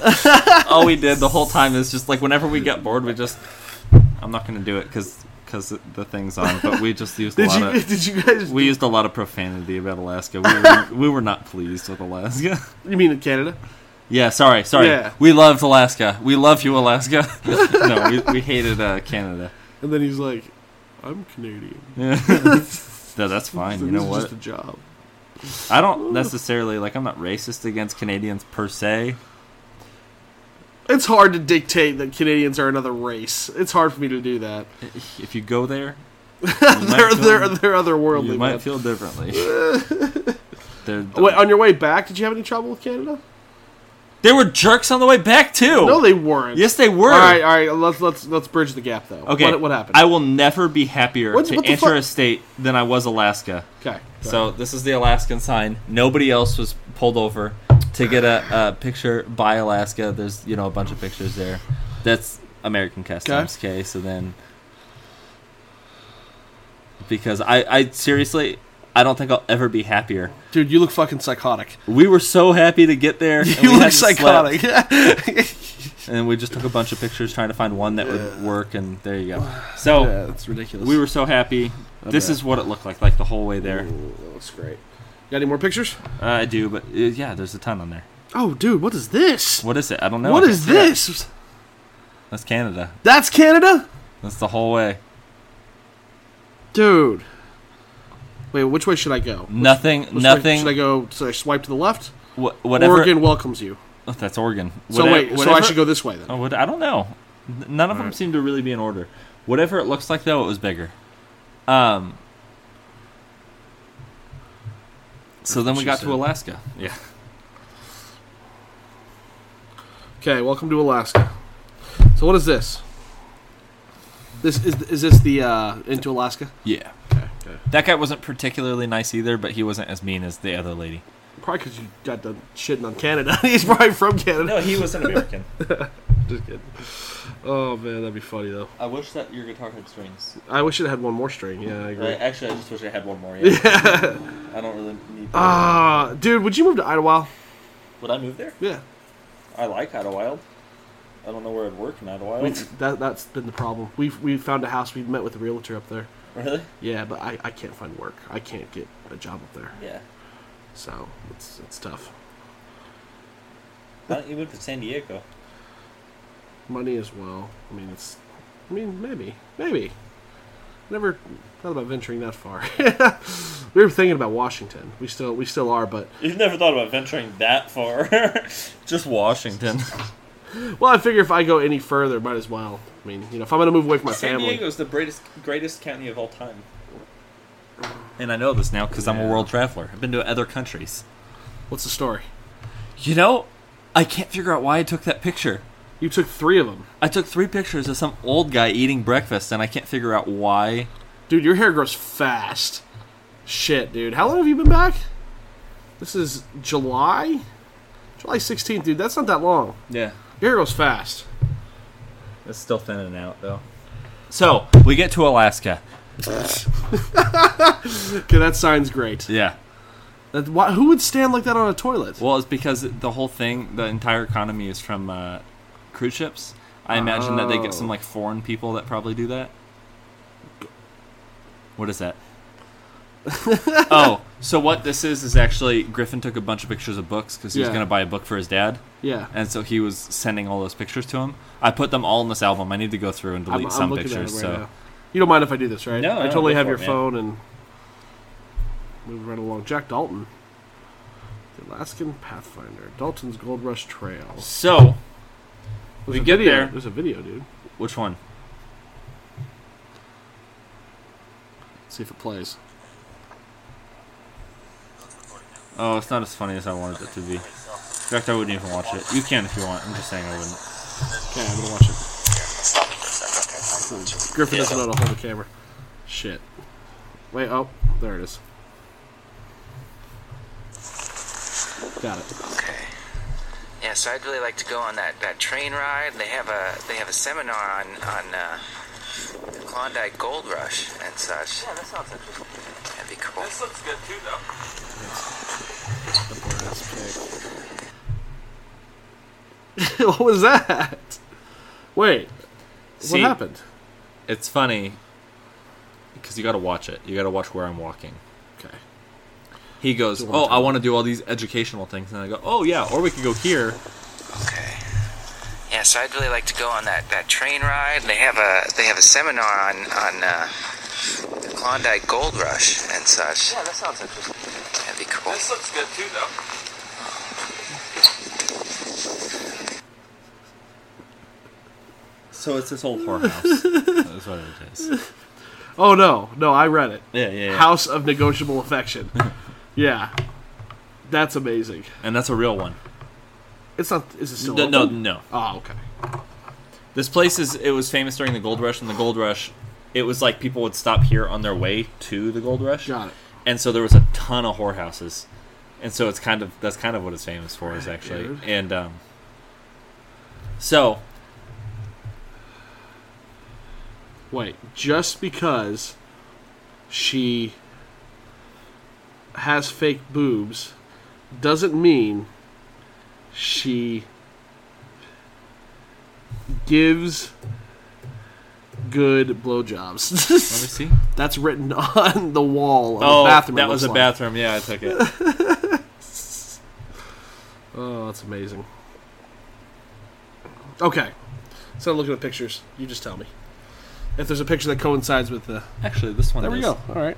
A: All we did the whole time is just like, whenever we got bored, we just, I'm not going to do it because the thing's on. But we just used a
B: Did
A: lot
B: you
A: of
B: did you guys?
A: we used a lot of profanity about Alaska. We were, we were not pleased with Alaska.
B: you mean in Canada?
A: Yeah, sorry, sorry.
B: Yeah.
A: We loved Alaska. We love you, Alaska. no, we, we hated uh, Canada.
B: And then he's like, "I'm Canadian.
A: no, that's fine.
B: So
A: You
B: this
A: know
B: is
A: what?
B: Just a job."
A: I don't necessarily like. I'm not racist against Canadians per se.
B: It's hard to dictate that Canadians are another race. It's hard for me to do that.
A: If you go there, you
B: They're
A: might feel,
B: they're they're otherworldly.
A: you
B: man.
A: might feel differently. They're-
B: Wait, on your way back, did you have any trouble with Canada?
A: they were jerks on the way back too.
B: No, they weren't.
A: yes, they were.
B: All right, all right. Let's let's let's bridge the gap though.
A: Okay,
B: What, what happened?
A: I will never be happier
B: What-
A: to
B: what the
A: enter
B: fuck?
A: a state than I was Alaska.
B: okay. go ahead.
A: So this is the Alaskan sign. Nobody else was pulled over to get a, a picture by Alaska. There's you know a bunch of pictures there. That's American customs. Okay, so then because I I seriously I don't think I'll ever be happier.
B: dude, you look fucking psychotic.
A: We were so happy to get there. and we
B: You look
A: hadn't slept.
B: psychotic.
A: and we just took a bunch of pictures trying to find one that would
B: Yeah.
A: work, and there you go. So
B: yeah, it's ridiculous.
A: we were so happy. this
B: bet.
A: is what it looked like, like the whole way
B: Ooh,
A: there.
B: that looks great. Got any more pictures?
A: Uh, I do, but uh, yeah, there's a ton on there.
B: Oh, dude, what is this?
A: What is it? I don't know.
B: what
A: I
B: is
A: can't see it.
B: this?
A: That's Canada.
B: That's Canada,
A: That's the whole way.
B: dude. Wait, which way should I go?
A: Nothing.
B: Which way-
A: nothing.
B: Should I go? Should I swipe to the left?
A: wha- whatever.
B: Oregon welcomes you.
A: Oh, that's Oregon.
B: So
A: Whate-
B: wait, so I
A: whatever-
B: should go this way then.
A: Oh, what, I don't know. N- None of them
B: Alright.
A: seem to really be in order. Whatever it looks like, though, it was bigger. Um. So then we
B: she
A: got
B: said.
A: to Alaska. Yeah.
B: Okay, welcome to Alaska. So what is this? This is is this the uh, into Alaska?
A: Yeah.
B: Okay, okay.
A: That guy wasn't particularly nice either, but he wasn't as mean as the other lady.
B: Probably because you got done shitting on Canada. He's probably from Canada.
A: he was an American.
B: Just kidding. Oh man, that'd be funny though.
A: I wish that your guitar had strings.
B: I wish it had one more string. Yeah, I agree.
A: actually, I just wish I had one more. Yeah. I don't really need.
B: Uh, dude, would you move to Idlewild?
A: Would I move there?
B: Yeah,
A: I like Idlewild. I don't know where I'd work in Idlewild.
B: we, that that's been the problem. We've we found a house. We met with a realtor up there.
A: Really?
B: Yeah, but I, I can't find work. I can't get a job up there.
A: Yeah.
B: So it's it's tough.
A: Why don't you move to San Diego?
B: money as well. I mean, it's. I mean, maybe, maybe. Never thought about venturing that far. we were thinking about Washington. We still, we still are, but
A: You've never thought about venturing that far. Just Washington.
B: well, I figure if I go any further, might as well. I mean, you know, if I'm gonna move away from my
E: San
B: family,
E: Diego's the greatest greatest county of all time.
A: And I know this now because I'm a world traveler. I've been to other countries.
B: what's the story?
A: You know, I can't figure out why I took that picture.
B: You took three of them,
A: I took three pictures of some old guy eating breakfast, and I can't figure out why.
B: dude. Your hair grows fast. Shit, dude. How long have you been back? This is July, July 16th, dude. That's not that long.
A: Yeah.
B: Your hair grows fast.
A: It's still thinning out, though. So, we get to Alaska.
B: Okay, that sign's great.
A: Yeah.
B: That, why, who would stand like that on a toilet?
A: Well, it's because the whole thing, the entire economy is from uh, cruise ships. I imagine that they get some like foreign people that probably do that. What is that? oh, so what this is is actually Griffin took a bunch of pictures of books because he was
B: Yeah.
A: going to buy a book for his dad,
B: Yeah.
A: and so he was sending all those pictures to him. I put them all in this album. I need to go through and delete some pictures. so
B: You don't mind if I do this, right?
A: No,
B: I
A: no,
B: totally
A: go
B: have
A: for
B: your
A: it, man.
B: phone and move right along. Jack Dalton, the Alaskan Pathfinder, Dalton's Gold Rush Trail. There's
A: so
B: a
A: we get
B: video.
A: there.
B: There's a video, dude.
A: Which one?
B: Let's see if it plays.
A: Oh, it's not as funny as I wanted it to be. In fact, I wouldn't even watch it. You can if you want. I'm just saying I wouldn't.
B: Okay, I'm gonna watch it. Griffin doesn't know how to hold the camera. Shit. Wait. Oh, there it is. Got it.
F: Okay. Yeah, so I'd really like to go on that, that train ride. They have a they have a seminar on on uh, the Klondike Gold Rush and such. Yeah, that sounds interesting. That'd be cool.
E: looks good too, though.
B: The brass pick. what was that? Wait.
A: See,
B: what happened?
A: It's funny because you got to watch it. You got to watch where I'm walking.
B: Okay.
A: He goes,
B: long
A: "Oh, I
B: time.
A: want to do all these educational things," and I go, "Oh yeah, or we could go here."
F: Okay. Yeah, so I'd really like to go on that, that train ride. They have a they have a seminar on on uh, the Klondike Gold Rush and such. Yeah, that sounds interesting. That'd be cool.
E: looks good too, though.
A: So it's this old whorehouse. That's what it is.
B: Oh no, no, I read it.
A: Yeah, yeah, yeah.
B: House of Negotiable Affection. yeah. That's amazing.
A: And that's a real one.
B: It's not is it still
A: No, no,
B: open?
A: no.
B: Oh, okay.
A: This place is. It was famous during the gold rush, and the gold rush, it was like people would stop here on their way to the gold rush.
B: Got it.
A: And so there was a ton of whorehouses, and so it's kind of that's kind of what it's famous for is actually.
B: dude.
A: And um, so
B: Wait, just because she has fake boobs doesn't mean she gives good blowjobs.
A: Let me see.
B: That's written on the wall of
A: Oh,
B: the bathroom. it
A: that was
B: looks
A: a
B: like.
A: bathroom. Yeah, I took it.
B: Oh, that's amazing. Okay. So I'm looking at pictures. You just tell me. If there's a picture that coincides with the.
A: Actually, this one.
B: There we
A: is.
B: go. All right.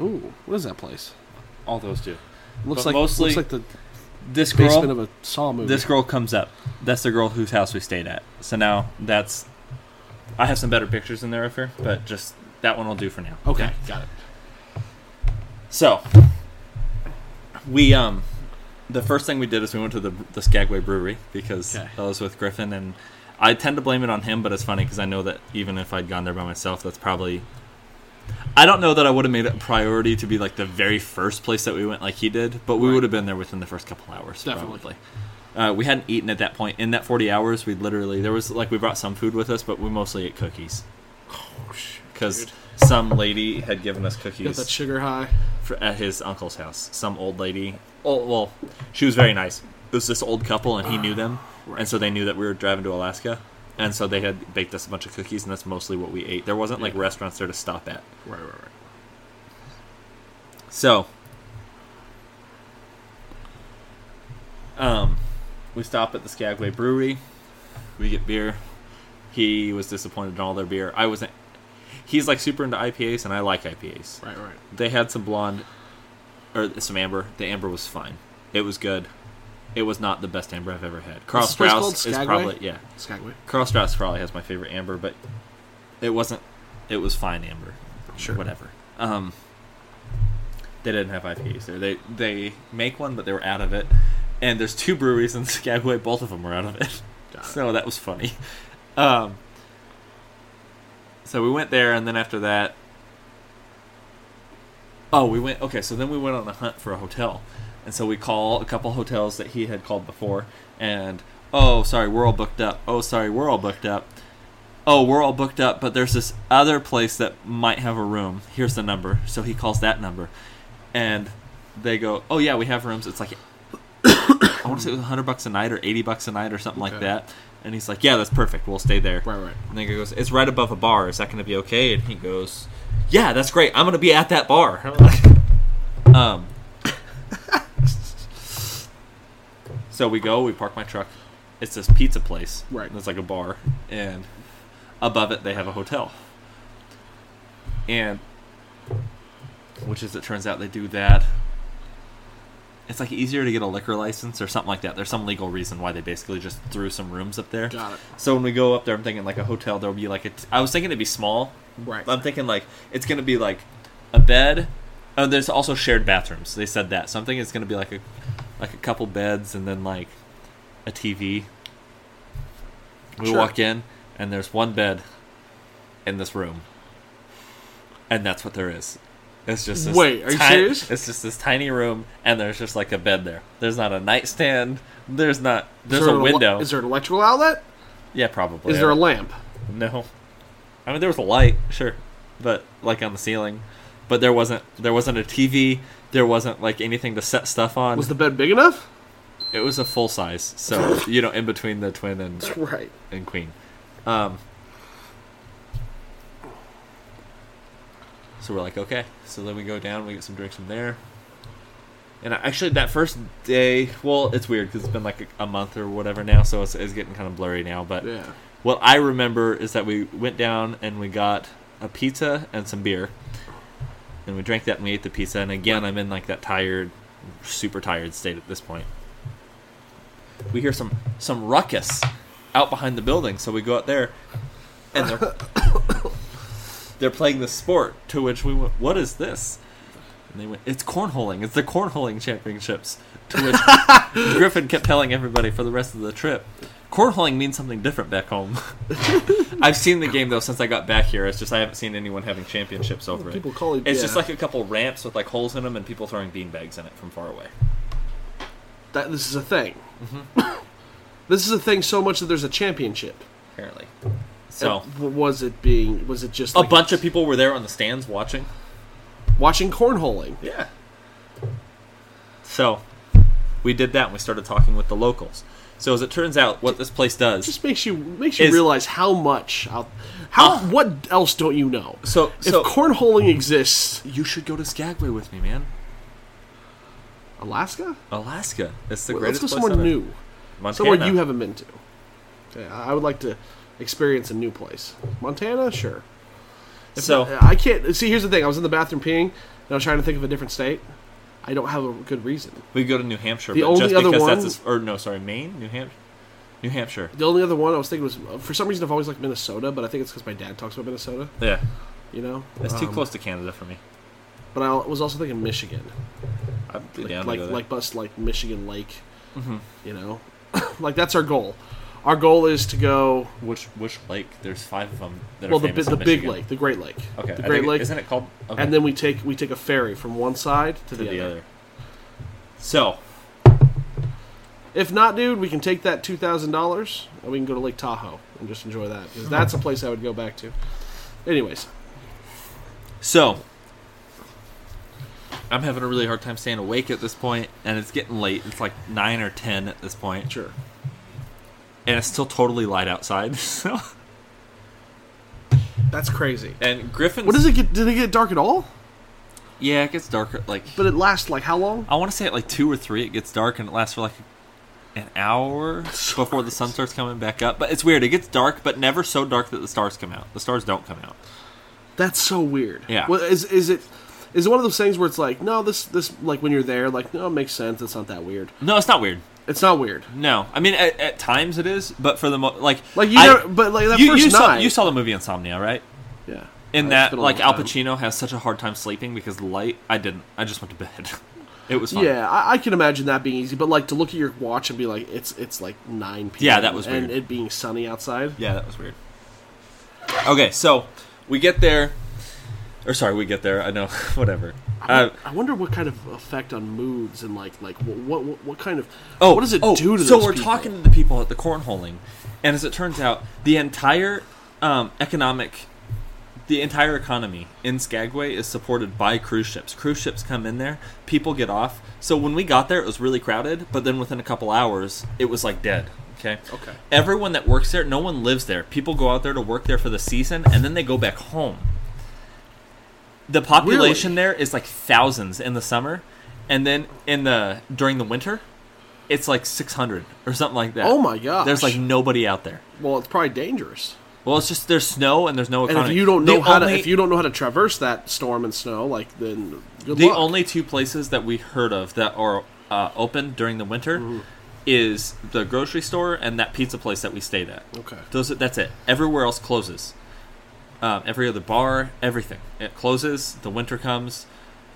B: Ooh, what is that place?
A: All those do.
B: Looks
A: But
B: like
A: mostly
B: looks like the
A: This girl.
B: basement of a Saw movie.
A: This girl comes up. That's the girl whose house we stayed at. So now that's. I have some better pictures in there of her, but just that one will do for now.
B: okay, got it.
A: So we um, the first thing we did is we went to the the Skagway Brewery because
B: Okay.
A: I was with Griffin, and I tend to blame it on him, but it's funny because I know that even if I'd gone there by myself, that's probably. I don't know that I would have made it a priority to be like the very first place that we went, like he did, but we would have been there within the first couple hours,
B: Definitely.
A: probably. Uh, we hadn't eaten at that point. In that 40 hours, we literally, there was like, we brought some food with us, but we mostly ate cookies.
B: Oh,
A: Because some lady had given us cookies
B: Got that sugar high.
A: for, at his uncle's house. Some old lady. Oh well, she was very nice. It was this old couple, and he knew them, and so they knew that we were driving to Alaska, and so they had baked us a bunch of cookies, and that's mostly what we ate. There wasn't like restaurants there to stop at.
B: Right, right, right.
A: So, um, we stop at the Skagway Brewery. We get beer. He was disappointed in all their beer. I wasn't. He's like super into IPAs, and I like IPAs.
B: Right, right.
A: They had some blonde, or some amber. The amber was fine. It was good. It was not the best amber I've ever had. Carl
B: this place called?
A: Strauss is
B: Skagway?
A: probably yeah.
B: Skagway.
A: Carl Strauss probably has my favorite amber, but it wasn't. It was fine amber. Sure. Whatever. Um. They didn't have IPAs there. They they make one, but they were out of it. And there's two breweries in Skagway. Both of them were out of it. So that was funny. Um. So we went there, and then after that, Oh, we went. Okay, so then we went on a hunt for a hotel, and so we call a couple hotels that he had called before, and oh, sorry, we're all booked up. Oh, sorry, we're all booked up. Oh, we're all booked up, but there's this other place that might have a room. Here's the number. So he calls that number, and they go, oh yeah, we have rooms. It's like I want to say it was hundred bucks a night or eighty bucks a night or something like
B: Okay.
A: that. And he's like, yeah, that's perfect. We'll stay there.
B: Right, right.
A: And the guy goes, "It's right above a bar. Is that going to be okay?" And he goes, "Yeah, that's great. I'm going to be at that bar." um. so we go. We park my truck. It's this pizza place.
B: Right.
A: It's like a bar, and above it they have a hotel. And which is, it turns out, they do that. It's like easier to get a liquor license or something like that. There's some legal reason why they basically just threw some rooms up there.
B: Got it.
A: So when we go up there, I'm thinking like a hotel. There'll be like a. T- I was thinking it'd be small.
B: Right.
A: I'm thinking like it's gonna be like a bed. Oh, there's also shared bathrooms. They said that. So I'm thinking it's gonna be like a like a couple beds and then like a TV. We
B: Sure.
A: walk in and there's one bed in this room, and that's what there is. It's just this
B: Wait, are you
A: ti-
B: serious?
A: It's just this tiny room, and there's just like a bed there. There's not a nightstand. There's not. There's
B: Is there
A: a
B: an ele-
A: window.
B: Is there an electrical outlet?
A: yeah, probably.
B: Is there a lamp?
A: No. I mean, there was a light, sure, but like on the ceiling, but there wasn't there wasn't a TV. There wasn't like anything to set stuff on.
B: Was the bed big enough?
A: it was a full size, so you know, in between the twin and
B: Right.
A: and queen. Um. So we're like, okay. So then we go down. We get some drinks from there. And I- actually, that first day, well, it's weird because it's been like a, a month or whatever now, so it's, it's getting kind of blurry now. But
B: Yeah.
A: what I remember is that we went down and we got a pizza and some beer. And we drank that and we ate the pizza. And again, I'm in like that tired, super tired state at this point. We hear some some ruckus out behind the building, so we go out there, and they're they're playing the sport. To which we went, "What is this?" And they went, "It's cornholing. It's the cornholing championships." To which Griffin kept telling everybody for the rest of the trip, cornholing means something different back home. I've seen the game though since I got back here. It's just I haven't seen anyone having championships over
B: People
A: it.
B: call it-
A: It's
B: yeah.
A: just like a couple ramps with like holes in them and people throwing beanbags in it from far away.
B: That this is a thing.
A: Mm-hmm.
B: this is a thing so much that there's a championship.
A: Apparently, so
B: W- was it being? Was it just
A: a
B: like
A: bunch of people were there on the stands watching.
B: watching cornholing?
A: Yeah. So we did that and we started talking with the locals. So as it turns out, what this place does
B: just makes you makes you
A: Is-
B: realize how much out, how
A: Uh,
B: what else don't you know?
A: So-
B: if
A: so-
B: cornholing exists,
A: You should go to Skagway with me, man.
B: Alaska.
A: Alaska. It's the
B: Well, Let's
A: greatest
B: go
A: place
B: somewhere
A: on
B: new,
A: Earth. Montana.
B: somewhere you haven't been to. Okay, I I would like to experience a new place. Montana, sure.
A: so
B: Uh, I can't see. Here's the thing: I was in the bathroom peeing, and I was trying to think of a different state. I don't have a good reason.
A: we go to New Hampshire,
B: The
A: but
B: only
A: just
B: other
A: because
B: one-
A: that's as, or no, sorry, Maine, New Hampshire, New Hampshire.
B: The only other one I was thinking was, uh, for some reason, I've always liked Minnesota, but I think it's because my dad talks about Minnesota.
A: Yeah,
B: You know,
A: that's too
B: Um,
A: close to Canada for me.
B: But I was also thinking Michigan.
A: I'd be
B: like
A: down
B: like,
A: to go there.
B: like bus like Michigan Lake. You know, like that's our goal. Our goal is to go
A: which which lake? There's five of them. That
B: well
A: are
B: the bi-
A: famous
B: the
A: in
B: big
A: Michigan.
B: lake, the Great Lake,
A: Okay, I
B: the
A: think
B: Great
A: it-
B: Lake,
A: Isn't it called? Okay.
B: and then we take we take a ferry from one side to,
A: to
B: the, other.
A: So
B: If not, dude, we can take that two thousand dollars and we can go to Lake Tahoe and just enjoy that
A: Hmm.
B: because that's a place I would go back to. Anyways,
A: so. I'm having a really hard time staying awake at this point, and it's getting late. It's like nine or ten at this point.
B: sure.
A: and it's still totally light outside. So,
B: That's crazy.
A: and Griffin's
B: What does it get? Did it get dark at all?
A: Yeah, it gets darker. Like
B: But it lasts like how long?
A: I want to say at like two or three, it gets dark and it lasts for like an hour before the sun starts coming back up. But it's weird. It gets dark, but never so dark that the stars come out. The stars don't come out.
B: That's so weird.
A: Yeah.
B: Well, is is it is it one of those things where it's like, no, this this like when you're there, like no, it makes sense. It's not that weird.
A: No, it's not weird.
B: It's not weird.
A: No, I mean at, at times it is, but for the mo- like
B: Like you,
A: I-
B: never, but like that
A: you,
B: first
A: you saw
B: night,
A: you saw the movie Insomnia, right?
B: yeah.
A: In
B: Uh, it's
A: that
B: been a
A: like
B: long
A: Al
B: time.
A: Pacino has such a hard time sleeping because light. I didn't. I just went to bed. it was fun.
B: Yeah, I, I can imagine that being easy, but like to look at your watch and be like, it's it's like nine p.m.
A: Yeah, that was
B: and
A: weird.
B: it being sunny outside.
A: Yeah, that was weird. Okay, so we get there, or sorry, we get there. I know, whatever. Uh,
B: I wonder what kind of effect on moods and like like what what, what, what kind of
A: oh,
B: what does it
A: oh,
B: do to
A: so
B: those
A: we're
B: people?
A: talking to the people at the cornholing, and as it turns out, the entire um, economic, the entire economy in Skagway is supported by cruise ships. Cruise ships come in there, people get off. So when we got there, it was really crowded, but then within a couple hours, it was like dead. Okay.
B: Okay.
A: Everyone that works there, no one lives there. People go out there to work there for the season, and then they go back home. the population there is like thousands in the summer and then in the during the winter it's like 600 or something like that
B: Oh my gosh.
A: there's like nobody out there
B: Well, it's probably dangerous.
A: well it's just there's snow and there's no
B: And
A: economy
B: if you don't know
A: the
B: how to
A: only-
B: if you don't know how to traverse that storm and snow, like then good
A: the
B: luck.
A: only two places that we heard of that are uh, open during the winter is the grocery store and that pizza place that we stayed at
B: Okay.
A: Those that's it. Everywhere else closes. Um, every other bar, everything it closes. The winter comes,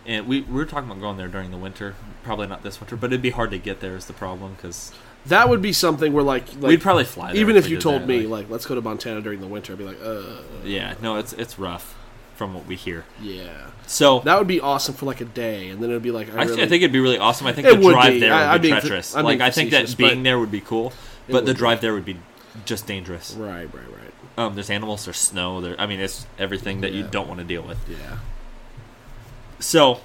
A: and we, we were talking about going there during the winter. Probably not this winter, but it'd be hard to get there is the problem because
B: That would be something where like, like
A: We'd probably fly there
B: even if
A: if we
B: you
A: did
B: told
A: that,
B: me
A: like-
B: like, let's go to Montana during the winter, I'd be like, uh,
A: yeah, no, it's it's rough from what we hear.
B: yeah.
A: So
B: That would be awesome for like a day, and then it'd be like, I,
A: I,
B: really,
A: th- I think it'd be really awesome. I think
B: It
A: the
B: would
A: drive
B: be.
A: there
B: I-
A: would be
B: I mean,
A: treacherous.
B: I mean,
A: like I think
B: facetious,
A: that
B: but-
A: being there would be cool, but the
B: would be.
A: drive there would be just dangerous.
B: right, right, right.
A: Um, there's animals, there's snow, there. I mean, it's everything that you
B: Yeah.
A: don't want to deal with.
B: Yeah,
A: So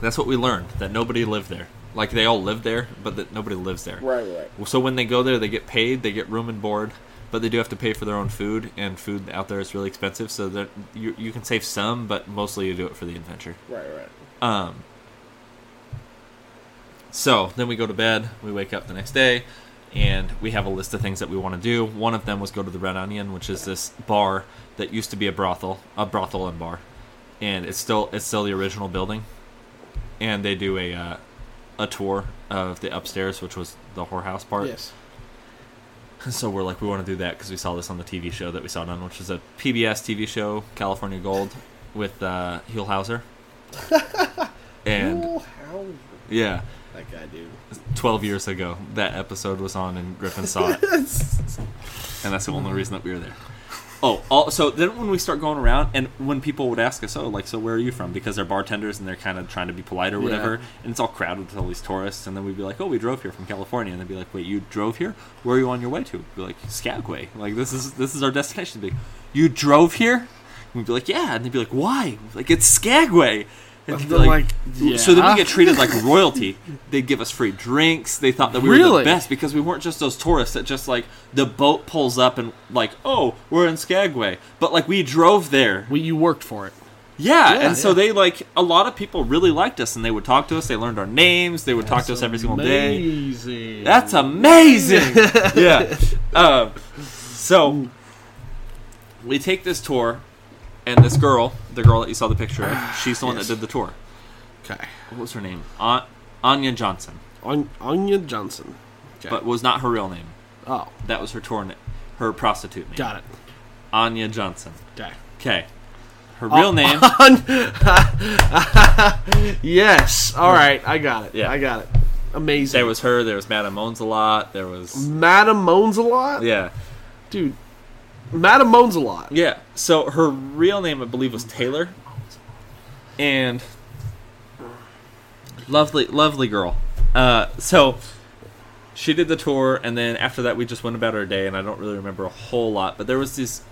A: that's what we learned that nobody lived there. Like they all live there, but that nobody lives there.
B: right, right.
A: So when they go there, they get paid, they get room and board, but they do have to pay for their own food, and food out there is really expensive. So that you you can save some, but mostly you do it for the adventure.
B: Right, right.
A: Um. So then we go to bed. We wake up the next day, and we have a list of things that we want to do. One of them was go to the Red Onion, which is this bar that used to be a brothel, a brothel and bar, and it's still it's still the original building. And they do a uh, a tour of the upstairs, which was the whorehouse part.
B: Yes.
A: So we're like, we want to do that because we saw this on the TV show that we saw it on, which is a PBS TV show, California Gold, with uh, Huelhauser. and
B: Oh, how
A: yeah,
B: that guy, dude.
A: 12 years ago, that episode was on and Griffin saw it. and that's the only reason that we were there. Oh, all, so then when we start going around and when people would ask us, oh, like, so where are you from? Because they're bartenders and they're kind of trying to be polite or whatever. And it's all crowded with all these tourists. And then we'd be like, oh, we drove here from California. And they'd be like, wait, you drove here? Where are you on your way to? We'd be like, Skagway. Like, this is this is our destination. They'd be like, you drove here? And we'd be like, yeah. And they'd be like, why? We'd be like, it's Skagway. And
B: They're like, yeah.
A: So then we get treated like royalty. They'd give us free drinks. They thought that we were
B: Really?
A: the best because we weren't just those tourists that just like the boat pulls up and like, oh, we're in Skagway. But like we drove there.
B: Well, you worked for it.
A: Yeah. and so
B: yeah.
A: they like a lot of people really liked us and they would talk to us. They learned our names. They would talk to us every single day.
B: Amazing.
A: That's amazing. yeah. Um, so we take this tour, and this girl, the girl that you saw the picture of, she's the one that did the tour.
B: Okay.
A: What was her name? An- Anya Johnson,
B: On- Anya Johnson. Okay.
A: but was not her real name.
B: oh,
A: That was her tour, na- her prostitute name.
B: got it.
A: Anya Johnson.
B: Okay.
A: Okay. Her
B: Uh,
A: real name.
B: Yes. All right. I got it.
A: Yeah.
B: I got it. Amazing.
A: there was her. There was Madame Owns a lot. There was
B: Madam moans a lot.
A: yeah,
B: Dude. Madam moans a lot.
A: yeah. So her real name, I believe, was Taylor. And lovely, lovely girl. Uh, so she did the tour, and then after that, we just went about our day, and I don't really remember a whole lot. But there was this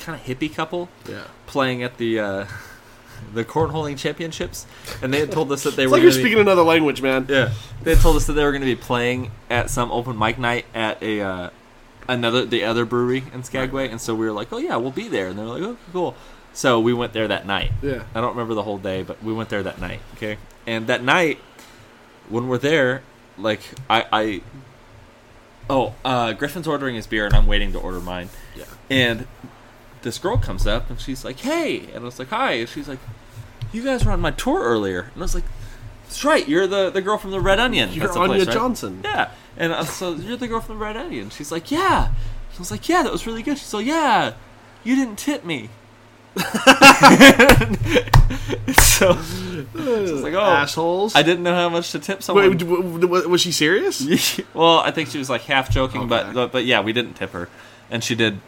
A: kind of hippie couple
B: Yeah.
A: playing at the uh, the cornholing championships, and they had told us that they
B: It's
A: were
B: like you're
A: gonna be-
B: speaking another language, man.
A: yeah, they had told us that they were going to be playing at some open mic night at a uh, another the other brewery in Skagway, and so we were like, oh yeah, we'll be there, and they were like, oh cool. So we went there that night.
B: Yeah.
A: I don't remember the whole day, but we went there that night. Okay, and that night when we're there, like I, I oh, uh, Griffin's ordering his beer, and I'm waiting to order mine.
B: Yeah.
A: And this girl comes up, and she's like, "Hey," and I was like, "Hi," and she's like, "You guys were on my tour earlier," and I was like, "That's right, you're the the girl from the Red Onion."
B: You're
A: That's the
B: Anya
A: place, right?
B: Johnson.
A: Yeah, and I, so you're the girl from the Red Onion. She's like, "Yeah," I was like, "Yeah, that was really good." She's like, "Yeah, you didn't tip me." so
B: It's
A: like, oh,
B: Uh, assholes.
A: I didn't know how much to tip someone.
B: Wait, w- w- w- was she serious?
A: well, I think she was like half joking,
B: Okay.
A: but, but but yeah, we didn't tip her, and she did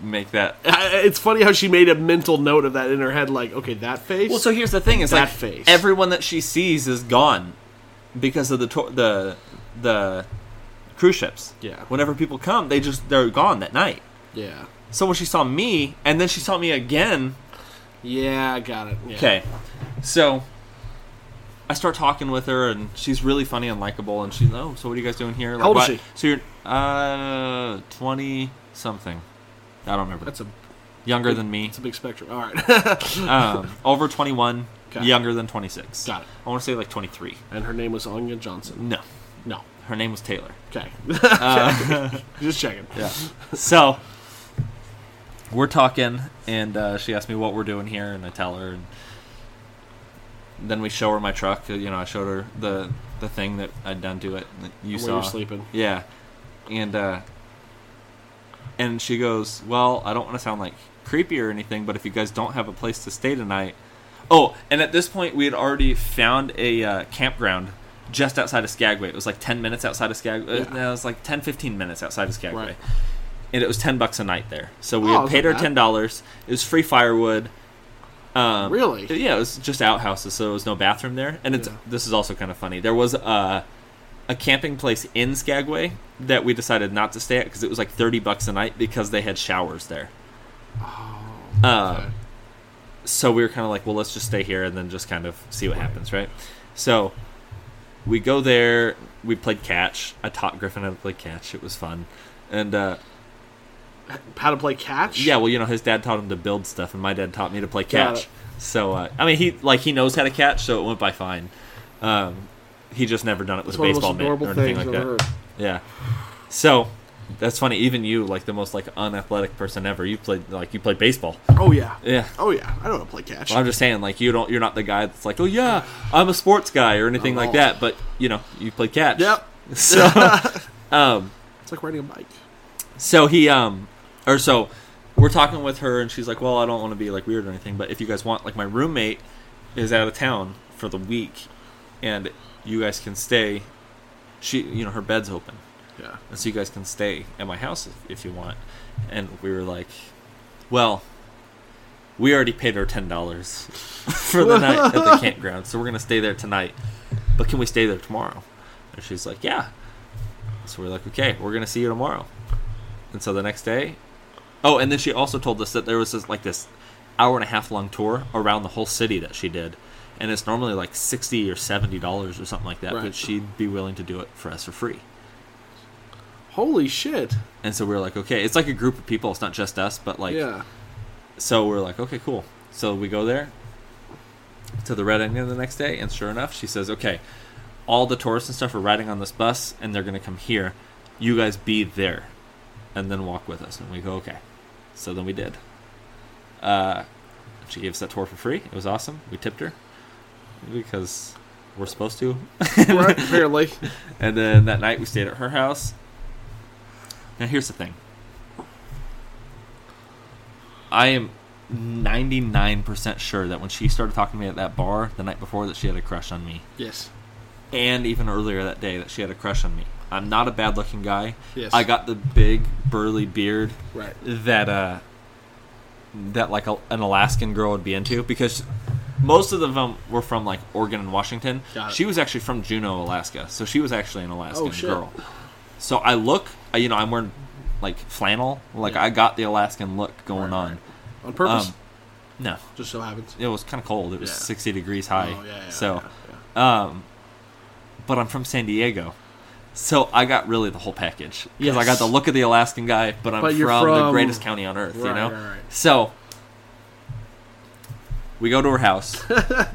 A: make that.
B: I- It's funny how she made a mental note of that in her head, like, okay, that face.
A: Well, so here's the thing: is
B: That
A: like
B: face.
A: everyone that she sees is gone because of the to- the the cruise ships.
B: Yeah.
A: Whenever people come, they just they're gone that night.
B: yeah,
A: So when she saw me, and then she saw me again.
B: yeah, I got it. Yeah.
A: Okay, so I start talking with her, and she's really funny and likable. And she's oh, so what are you guys doing here? Like,
B: old is
A: what-
B: she?
A: So you're uh twenty something. I don't remember.
B: that's a
A: younger than me.
B: it's a big spectrum. All right,
A: Um, over 21,
B: Okay.
A: younger than 26.
B: Got it.
A: I want to say like 23.
B: and her name was Anya Johnson.
A: No,
B: No,
A: her name was Taylor.
B: okay,
A: Uh,
B: just checking. Yeah,
A: So we're talking, and uh, she asked me what we're doing here, and I tell her, and then we show her my truck. uh, You know, I showed her the the thing that I'd done to it that you
B: When
A: saw
B: you were sleeping.
A: Yeah, and uh, and she goes, "Well, I don't want to sound like creepy or anything, but if you guys don't have a place to stay tonight, oh, and at this point we had already found a uh, campground." Just outside of Skagway, it was like ten minutes outside of Skagway.
B: Yeah.
A: It was like 10, 15 minutes outside of Skagway,
B: Right.
A: and it was ten bucks a night there. So we
B: Oh,
A: had paid her
B: that's
A: ten
B: not
A: dollars. It was free firewood. Um,
B: Really?
A: Yeah, it was just outhouses, so there was no bathroom there. And it's this is also kind of funny. There was a a camping place in Skagway that we decided not to stay at because it was like thirty bucks a night because they had showers there. Oh.
B: okay.
A: so we were kind of like, well, let's just stay here and then just kind of see what happens, right? So we go there. We played catch. I taught Griffin how to play catch. It was fun, and. uh
B: how to play catch.
A: yeah, well, you know, his dad taught him to build stuff, and my dad taught me to play
B: Got
A: catch.
B: it.
A: So uh, I mean, he like he knows how to catch, so it went by fine. Um, he just never done it with
B: it's
A: a
B: one of the
A: baseball
B: most
A: mitt
B: adorable
A: or anything
B: things
A: like
B: I've
A: that.
B: ever heard.
A: Yeah. So that's funny. Even you, like the most like unathletic person ever, you played like you played baseball.
B: Oh yeah,
A: Yeah.
B: oh yeah. I know how to play catch.
A: Well, I'm just saying, like you don't, you're not the guy that's like, oh yeah, I'm a sports guy or anything
B: Not at
A: like
B: all.
A: that. But you know, you play catch.
B: Yep.
A: So Um,
B: It's like riding a bike.
A: So he um or so we're talking with her and she's like, "Well, I don't want to be like weird or anything, but if you guys want like my roommate is out of town for the week and you guys can stay. She, you know, her bed's open.
B: Yeah.
A: And so you guys can stay at my house if, if you want." And we were like, "Well, we already paid her $10 for the night at the campground, so we're going to stay there tonight. But can we stay there tomorrow?" And she's like, "Yeah." So we're like, "Okay, we're going to see you tomorrow." And so the next day, oh, and then she also told us that there was this, like this hour and a half long tour around the whole city that she did, and it's normally like sixty or seventy dollars or something like that.
B: Right.
A: But she'd be willing to do it for us for free.
B: Holy shit.
A: And so we were like, okay, it's like a group of people. It's not just us, but like,
B: yeah.
A: so we're like, okay, cool. So we go there to the Red Onion the next day, and sure enough, she says, okay, all the tourists and stuff are riding on this bus, and they're going to come here. You guys be there, and then walk with us. And we go, okay. So then we did. Uh, she gave us that tour for free. It was awesome. We tipped her because we're supposed to.
B: Right, apparently.
A: And then that night we stayed at her house. Now here's the thing. I am 99% sure that when she started talking to me at that bar the night before that she had a crush on me
B: Yes.
A: and even earlier that day that she had a crush on me. I'm not a bad looking guy.
B: Yes.
A: I got the big burly beard
B: Right.
A: that uh that like a, an Alaskan girl would be into because most of them were from like Oregon and Washington.
B: Got it.
A: She was actually from Juneau, Alaska, so she was actually an Alaskan
B: Oh, shit.
A: girl. So I look, I- you know, I'm wearing like flannel, like I got the Alaskan look going on.
B: On purpose.
A: Um, no,
B: just so happens.
A: it was kind of cold. It was
B: Yeah.
A: 60 degrees high.
B: Oh, yeah, yeah,
A: so um,
B: yeah, yeah.
A: but I'm from San Diego. So I got really the whole package because I
B: Yes.
A: got the look of the Alaskan guy, but I'm
B: But
A: from,
B: you're
A: the
B: from-
A: greatest county on earth, you
B: Right,
A: know.
B: right, right.
A: So we go to her house.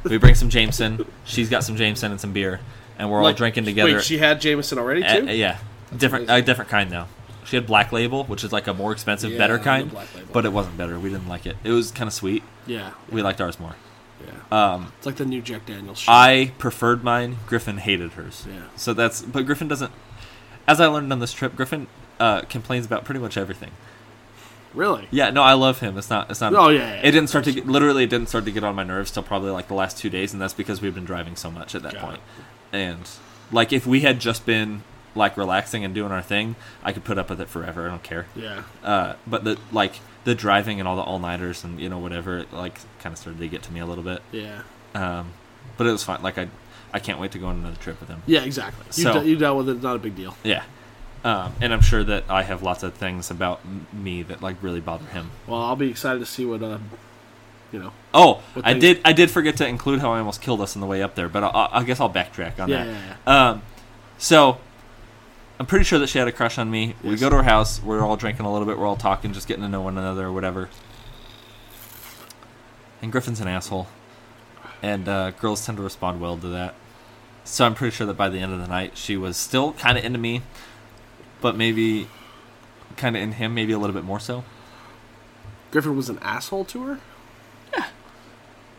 A: we bring some Jameson. She's got some Jameson and some beer, and we're all
B: Like,
A: drinking together.
B: Wait, she had Jameson already
A: at-
B: too?
A: yeah, different, a different kind though. She had Black Label, which is like a more expensive,
B: Yeah,
A: better
B: the
A: kind,
B: Black Label.
A: but it wasn't better. We didn't like it. It was kind of sweet.
B: yeah.
A: We liked ours more.
B: yeah. Um, it's like the new Jack Daniels. Shit.
A: I preferred mine. Griffin hated hers.
B: Yeah.
A: So that's but Griffin doesn't. As I learned on this trip, Griffin uh, complains about pretty much everything.
B: really.
A: Yeah. No, I love him. It's not. It's not.
B: Oh, yeah, yeah,
A: it didn't start to get, literally. It didn't start to get on my nerves till probably like the last two days, and that's because we've been driving so much at that
B: Got
A: point. And like if we had just been like relaxing and doing our thing, I could put up with it forever. I don't care.
B: Yeah.
A: Uh, but the like the driving and all the all nighters and you know whatever, it, like kind of started to get to me a little bit.
B: Yeah.
A: Um, but it was fun. Like I, I can't wait to go on another trip with him.
B: Yeah. Exactly. You,
A: So-
B: de- you dealt with it. Not a big deal.
A: Yeah. Um, and I'm sure that I have lots of things about m- me that like really bother him.
B: Well, I'll be excited to see what uh, you know.
A: Oh,
B: What
A: I
B: things-
A: did. I did forget to include how I almost killed us on the way up there, but I, I, I guess I'll backtrack on
B: Yeah,
A: that.
B: yeah,
A: Um, so I'm pretty sure that she had a crush on me. We go to her house. We're all drinking a little bit. We're all talking, just getting to know one another or whatever. And Griffin's an asshole, and uh, girls tend to respond well to that. So I'm pretty sure that by the end of the night, she was still kind of into me, but maybe kind of in him, maybe a little bit more so.
B: Griffin was an asshole to her. Yeah.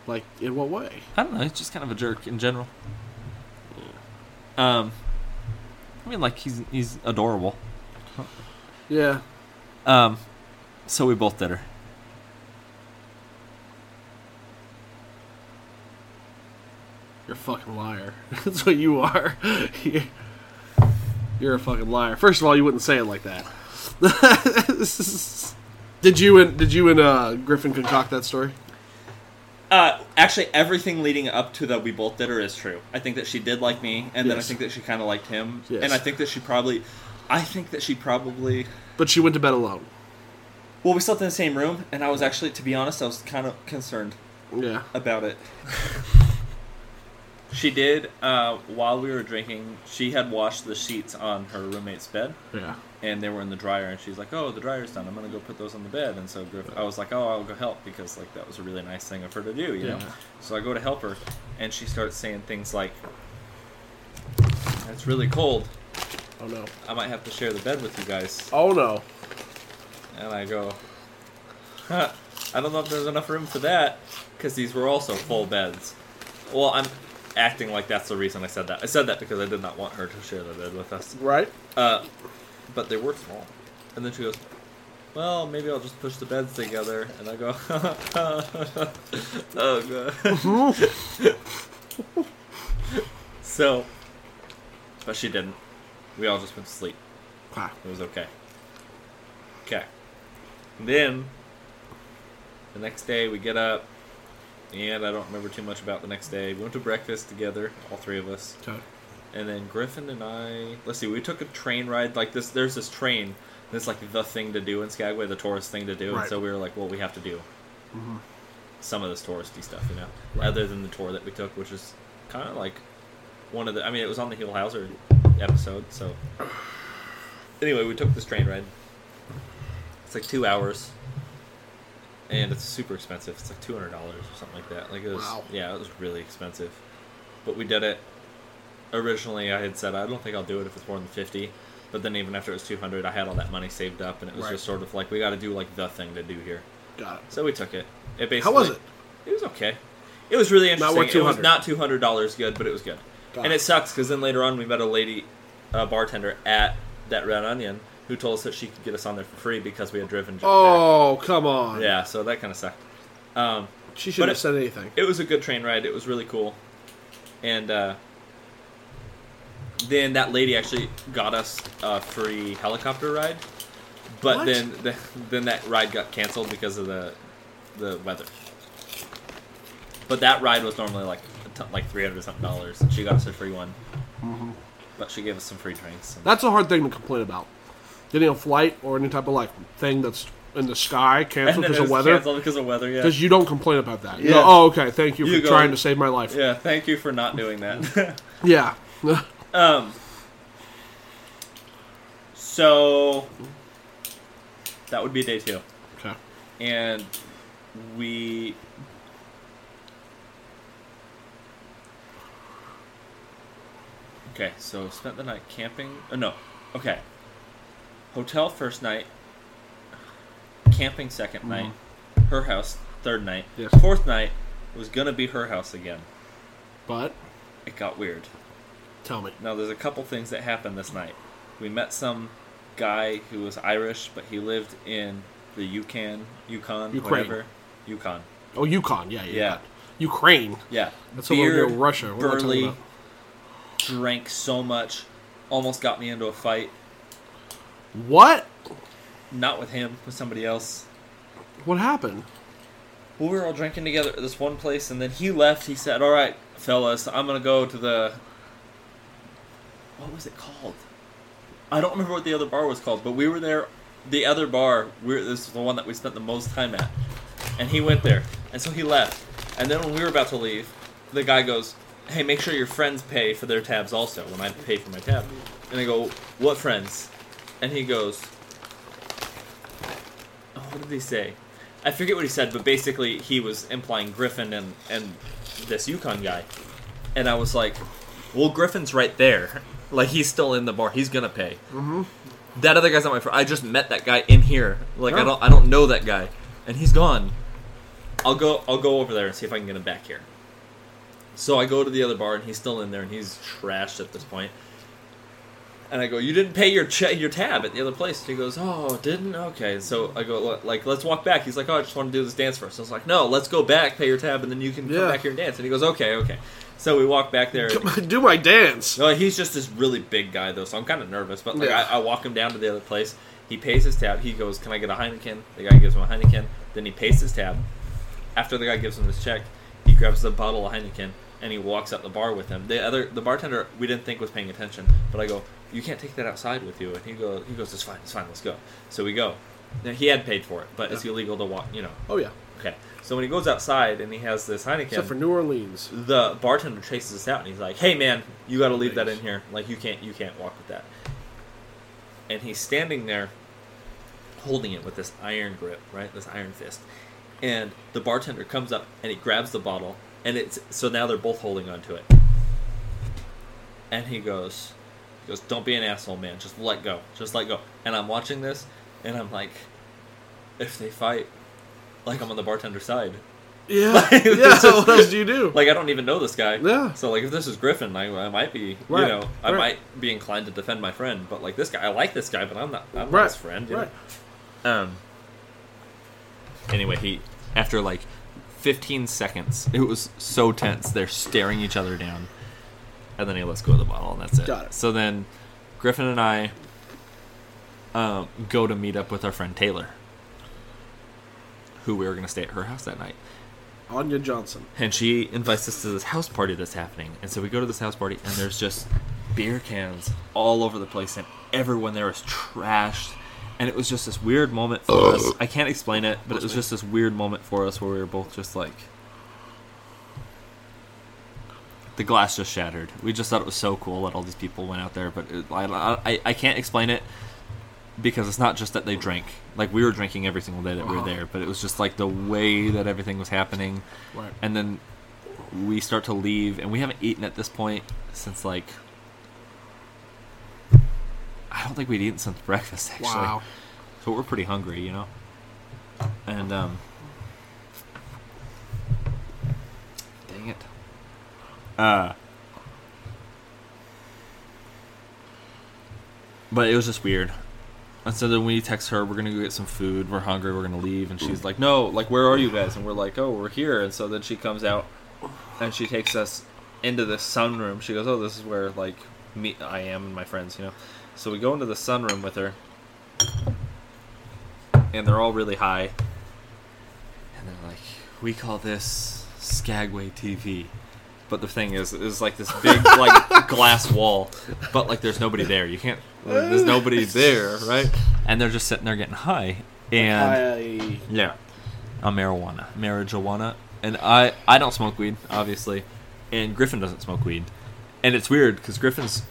B: Like in what way?
A: I don't know. He's just kind of a jerk in general. Um, I mean, like he's he's adorable.
B: Yeah.
A: Um, so we both did her.
B: You're a fucking liar. That's what you are. You're a fucking liar. First of all, you wouldn't say it like that. This is- did you and did you and uh, Griffin concoct that story?
A: Uh, actually, everything leading up to that we both did her is true. I think that she did like me, and then I
B: Yes.
A: think that she kind of liked him,
B: Yes.
A: and I think that she probably, I think that she probably.
B: But she went to bed alone.
A: Well, we slept in the same room, and I was actually, to be honest, I was kind of concerned
B: Yeah.
A: about it. she did. Uh, while we were drinking, she had washed the sheets on her roommate's bed.
B: Yeah.
A: and they were in the dryer and she's like oh the dryer's done i'm gonna go put those on the bed and so Griff- i was like oh i'll go help because like that was a really nice thing of her to do you know
B: Yeah.
A: so i go to help her and she starts saying things like it's really cold
B: Oh no.
A: i might have to share the bed with you guys
B: Oh no.
A: and i go huh, i don't know if there's enough room for that because these were also full beds well i'm acting like that's the reason i said that i said that because i did not want her to share the bed with us
B: Right?
A: uh, but they were small. And then she goes, "Well, maybe I'll just push the beds together." And I go, "Oh god." so, but she didn't. We all just went to sleep.
B: Ah,
A: It was okay. Okay. Then the next day we get up, and I don't remember too much about the next day. We went to breakfast together, all three of us
B: okay.
A: and then Griffin and I. Let's see, we took a train ride. Like this, there's this train. That's like the thing to do in Skagway, the tourist thing to do. And
B: Right. Mm-hmm.
A: so we were like, well, we have to do. some of this touristy stuff, you know, rather than the tour that we took, which is kind of like one of the. I mean, it was on the Hill Hauser episode, so. Anyway, we took this train ride. It's like two hours, and it's super expensive. It's like two hundred dollars or something like that. Like it was,
B: Wow.
A: yeah, it was really expensive. But we did it. Originally, I had said I don't think I'll do it if it's more than fifty. But then even after it was two hundred, I had all that money saved up, and it was
B: Right.
A: just sort of like we got to do like the thing to do here.
B: Got it.
A: So we took it. It basically
B: How was it?
A: It was okay. It was really
B: Not
A: interesting.
B: worth
A: it was
B: $200.
A: not two hundred dollars good, but it was good.
B: Got
A: and
B: it.
A: it sucks because then later on we met a lady, a bartender at that Red Onion, who told us that she could get us on there for free because we had driven. Just
B: Oh, come on.
A: back. yeah. So that kind of sucked. Um,
B: She
A: But
B: shouldn't
A: it-
B: have said anything.
A: it was a good train ride. It was really cool. And uh, then that lady actually got us a free helicopter ride, but
B: What?
A: then then that ride got canceled because of the the weather. But that ride was normally like a ton- like three hundred something dollars, and she got us a free one.
B: Mm-hmm.
A: But she gave us some free drinks. and-
B: That's a hard thing to complain about. Getting a flight or any type of like thing that's in the sky
A: and
B: canceled
A: then
B: because
A: it
B: of
A: was
B: weather.
A: Canceled because of weather. Yeah.
B: Because you don't complain about that. You
A: Yeah.
B: go, oh, okay. Thank you,
A: You
B: for
A: go-
B: trying to save my life.
A: yeah. Thank you for not doing that.
B: Yeah.
A: Um. So that would be day two,
B: okay.
A: and we. Okay, so spent the night camping. Oh, no, okay. Hotel first night, camping 2nd night, her house third night,
B: Yes.
A: fourth night was gonna be her house again.
B: But
A: It got weird.
B: tell me.
A: Now, there's a couple things that happened this night. We met some guy who was Irish, but he lived in the Yukon, Yukon,
B: Ukraine.
A: whatever. Yukon.
B: Oh, Yukon. Yeah, yeah.
A: Yeah.
B: Ukraine.
A: Yeah.
B: That's a little bit of Russia. What am I talking
A: burly,
B: about?
A: drank so much, almost got me into a fight.
B: What?
A: Not with him, with somebody else.
B: What happened?
A: Well, we were all drinking together at this one place, and then he left. He said, "All right, fellas, I'm gonna go to the what was it called? I don't remember what the other bar was called, but we were there. The other bar, we're, this is the one that we spent the most time at, and he went there, and so he left. And then when we were about to leave, the guy goes, "Hey, make sure your friends pay for their tabs also." When I pay for my tab, and I go, "What friends?" And he goes, Oh, what did he say? I forget what he said, but basically he was implying Griffin and and this Yukon guy, and I was like, "Well, Griffin's right there. Like he's still in the bar. He's gonna pay." Mm-hmm. That other guy's not my friend. I just met that guy in here. Like I
B: Yeah.
A: don't I don't know that guy, and he's gone. I'll go I'll go over there and see if I can get him back here. So I go to the other bar and he's still in there and he's trashed at this point. And I go, you didn't pay your ch- your tab at the other place. And he goes, oh, didn't? Okay. So I go, "Look, like, let's walk back. He's like, oh, I just want to do this dance first. I was like, no, let's go back, pay your tab, and then you can come
B: Yeah.
A: back here and dance. And he goes, okay, okay. So we walk back there. And,
B: Do my dance.
A: no, he's just this really big guy though, so I'm kind of nervous. But like,
B: Yeah.
A: I, I walk him down to the other place. He pays his tab. He goes, "Can I get a Heineken?" The guy gives him a Heineken. Then he pays his tab. After the guy gives him his check, he grabs the bottle of Heineken and he walks out the bar with him. The other, the bartender, we didn't think was paying attention, but I go, "You can't take that outside with you." And he goes, "He goes, it's fine, it's fine, let's go." So we go. Now he had paid for it, but it's illegal to walk. You know.
B: Oh yeah.
A: Okay. So when he goes outside and he has this Heineken,
B: Except for New Orleans.
A: the bartender chases us out and he's like, "Hey man, you got to leave that in here. Like you can't you can't walk with that." And he's standing there holding it with this iron grip, right? This iron fist. And the bartender comes up and he grabs the bottle and it's so now they're both holding onto it. And he goes he goes, "Don't be an asshole, man. Just let go. Just let go." And I'm watching this and I'm like if they fight like I'm on the bartender's side.
B: Yeah.
A: Like,
B: yeah.
A: this is-
B: What else do you do?
A: Like I don't even know this guy.
B: Yeah.
A: So like if this is Griffin, I, I might be you
B: Right,
A: know I
B: right.
A: might be inclined to defend my friend, but like this guy, I like this guy, but I'm not I'm not
B: right.
A: his friend. you
B: Right.
A: know? Um. Anyway, he after like 15 seconds, it was so tense. They're staring each other down, and then he lets go of the bottle, and that's it.
B: Got it.
A: So then, Griffin and I um, go to meet up with our friend Taylor, who we were going to stay at her house that night
B: Anya Johnson.
A: and she invites us to this house party that's happening. And so we go to this house party, and there's just beer cans all over the place, and everyone there is trashed. and it was just this weird moment for us. I can't explain it, but it was just this weird moment for us where we were both just like, the glass just shattered. We just thought it was so cool that all these people went out there, but it, I, I I can't explain it because it's not just that they drank. Like we were drinking every single day that we were there, but it was just like the way that everything was happening.
B: Right.
A: And then we start to leave, and we haven't eaten at this point since like I don't think we'd eaten since breakfast actually.
B: Wow.
A: So we're pretty hungry, you know. And um, dang it. Uh, but it was just weird. And so then we text her, we're gonna go get some food. We're hungry. We're gonna leave. And she's like, "No, like where are you guys?" And we're like, "Oh, we're here." And so then she comes out, and she takes us into the sunroom. She goes, "Oh, this is where like me, I am, and my friends, you know." So we go into the sunroom with her, and they're all really high. And they're like, "We call this Skagway TV." But the thing is, is like this big like glass wall, but like there's nobody there. You can't. There's nobody there, right? And they're just sitting there getting high, and
B: I,
A: yeah. A Uh, marijuana. Marijuana. And I, I don't smoke weed, obviously. And Griffin doesn't smoke weed. And it's weird because Griffin's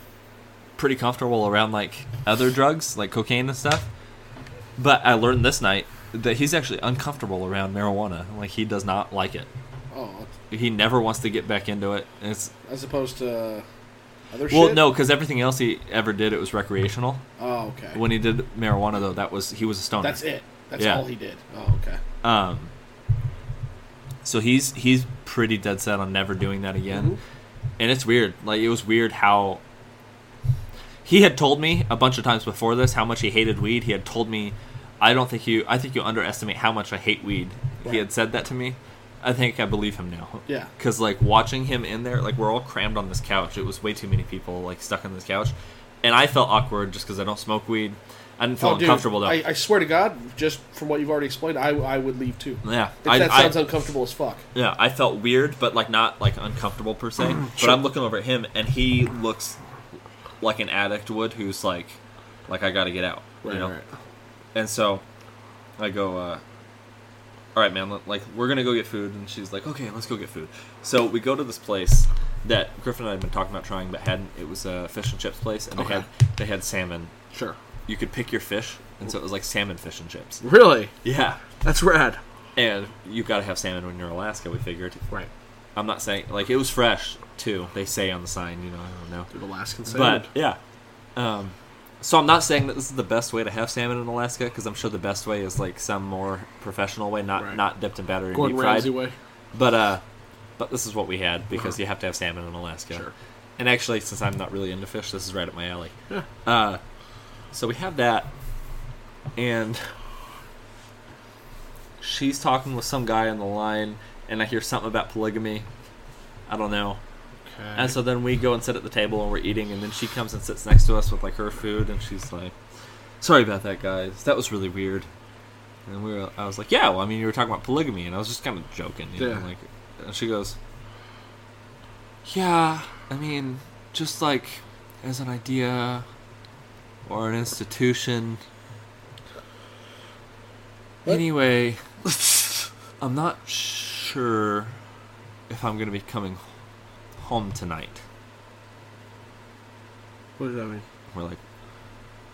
A: pretty comfortable around like other drugs, like cocaine and stuff. But I learned this night that he's actually uncomfortable around marijuana. Like he does not like it.
B: oh,
A: He never wants to get back into it. And It's
B: as opposed to other shit.
A: well, no, because everything else he ever did, it was recreational.
B: Oh, okay.
A: When he did marijuana, though, that was he was a stoner.
B: That's it. That's
A: Yeah.
B: all he did. Oh, okay.
A: Um, so he's he's pretty dead set on never doing that again,
B: Mm-hmm.
A: and it's weird. Like it was weird how he had told me a bunch of times before this how much he hated weed. He had told me, I don't think you, I think you underestimate how much I hate weed. He had said that to me. I think I believe him now.
B: Yeah.
A: Because like watching him in there, like we're all crammed on this couch. It was way too many people like stuck on this couch, and I felt awkward just because I don't smoke weed. I didn't feel
B: Oh, dude,
A: uncomfortable though.
B: I, I swear to God, just from what you've already explained, I, I would leave too.
A: yeah,
B: It,
A: I,
B: that
A: I-
B: sounds uncomfortable as fuck.
A: Yeah, I felt weird, but like not like uncomfortable per se. But I'm looking over at him, and he looks like an addict would, who's like, like I got to get out, you know. And so I go, uh, all right, man, let- like we're gonna go get food, and she's like, okay, let's go get food. So we go to this place that Griffin and I had been talking about trying, but hadn't. It was a fish and chips place, and they
B: Okay.
A: had they had salmon.
B: Sure.
A: You could pick your fish, and so it was like salmon fish and chips.
B: Really?
A: Yeah,
B: That's rad.
A: and you got to have salmon when you're in Alaska. We figured.
B: Right.
A: I'm not saying like it was fresh too. They say on the sign, you know, I don't know.
B: Dude, Alaskan salmon.
A: But yeah, um, so I'm not saying that this is the best way to have salmon in Alaska because I'm sure the best way is like some more professional way, not
B: Right.
A: not dipped in batter and
B: Gordon
A: deep fried.
B: Ramsay way. Uh-huh.
A: But uh, but this is what we had because you have to have salmon in Alaska.
B: Sure.
A: And actually, since I'm not really into fish, this is right up my alley. Uh, so we have that, and she's talking with some guy on the line, and I hear something about polygamy. I don't know. And so then we go and sit at the table and we're eating, and then she comes and sits next to us with like her food, and she's like, "Sorry about that, guys. That was really weird." And we were, I was like, "Yeah, well, I mean, you were talking about polygamy," and I was just kind of joking, you
B: Yeah.
A: know, like. And she goes, "Yeah, I mean, just like as an idea or an institution." Anyway, I'm not sure if I'm going to be coming home tonight.
B: What does that mean?
A: We're like,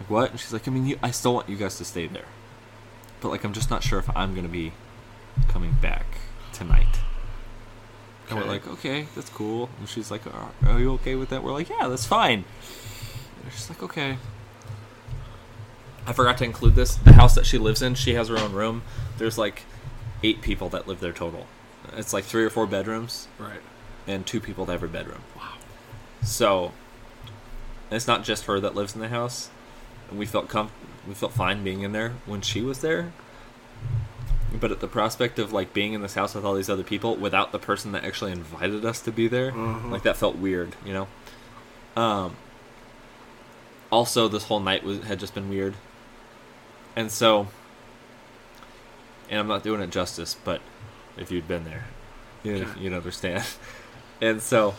A: like what? And she's like, I mean, you, I still want you guys to stay there, but like, I'm just not sure if I'm gonna be coming back tonight. And we're like, okay, that's cool. And she's like, are, are you okay with that? We're like, yeah, that's fine. And she's like, okay. I forgot to include this. The house that she lives in, she has her own room. There's like eight people that live there total. It's like three or four bedrooms
B: Right.
A: and two people to every bedroom. Wow. So it's not just her that lives in the house. And we felt com- we felt fine being in there when she was there. But at the prospect of like being in this house with all these other people without the person that actually invited us to be there, like that felt weird, you know. Um. Also, this whole night was had just been weird, and so. And I'm not doing it justice, but if you'd been there, you you'd understand. And so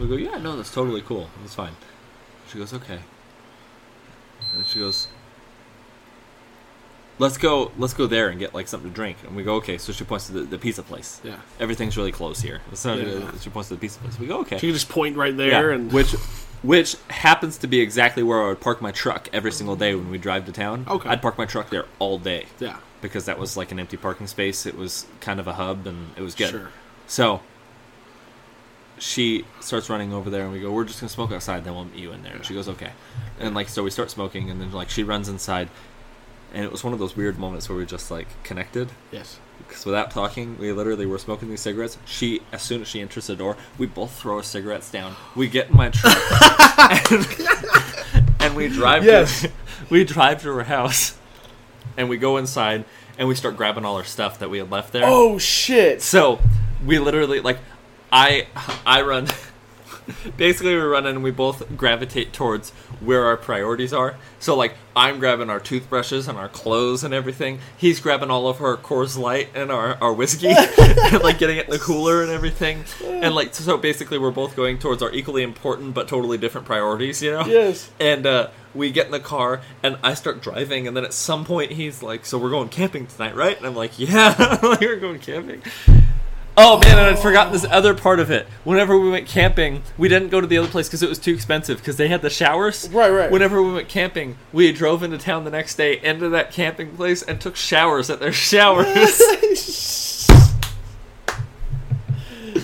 A: we go, yeah, no, that's totally cool. It's fine. She goes, okay. And she goes, let's go let's go there and get like something to drink and we go okay so she points to the, the pizza place
B: Yeah.
A: everything's really close here so
B: Yeah.
A: she points to the pizza place we go okay
B: You can just point right there
A: yeah.
B: and
A: which which happens to be exactly where I would park my truck every single day when we drive to town.
B: Okay.
A: I'd park my truck there all day.
B: Yeah.
A: Because that was like an empty parking space. It was kind of a hub and it was good.
B: Sure.
A: So she starts running over there and we go, We're just gonna smoke outside, then we'll meet you in there. And she goes, Okay. And like so we start smoking and then like she runs inside and it was one of those weird moments where we just like connected
B: yes,
A: because without talking, we literally were smoking these cigarettes. She, as soon as she enters the door, we both throw our cigarettes down. We get in my truck, and, and we drive.
B: Yes.
A: to, we drive to her house, and we go inside, and we start grabbing all her stuff that we had left there.
B: oh shit,
A: So we literally like, I I run. Basically, we run in and we both gravitate towards where our priorities are. So, like, I'm grabbing our toothbrushes and our clothes and everything. He's grabbing all of her Coors Light and our, our whiskey, and, like, getting it in the cooler and everything. And, like, so basically, we're both going towards our equally important but totally different priorities, you know?
B: Yes.
A: And uh, we get in the car, and I start driving, and then at some point, he's like, So, we're going camping tonight, right? And I'm like, Yeah, we're going camping. Oh man, and I'd forgotten this other part of it. Whenever we went camping, we didn't go to the other place because it was too expensive because they had the showers.
B: Right, right.
A: Whenever we went camping, we drove into town the next day, into that camping place, and took showers at their showers.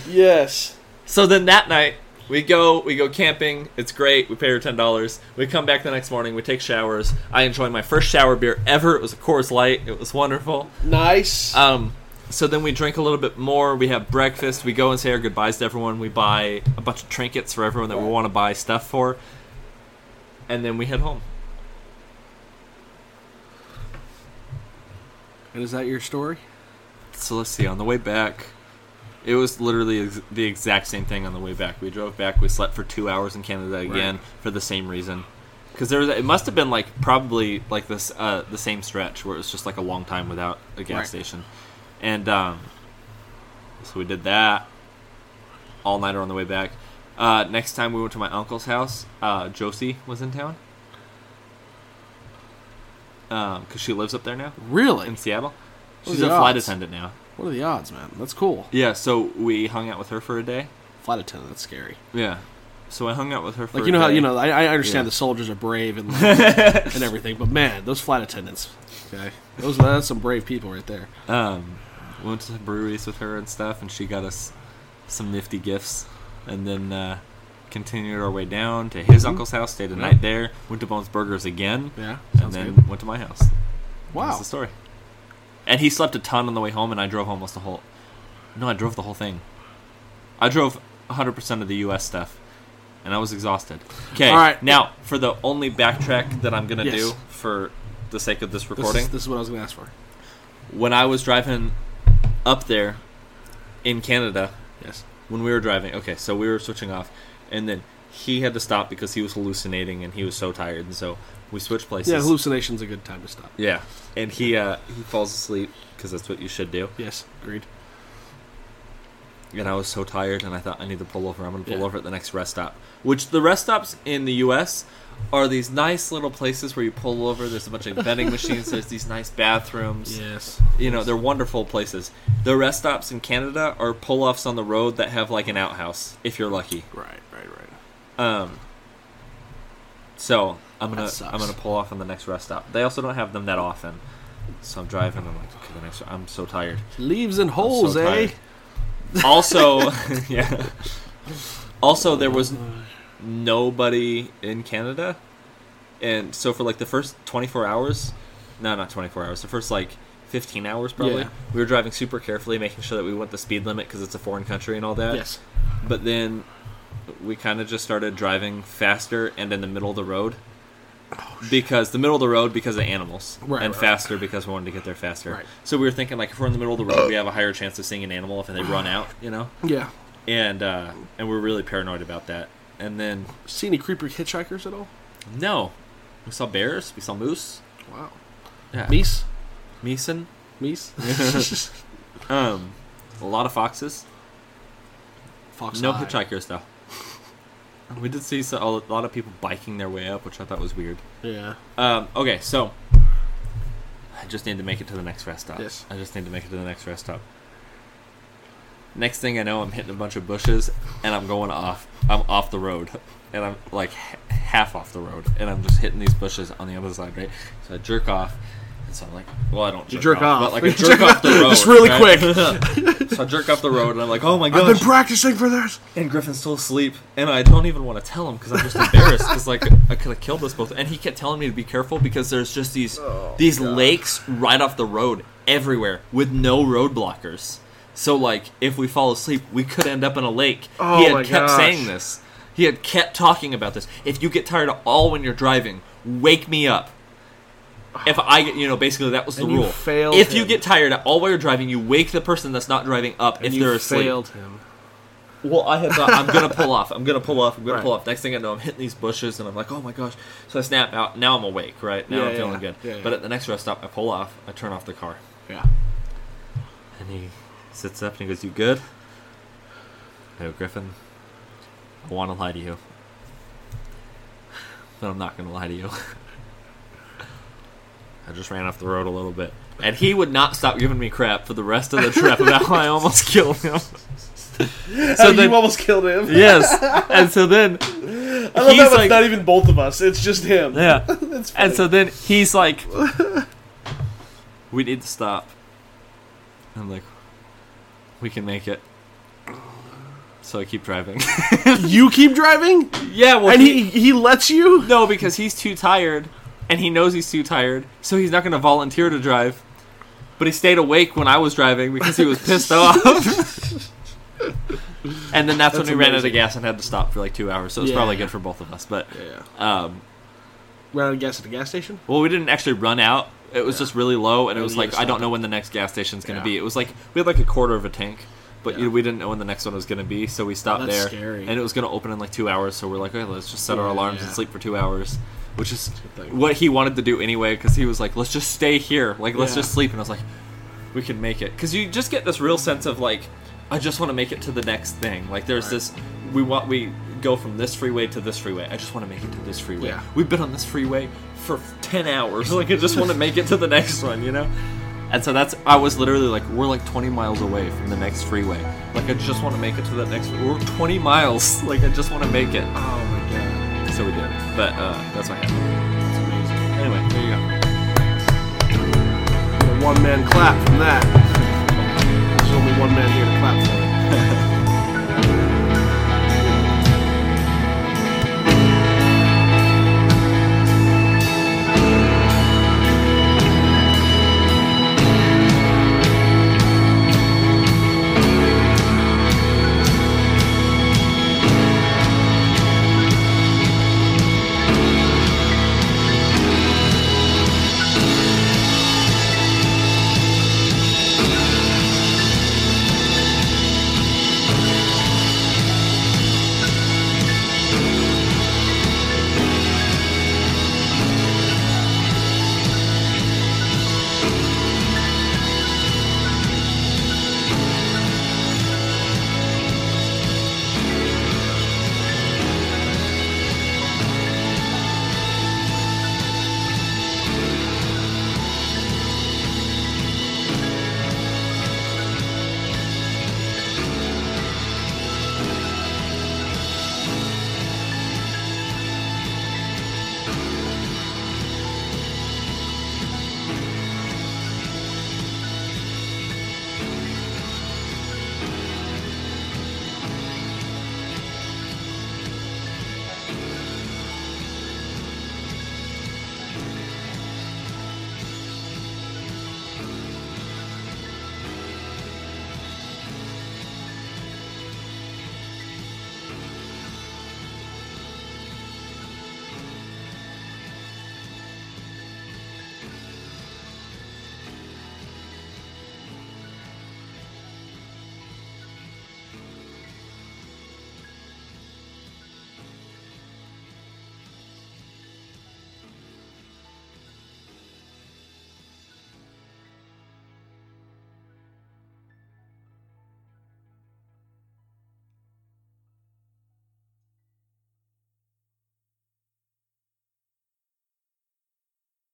B: yes,
A: so then that night, we go, we go camping. It's great. We pay her ten dollars. We come back the next morning. We take showers. I enjoyed my first shower beer ever. It was a Coors Light. It was wonderful.
B: nice.
A: Um, so then we drink a little bit more. We have breakfast. We go and say our goodbyes to everyone. We buy a bunch of trinkets for everyone that we want to buy stuff for, and then we head home.
B: and is that your story?
A: So let's see. On the way back, it was literally ex- the exact same thing. On the way back, we drove back. We slept for two hours in Canada again for the same reason. Because there was, it must have been like probably like this uh, the same stretch where it was just like a long time without a gas
B: Right.
A: station, and um, so we did that all nighter on the way back. Uh, next time we went to my uncle's house, uh, Josie was in town because Um, she lives up there now
B: Really?
A: in Seattle.
B: What are
A: She's
B: oh, the
A: a flight
B: odds?
A: attendant now.
B: What are the odds, man? That's cool.
A: Yeah, so we hung out with her for a day.
B: Flight attendant. That's scary.
A: Yeah. So I hung out with her for
B: Like
A: a
B: you know how
A: day.
B: you know I, I understand
A: Yeah.
B: the soldiers are brave and like, and everything, but man, those flight attendants. Okay, those that's some brave people right there.
A: Um, we went to breweries with her and stuff, and she got us some nifty gifts, and then uh, continued our way down to his uncle's house, stayed a night there, went to Bones Burgers again,
B: Mm-hmm. Yeah,
A: and
B: sounds
A: then
B: good.
A: went to my house. That's
B: Wow,
A: the story. And he slept a ton on the way home, and I drove almost the whole. No, I drove the whole thing. I drove 100% of the U.S. stuff, and I was exhausted. Okay.
B: All right.
A: Now, for the only backtrack that I'm going to
B: Yes.
A: do for the sake of this
B: this
A: recording,
B: is, this is what I was gonna ask for.
A: when I was driving up there in Canada,
B: Yes,
A: when we were driving, okay, so we were switching off, and then he had to stop because he was hallucinating and he was so tired, and so we switched places.
B: yeah, hallucination's a good time to stop.
A: Yeah, and he uh, he falls asleep because that's what you should do.
B: Yes, agreed.
A: and I was so tired, and I thought I need to pull over. I'm gonna pull
B: Yeah.
A: over at the next rest stop, which the rest stops in the U.S. are these nice little places where you pull over. There's a bunch of vending machines. There's these nice bathrooms.
B: Yes,
A: You know, they're wonderful places. The rest stops in Canada are pull offs on the road that have like an outhouse, if you're lucky.
B: right, right, right.
A: Um, so I'm gonna
B: That sucks.
A: I'm gonna pull off on the next rest stop. They also don't have them that often. So I'm driving. I'm like, okay, the next. I'm so tired.
B: Leaves and
A: I'm so
B: holes, eh?
A: tired. Also, yeah. Also, there was nobody in Canada, and so for like the first 24 hours, no, not 24 hours. The first like 15 hours, probably.
B: Yeah.
A: We were driving super carefully, making sure that we went the speed limit because it's a foreign country and all that.
B: Yes,
A: But then we kind of just started driving faster and in the middle of the road. Because the middle of the road because of animals
B: Right,
A: and
B: right,
A: faster because we wanted to get there faster.
B: Right.
A: So we were thinking like if we're in the middle of the road, we have a higher chance of seeing an animal if they run out, you know.
B: yeah.
A: And uh, and we're really paranoid about that. And then
B: See any creeper hitchhikers at all?
A: no, we saw bears, we saw moose,
B: Wow,
A: yeah,
B: meese,
A: meeson,
B: meese,
A: um, a lot of foxes.
B: fox.
A: No
B: eye.
A: hitchhikers though. We did see so- a lot of people biking their way up, which I thought was weird.
B: Yeah,
A: Um, okay, so Um, I just need to make it to the next rest stop.
B: Yes.
A: I just need to make it to the next rest stop. Next thing I know, I'm hitting a bunch of bushes and I'm going off. I'm off the road and I'm like h- half off the road and I'm just hitting these bushes on the other side, right? So I jerk off. And so I'm like, well, I don't jerk,
B: You jerk off.
A: but like I jerk off the road.
B: Just really
A: right?
B: quick.
A: So I jerk off the road and I'm like, oh my
B: I've
A: gosh.
B: been practicing for this.
A: And Griffin's still asleep, and I don't even want to tell him because I'm just embarrassed because like I could have killed us both. And he kept telling me to be careful because there's just these
B: Oh,
A: these lakes right off the road everywhere with no road blockers. So like if we fall asleep, we could end up in a lake.
B: Oh
A: he had
B: my
A: kept
B: gosh.
A: saying this. He had kept talking about this. If you get tired at all when you're driving, wake me up. If I get, you know, basically that was the
B: And you
A: rule.
B: failed
A: if you
B: him.
A: get tired at all while you're driving, you wake the person that's not driving up if
B: you
A: they're asleep.
B: failed him.
A: Well, I had thought I'm gonna pull off. I'm gonna pull off. I'm gonna
B: Right.
A: pull off. Next thing I know, I'm hitting these bushes, and I'm like, oh my gosh! So I snap out. Now I'm awake, right? Now
B: Yeah,
A: I'm
B: yeah,
A: feeling
B: yeah.
A: good.
B: Yeah, yeah.
A: But at the next rest stop, I pull off. I turn off the car,
B: Yeah.
A: and he sits up and he goes, "You good?" I go, Griffin. I want to lie to you, but I'm not gonna lie to you. I just ran off the road a little bit, and he would not stop giving me crap for the rest of the trip about how I almost killed him.
B: So
A: then-
B: you almost killed him.
A: Yes, and so then
B: I love
A: he's
B: that it's
A: like-
B: not even both of us. It's just him.
A: Yeah. and so then he's like, we need to stop. I'm like, we can make it. So I keep driving.
B: You keep driving,
A: yeah, well,
B: and he he lets you.
A: no, because he's too tired, and he knows he's too tired, so he's not going to volunteer to drive. But he stayed awake when I was driving because he was pissed off. and then that's, when we ran out of
B: amazing.
A: gas and had to stop for like two hours. So it was
B: Yeah.
A: probably good for both of us. But
B: Yeah.
A: um,
B: Ran out of gas at the gas station.
A: Well, we didn't actually run out. It was just really low, and it was
B: you
A: like
B: just
A: I don't know when the next gas station's going to
B: Yeah.
A: be. It was like we had like a quarter of a tank, but
B: Yeah.
A: we didn't know when the next one was going to be, so we stopped
B: that's
A: there.
B: scary.
A: And it was going to open in like two hours, so we're like, okay, let's just set our
B: Yeah,
A: alarms and
B: yeah.
A: sleep for two hours, which is
B: thing.
A: what he wanted to do anyway, because he was like, let's just stay here, like let's
B: Yeah.
A: just sleep, and I was like, we can make it, because you just get this real sense of like, I just want to make it to the next thing. Like there's this, we want we go from this freeway to this freeway. I just want to make it to this freeway.
B: Yeah.
A: We've been on this freeway for 10 hours. Like, I just want to make it to the next one, you know? And so that's, I was literally like, we're like 20 miles away from the next freeway. Like, I just want to make it to the next, we're 20 miles. Like, I just want to make it.
B: Oh my god,
A: So we did. But uh, that's what happened.
B: that's amazing.
A: Anyway, there you go.
B: One man clap from that. There's only one man here to clap for.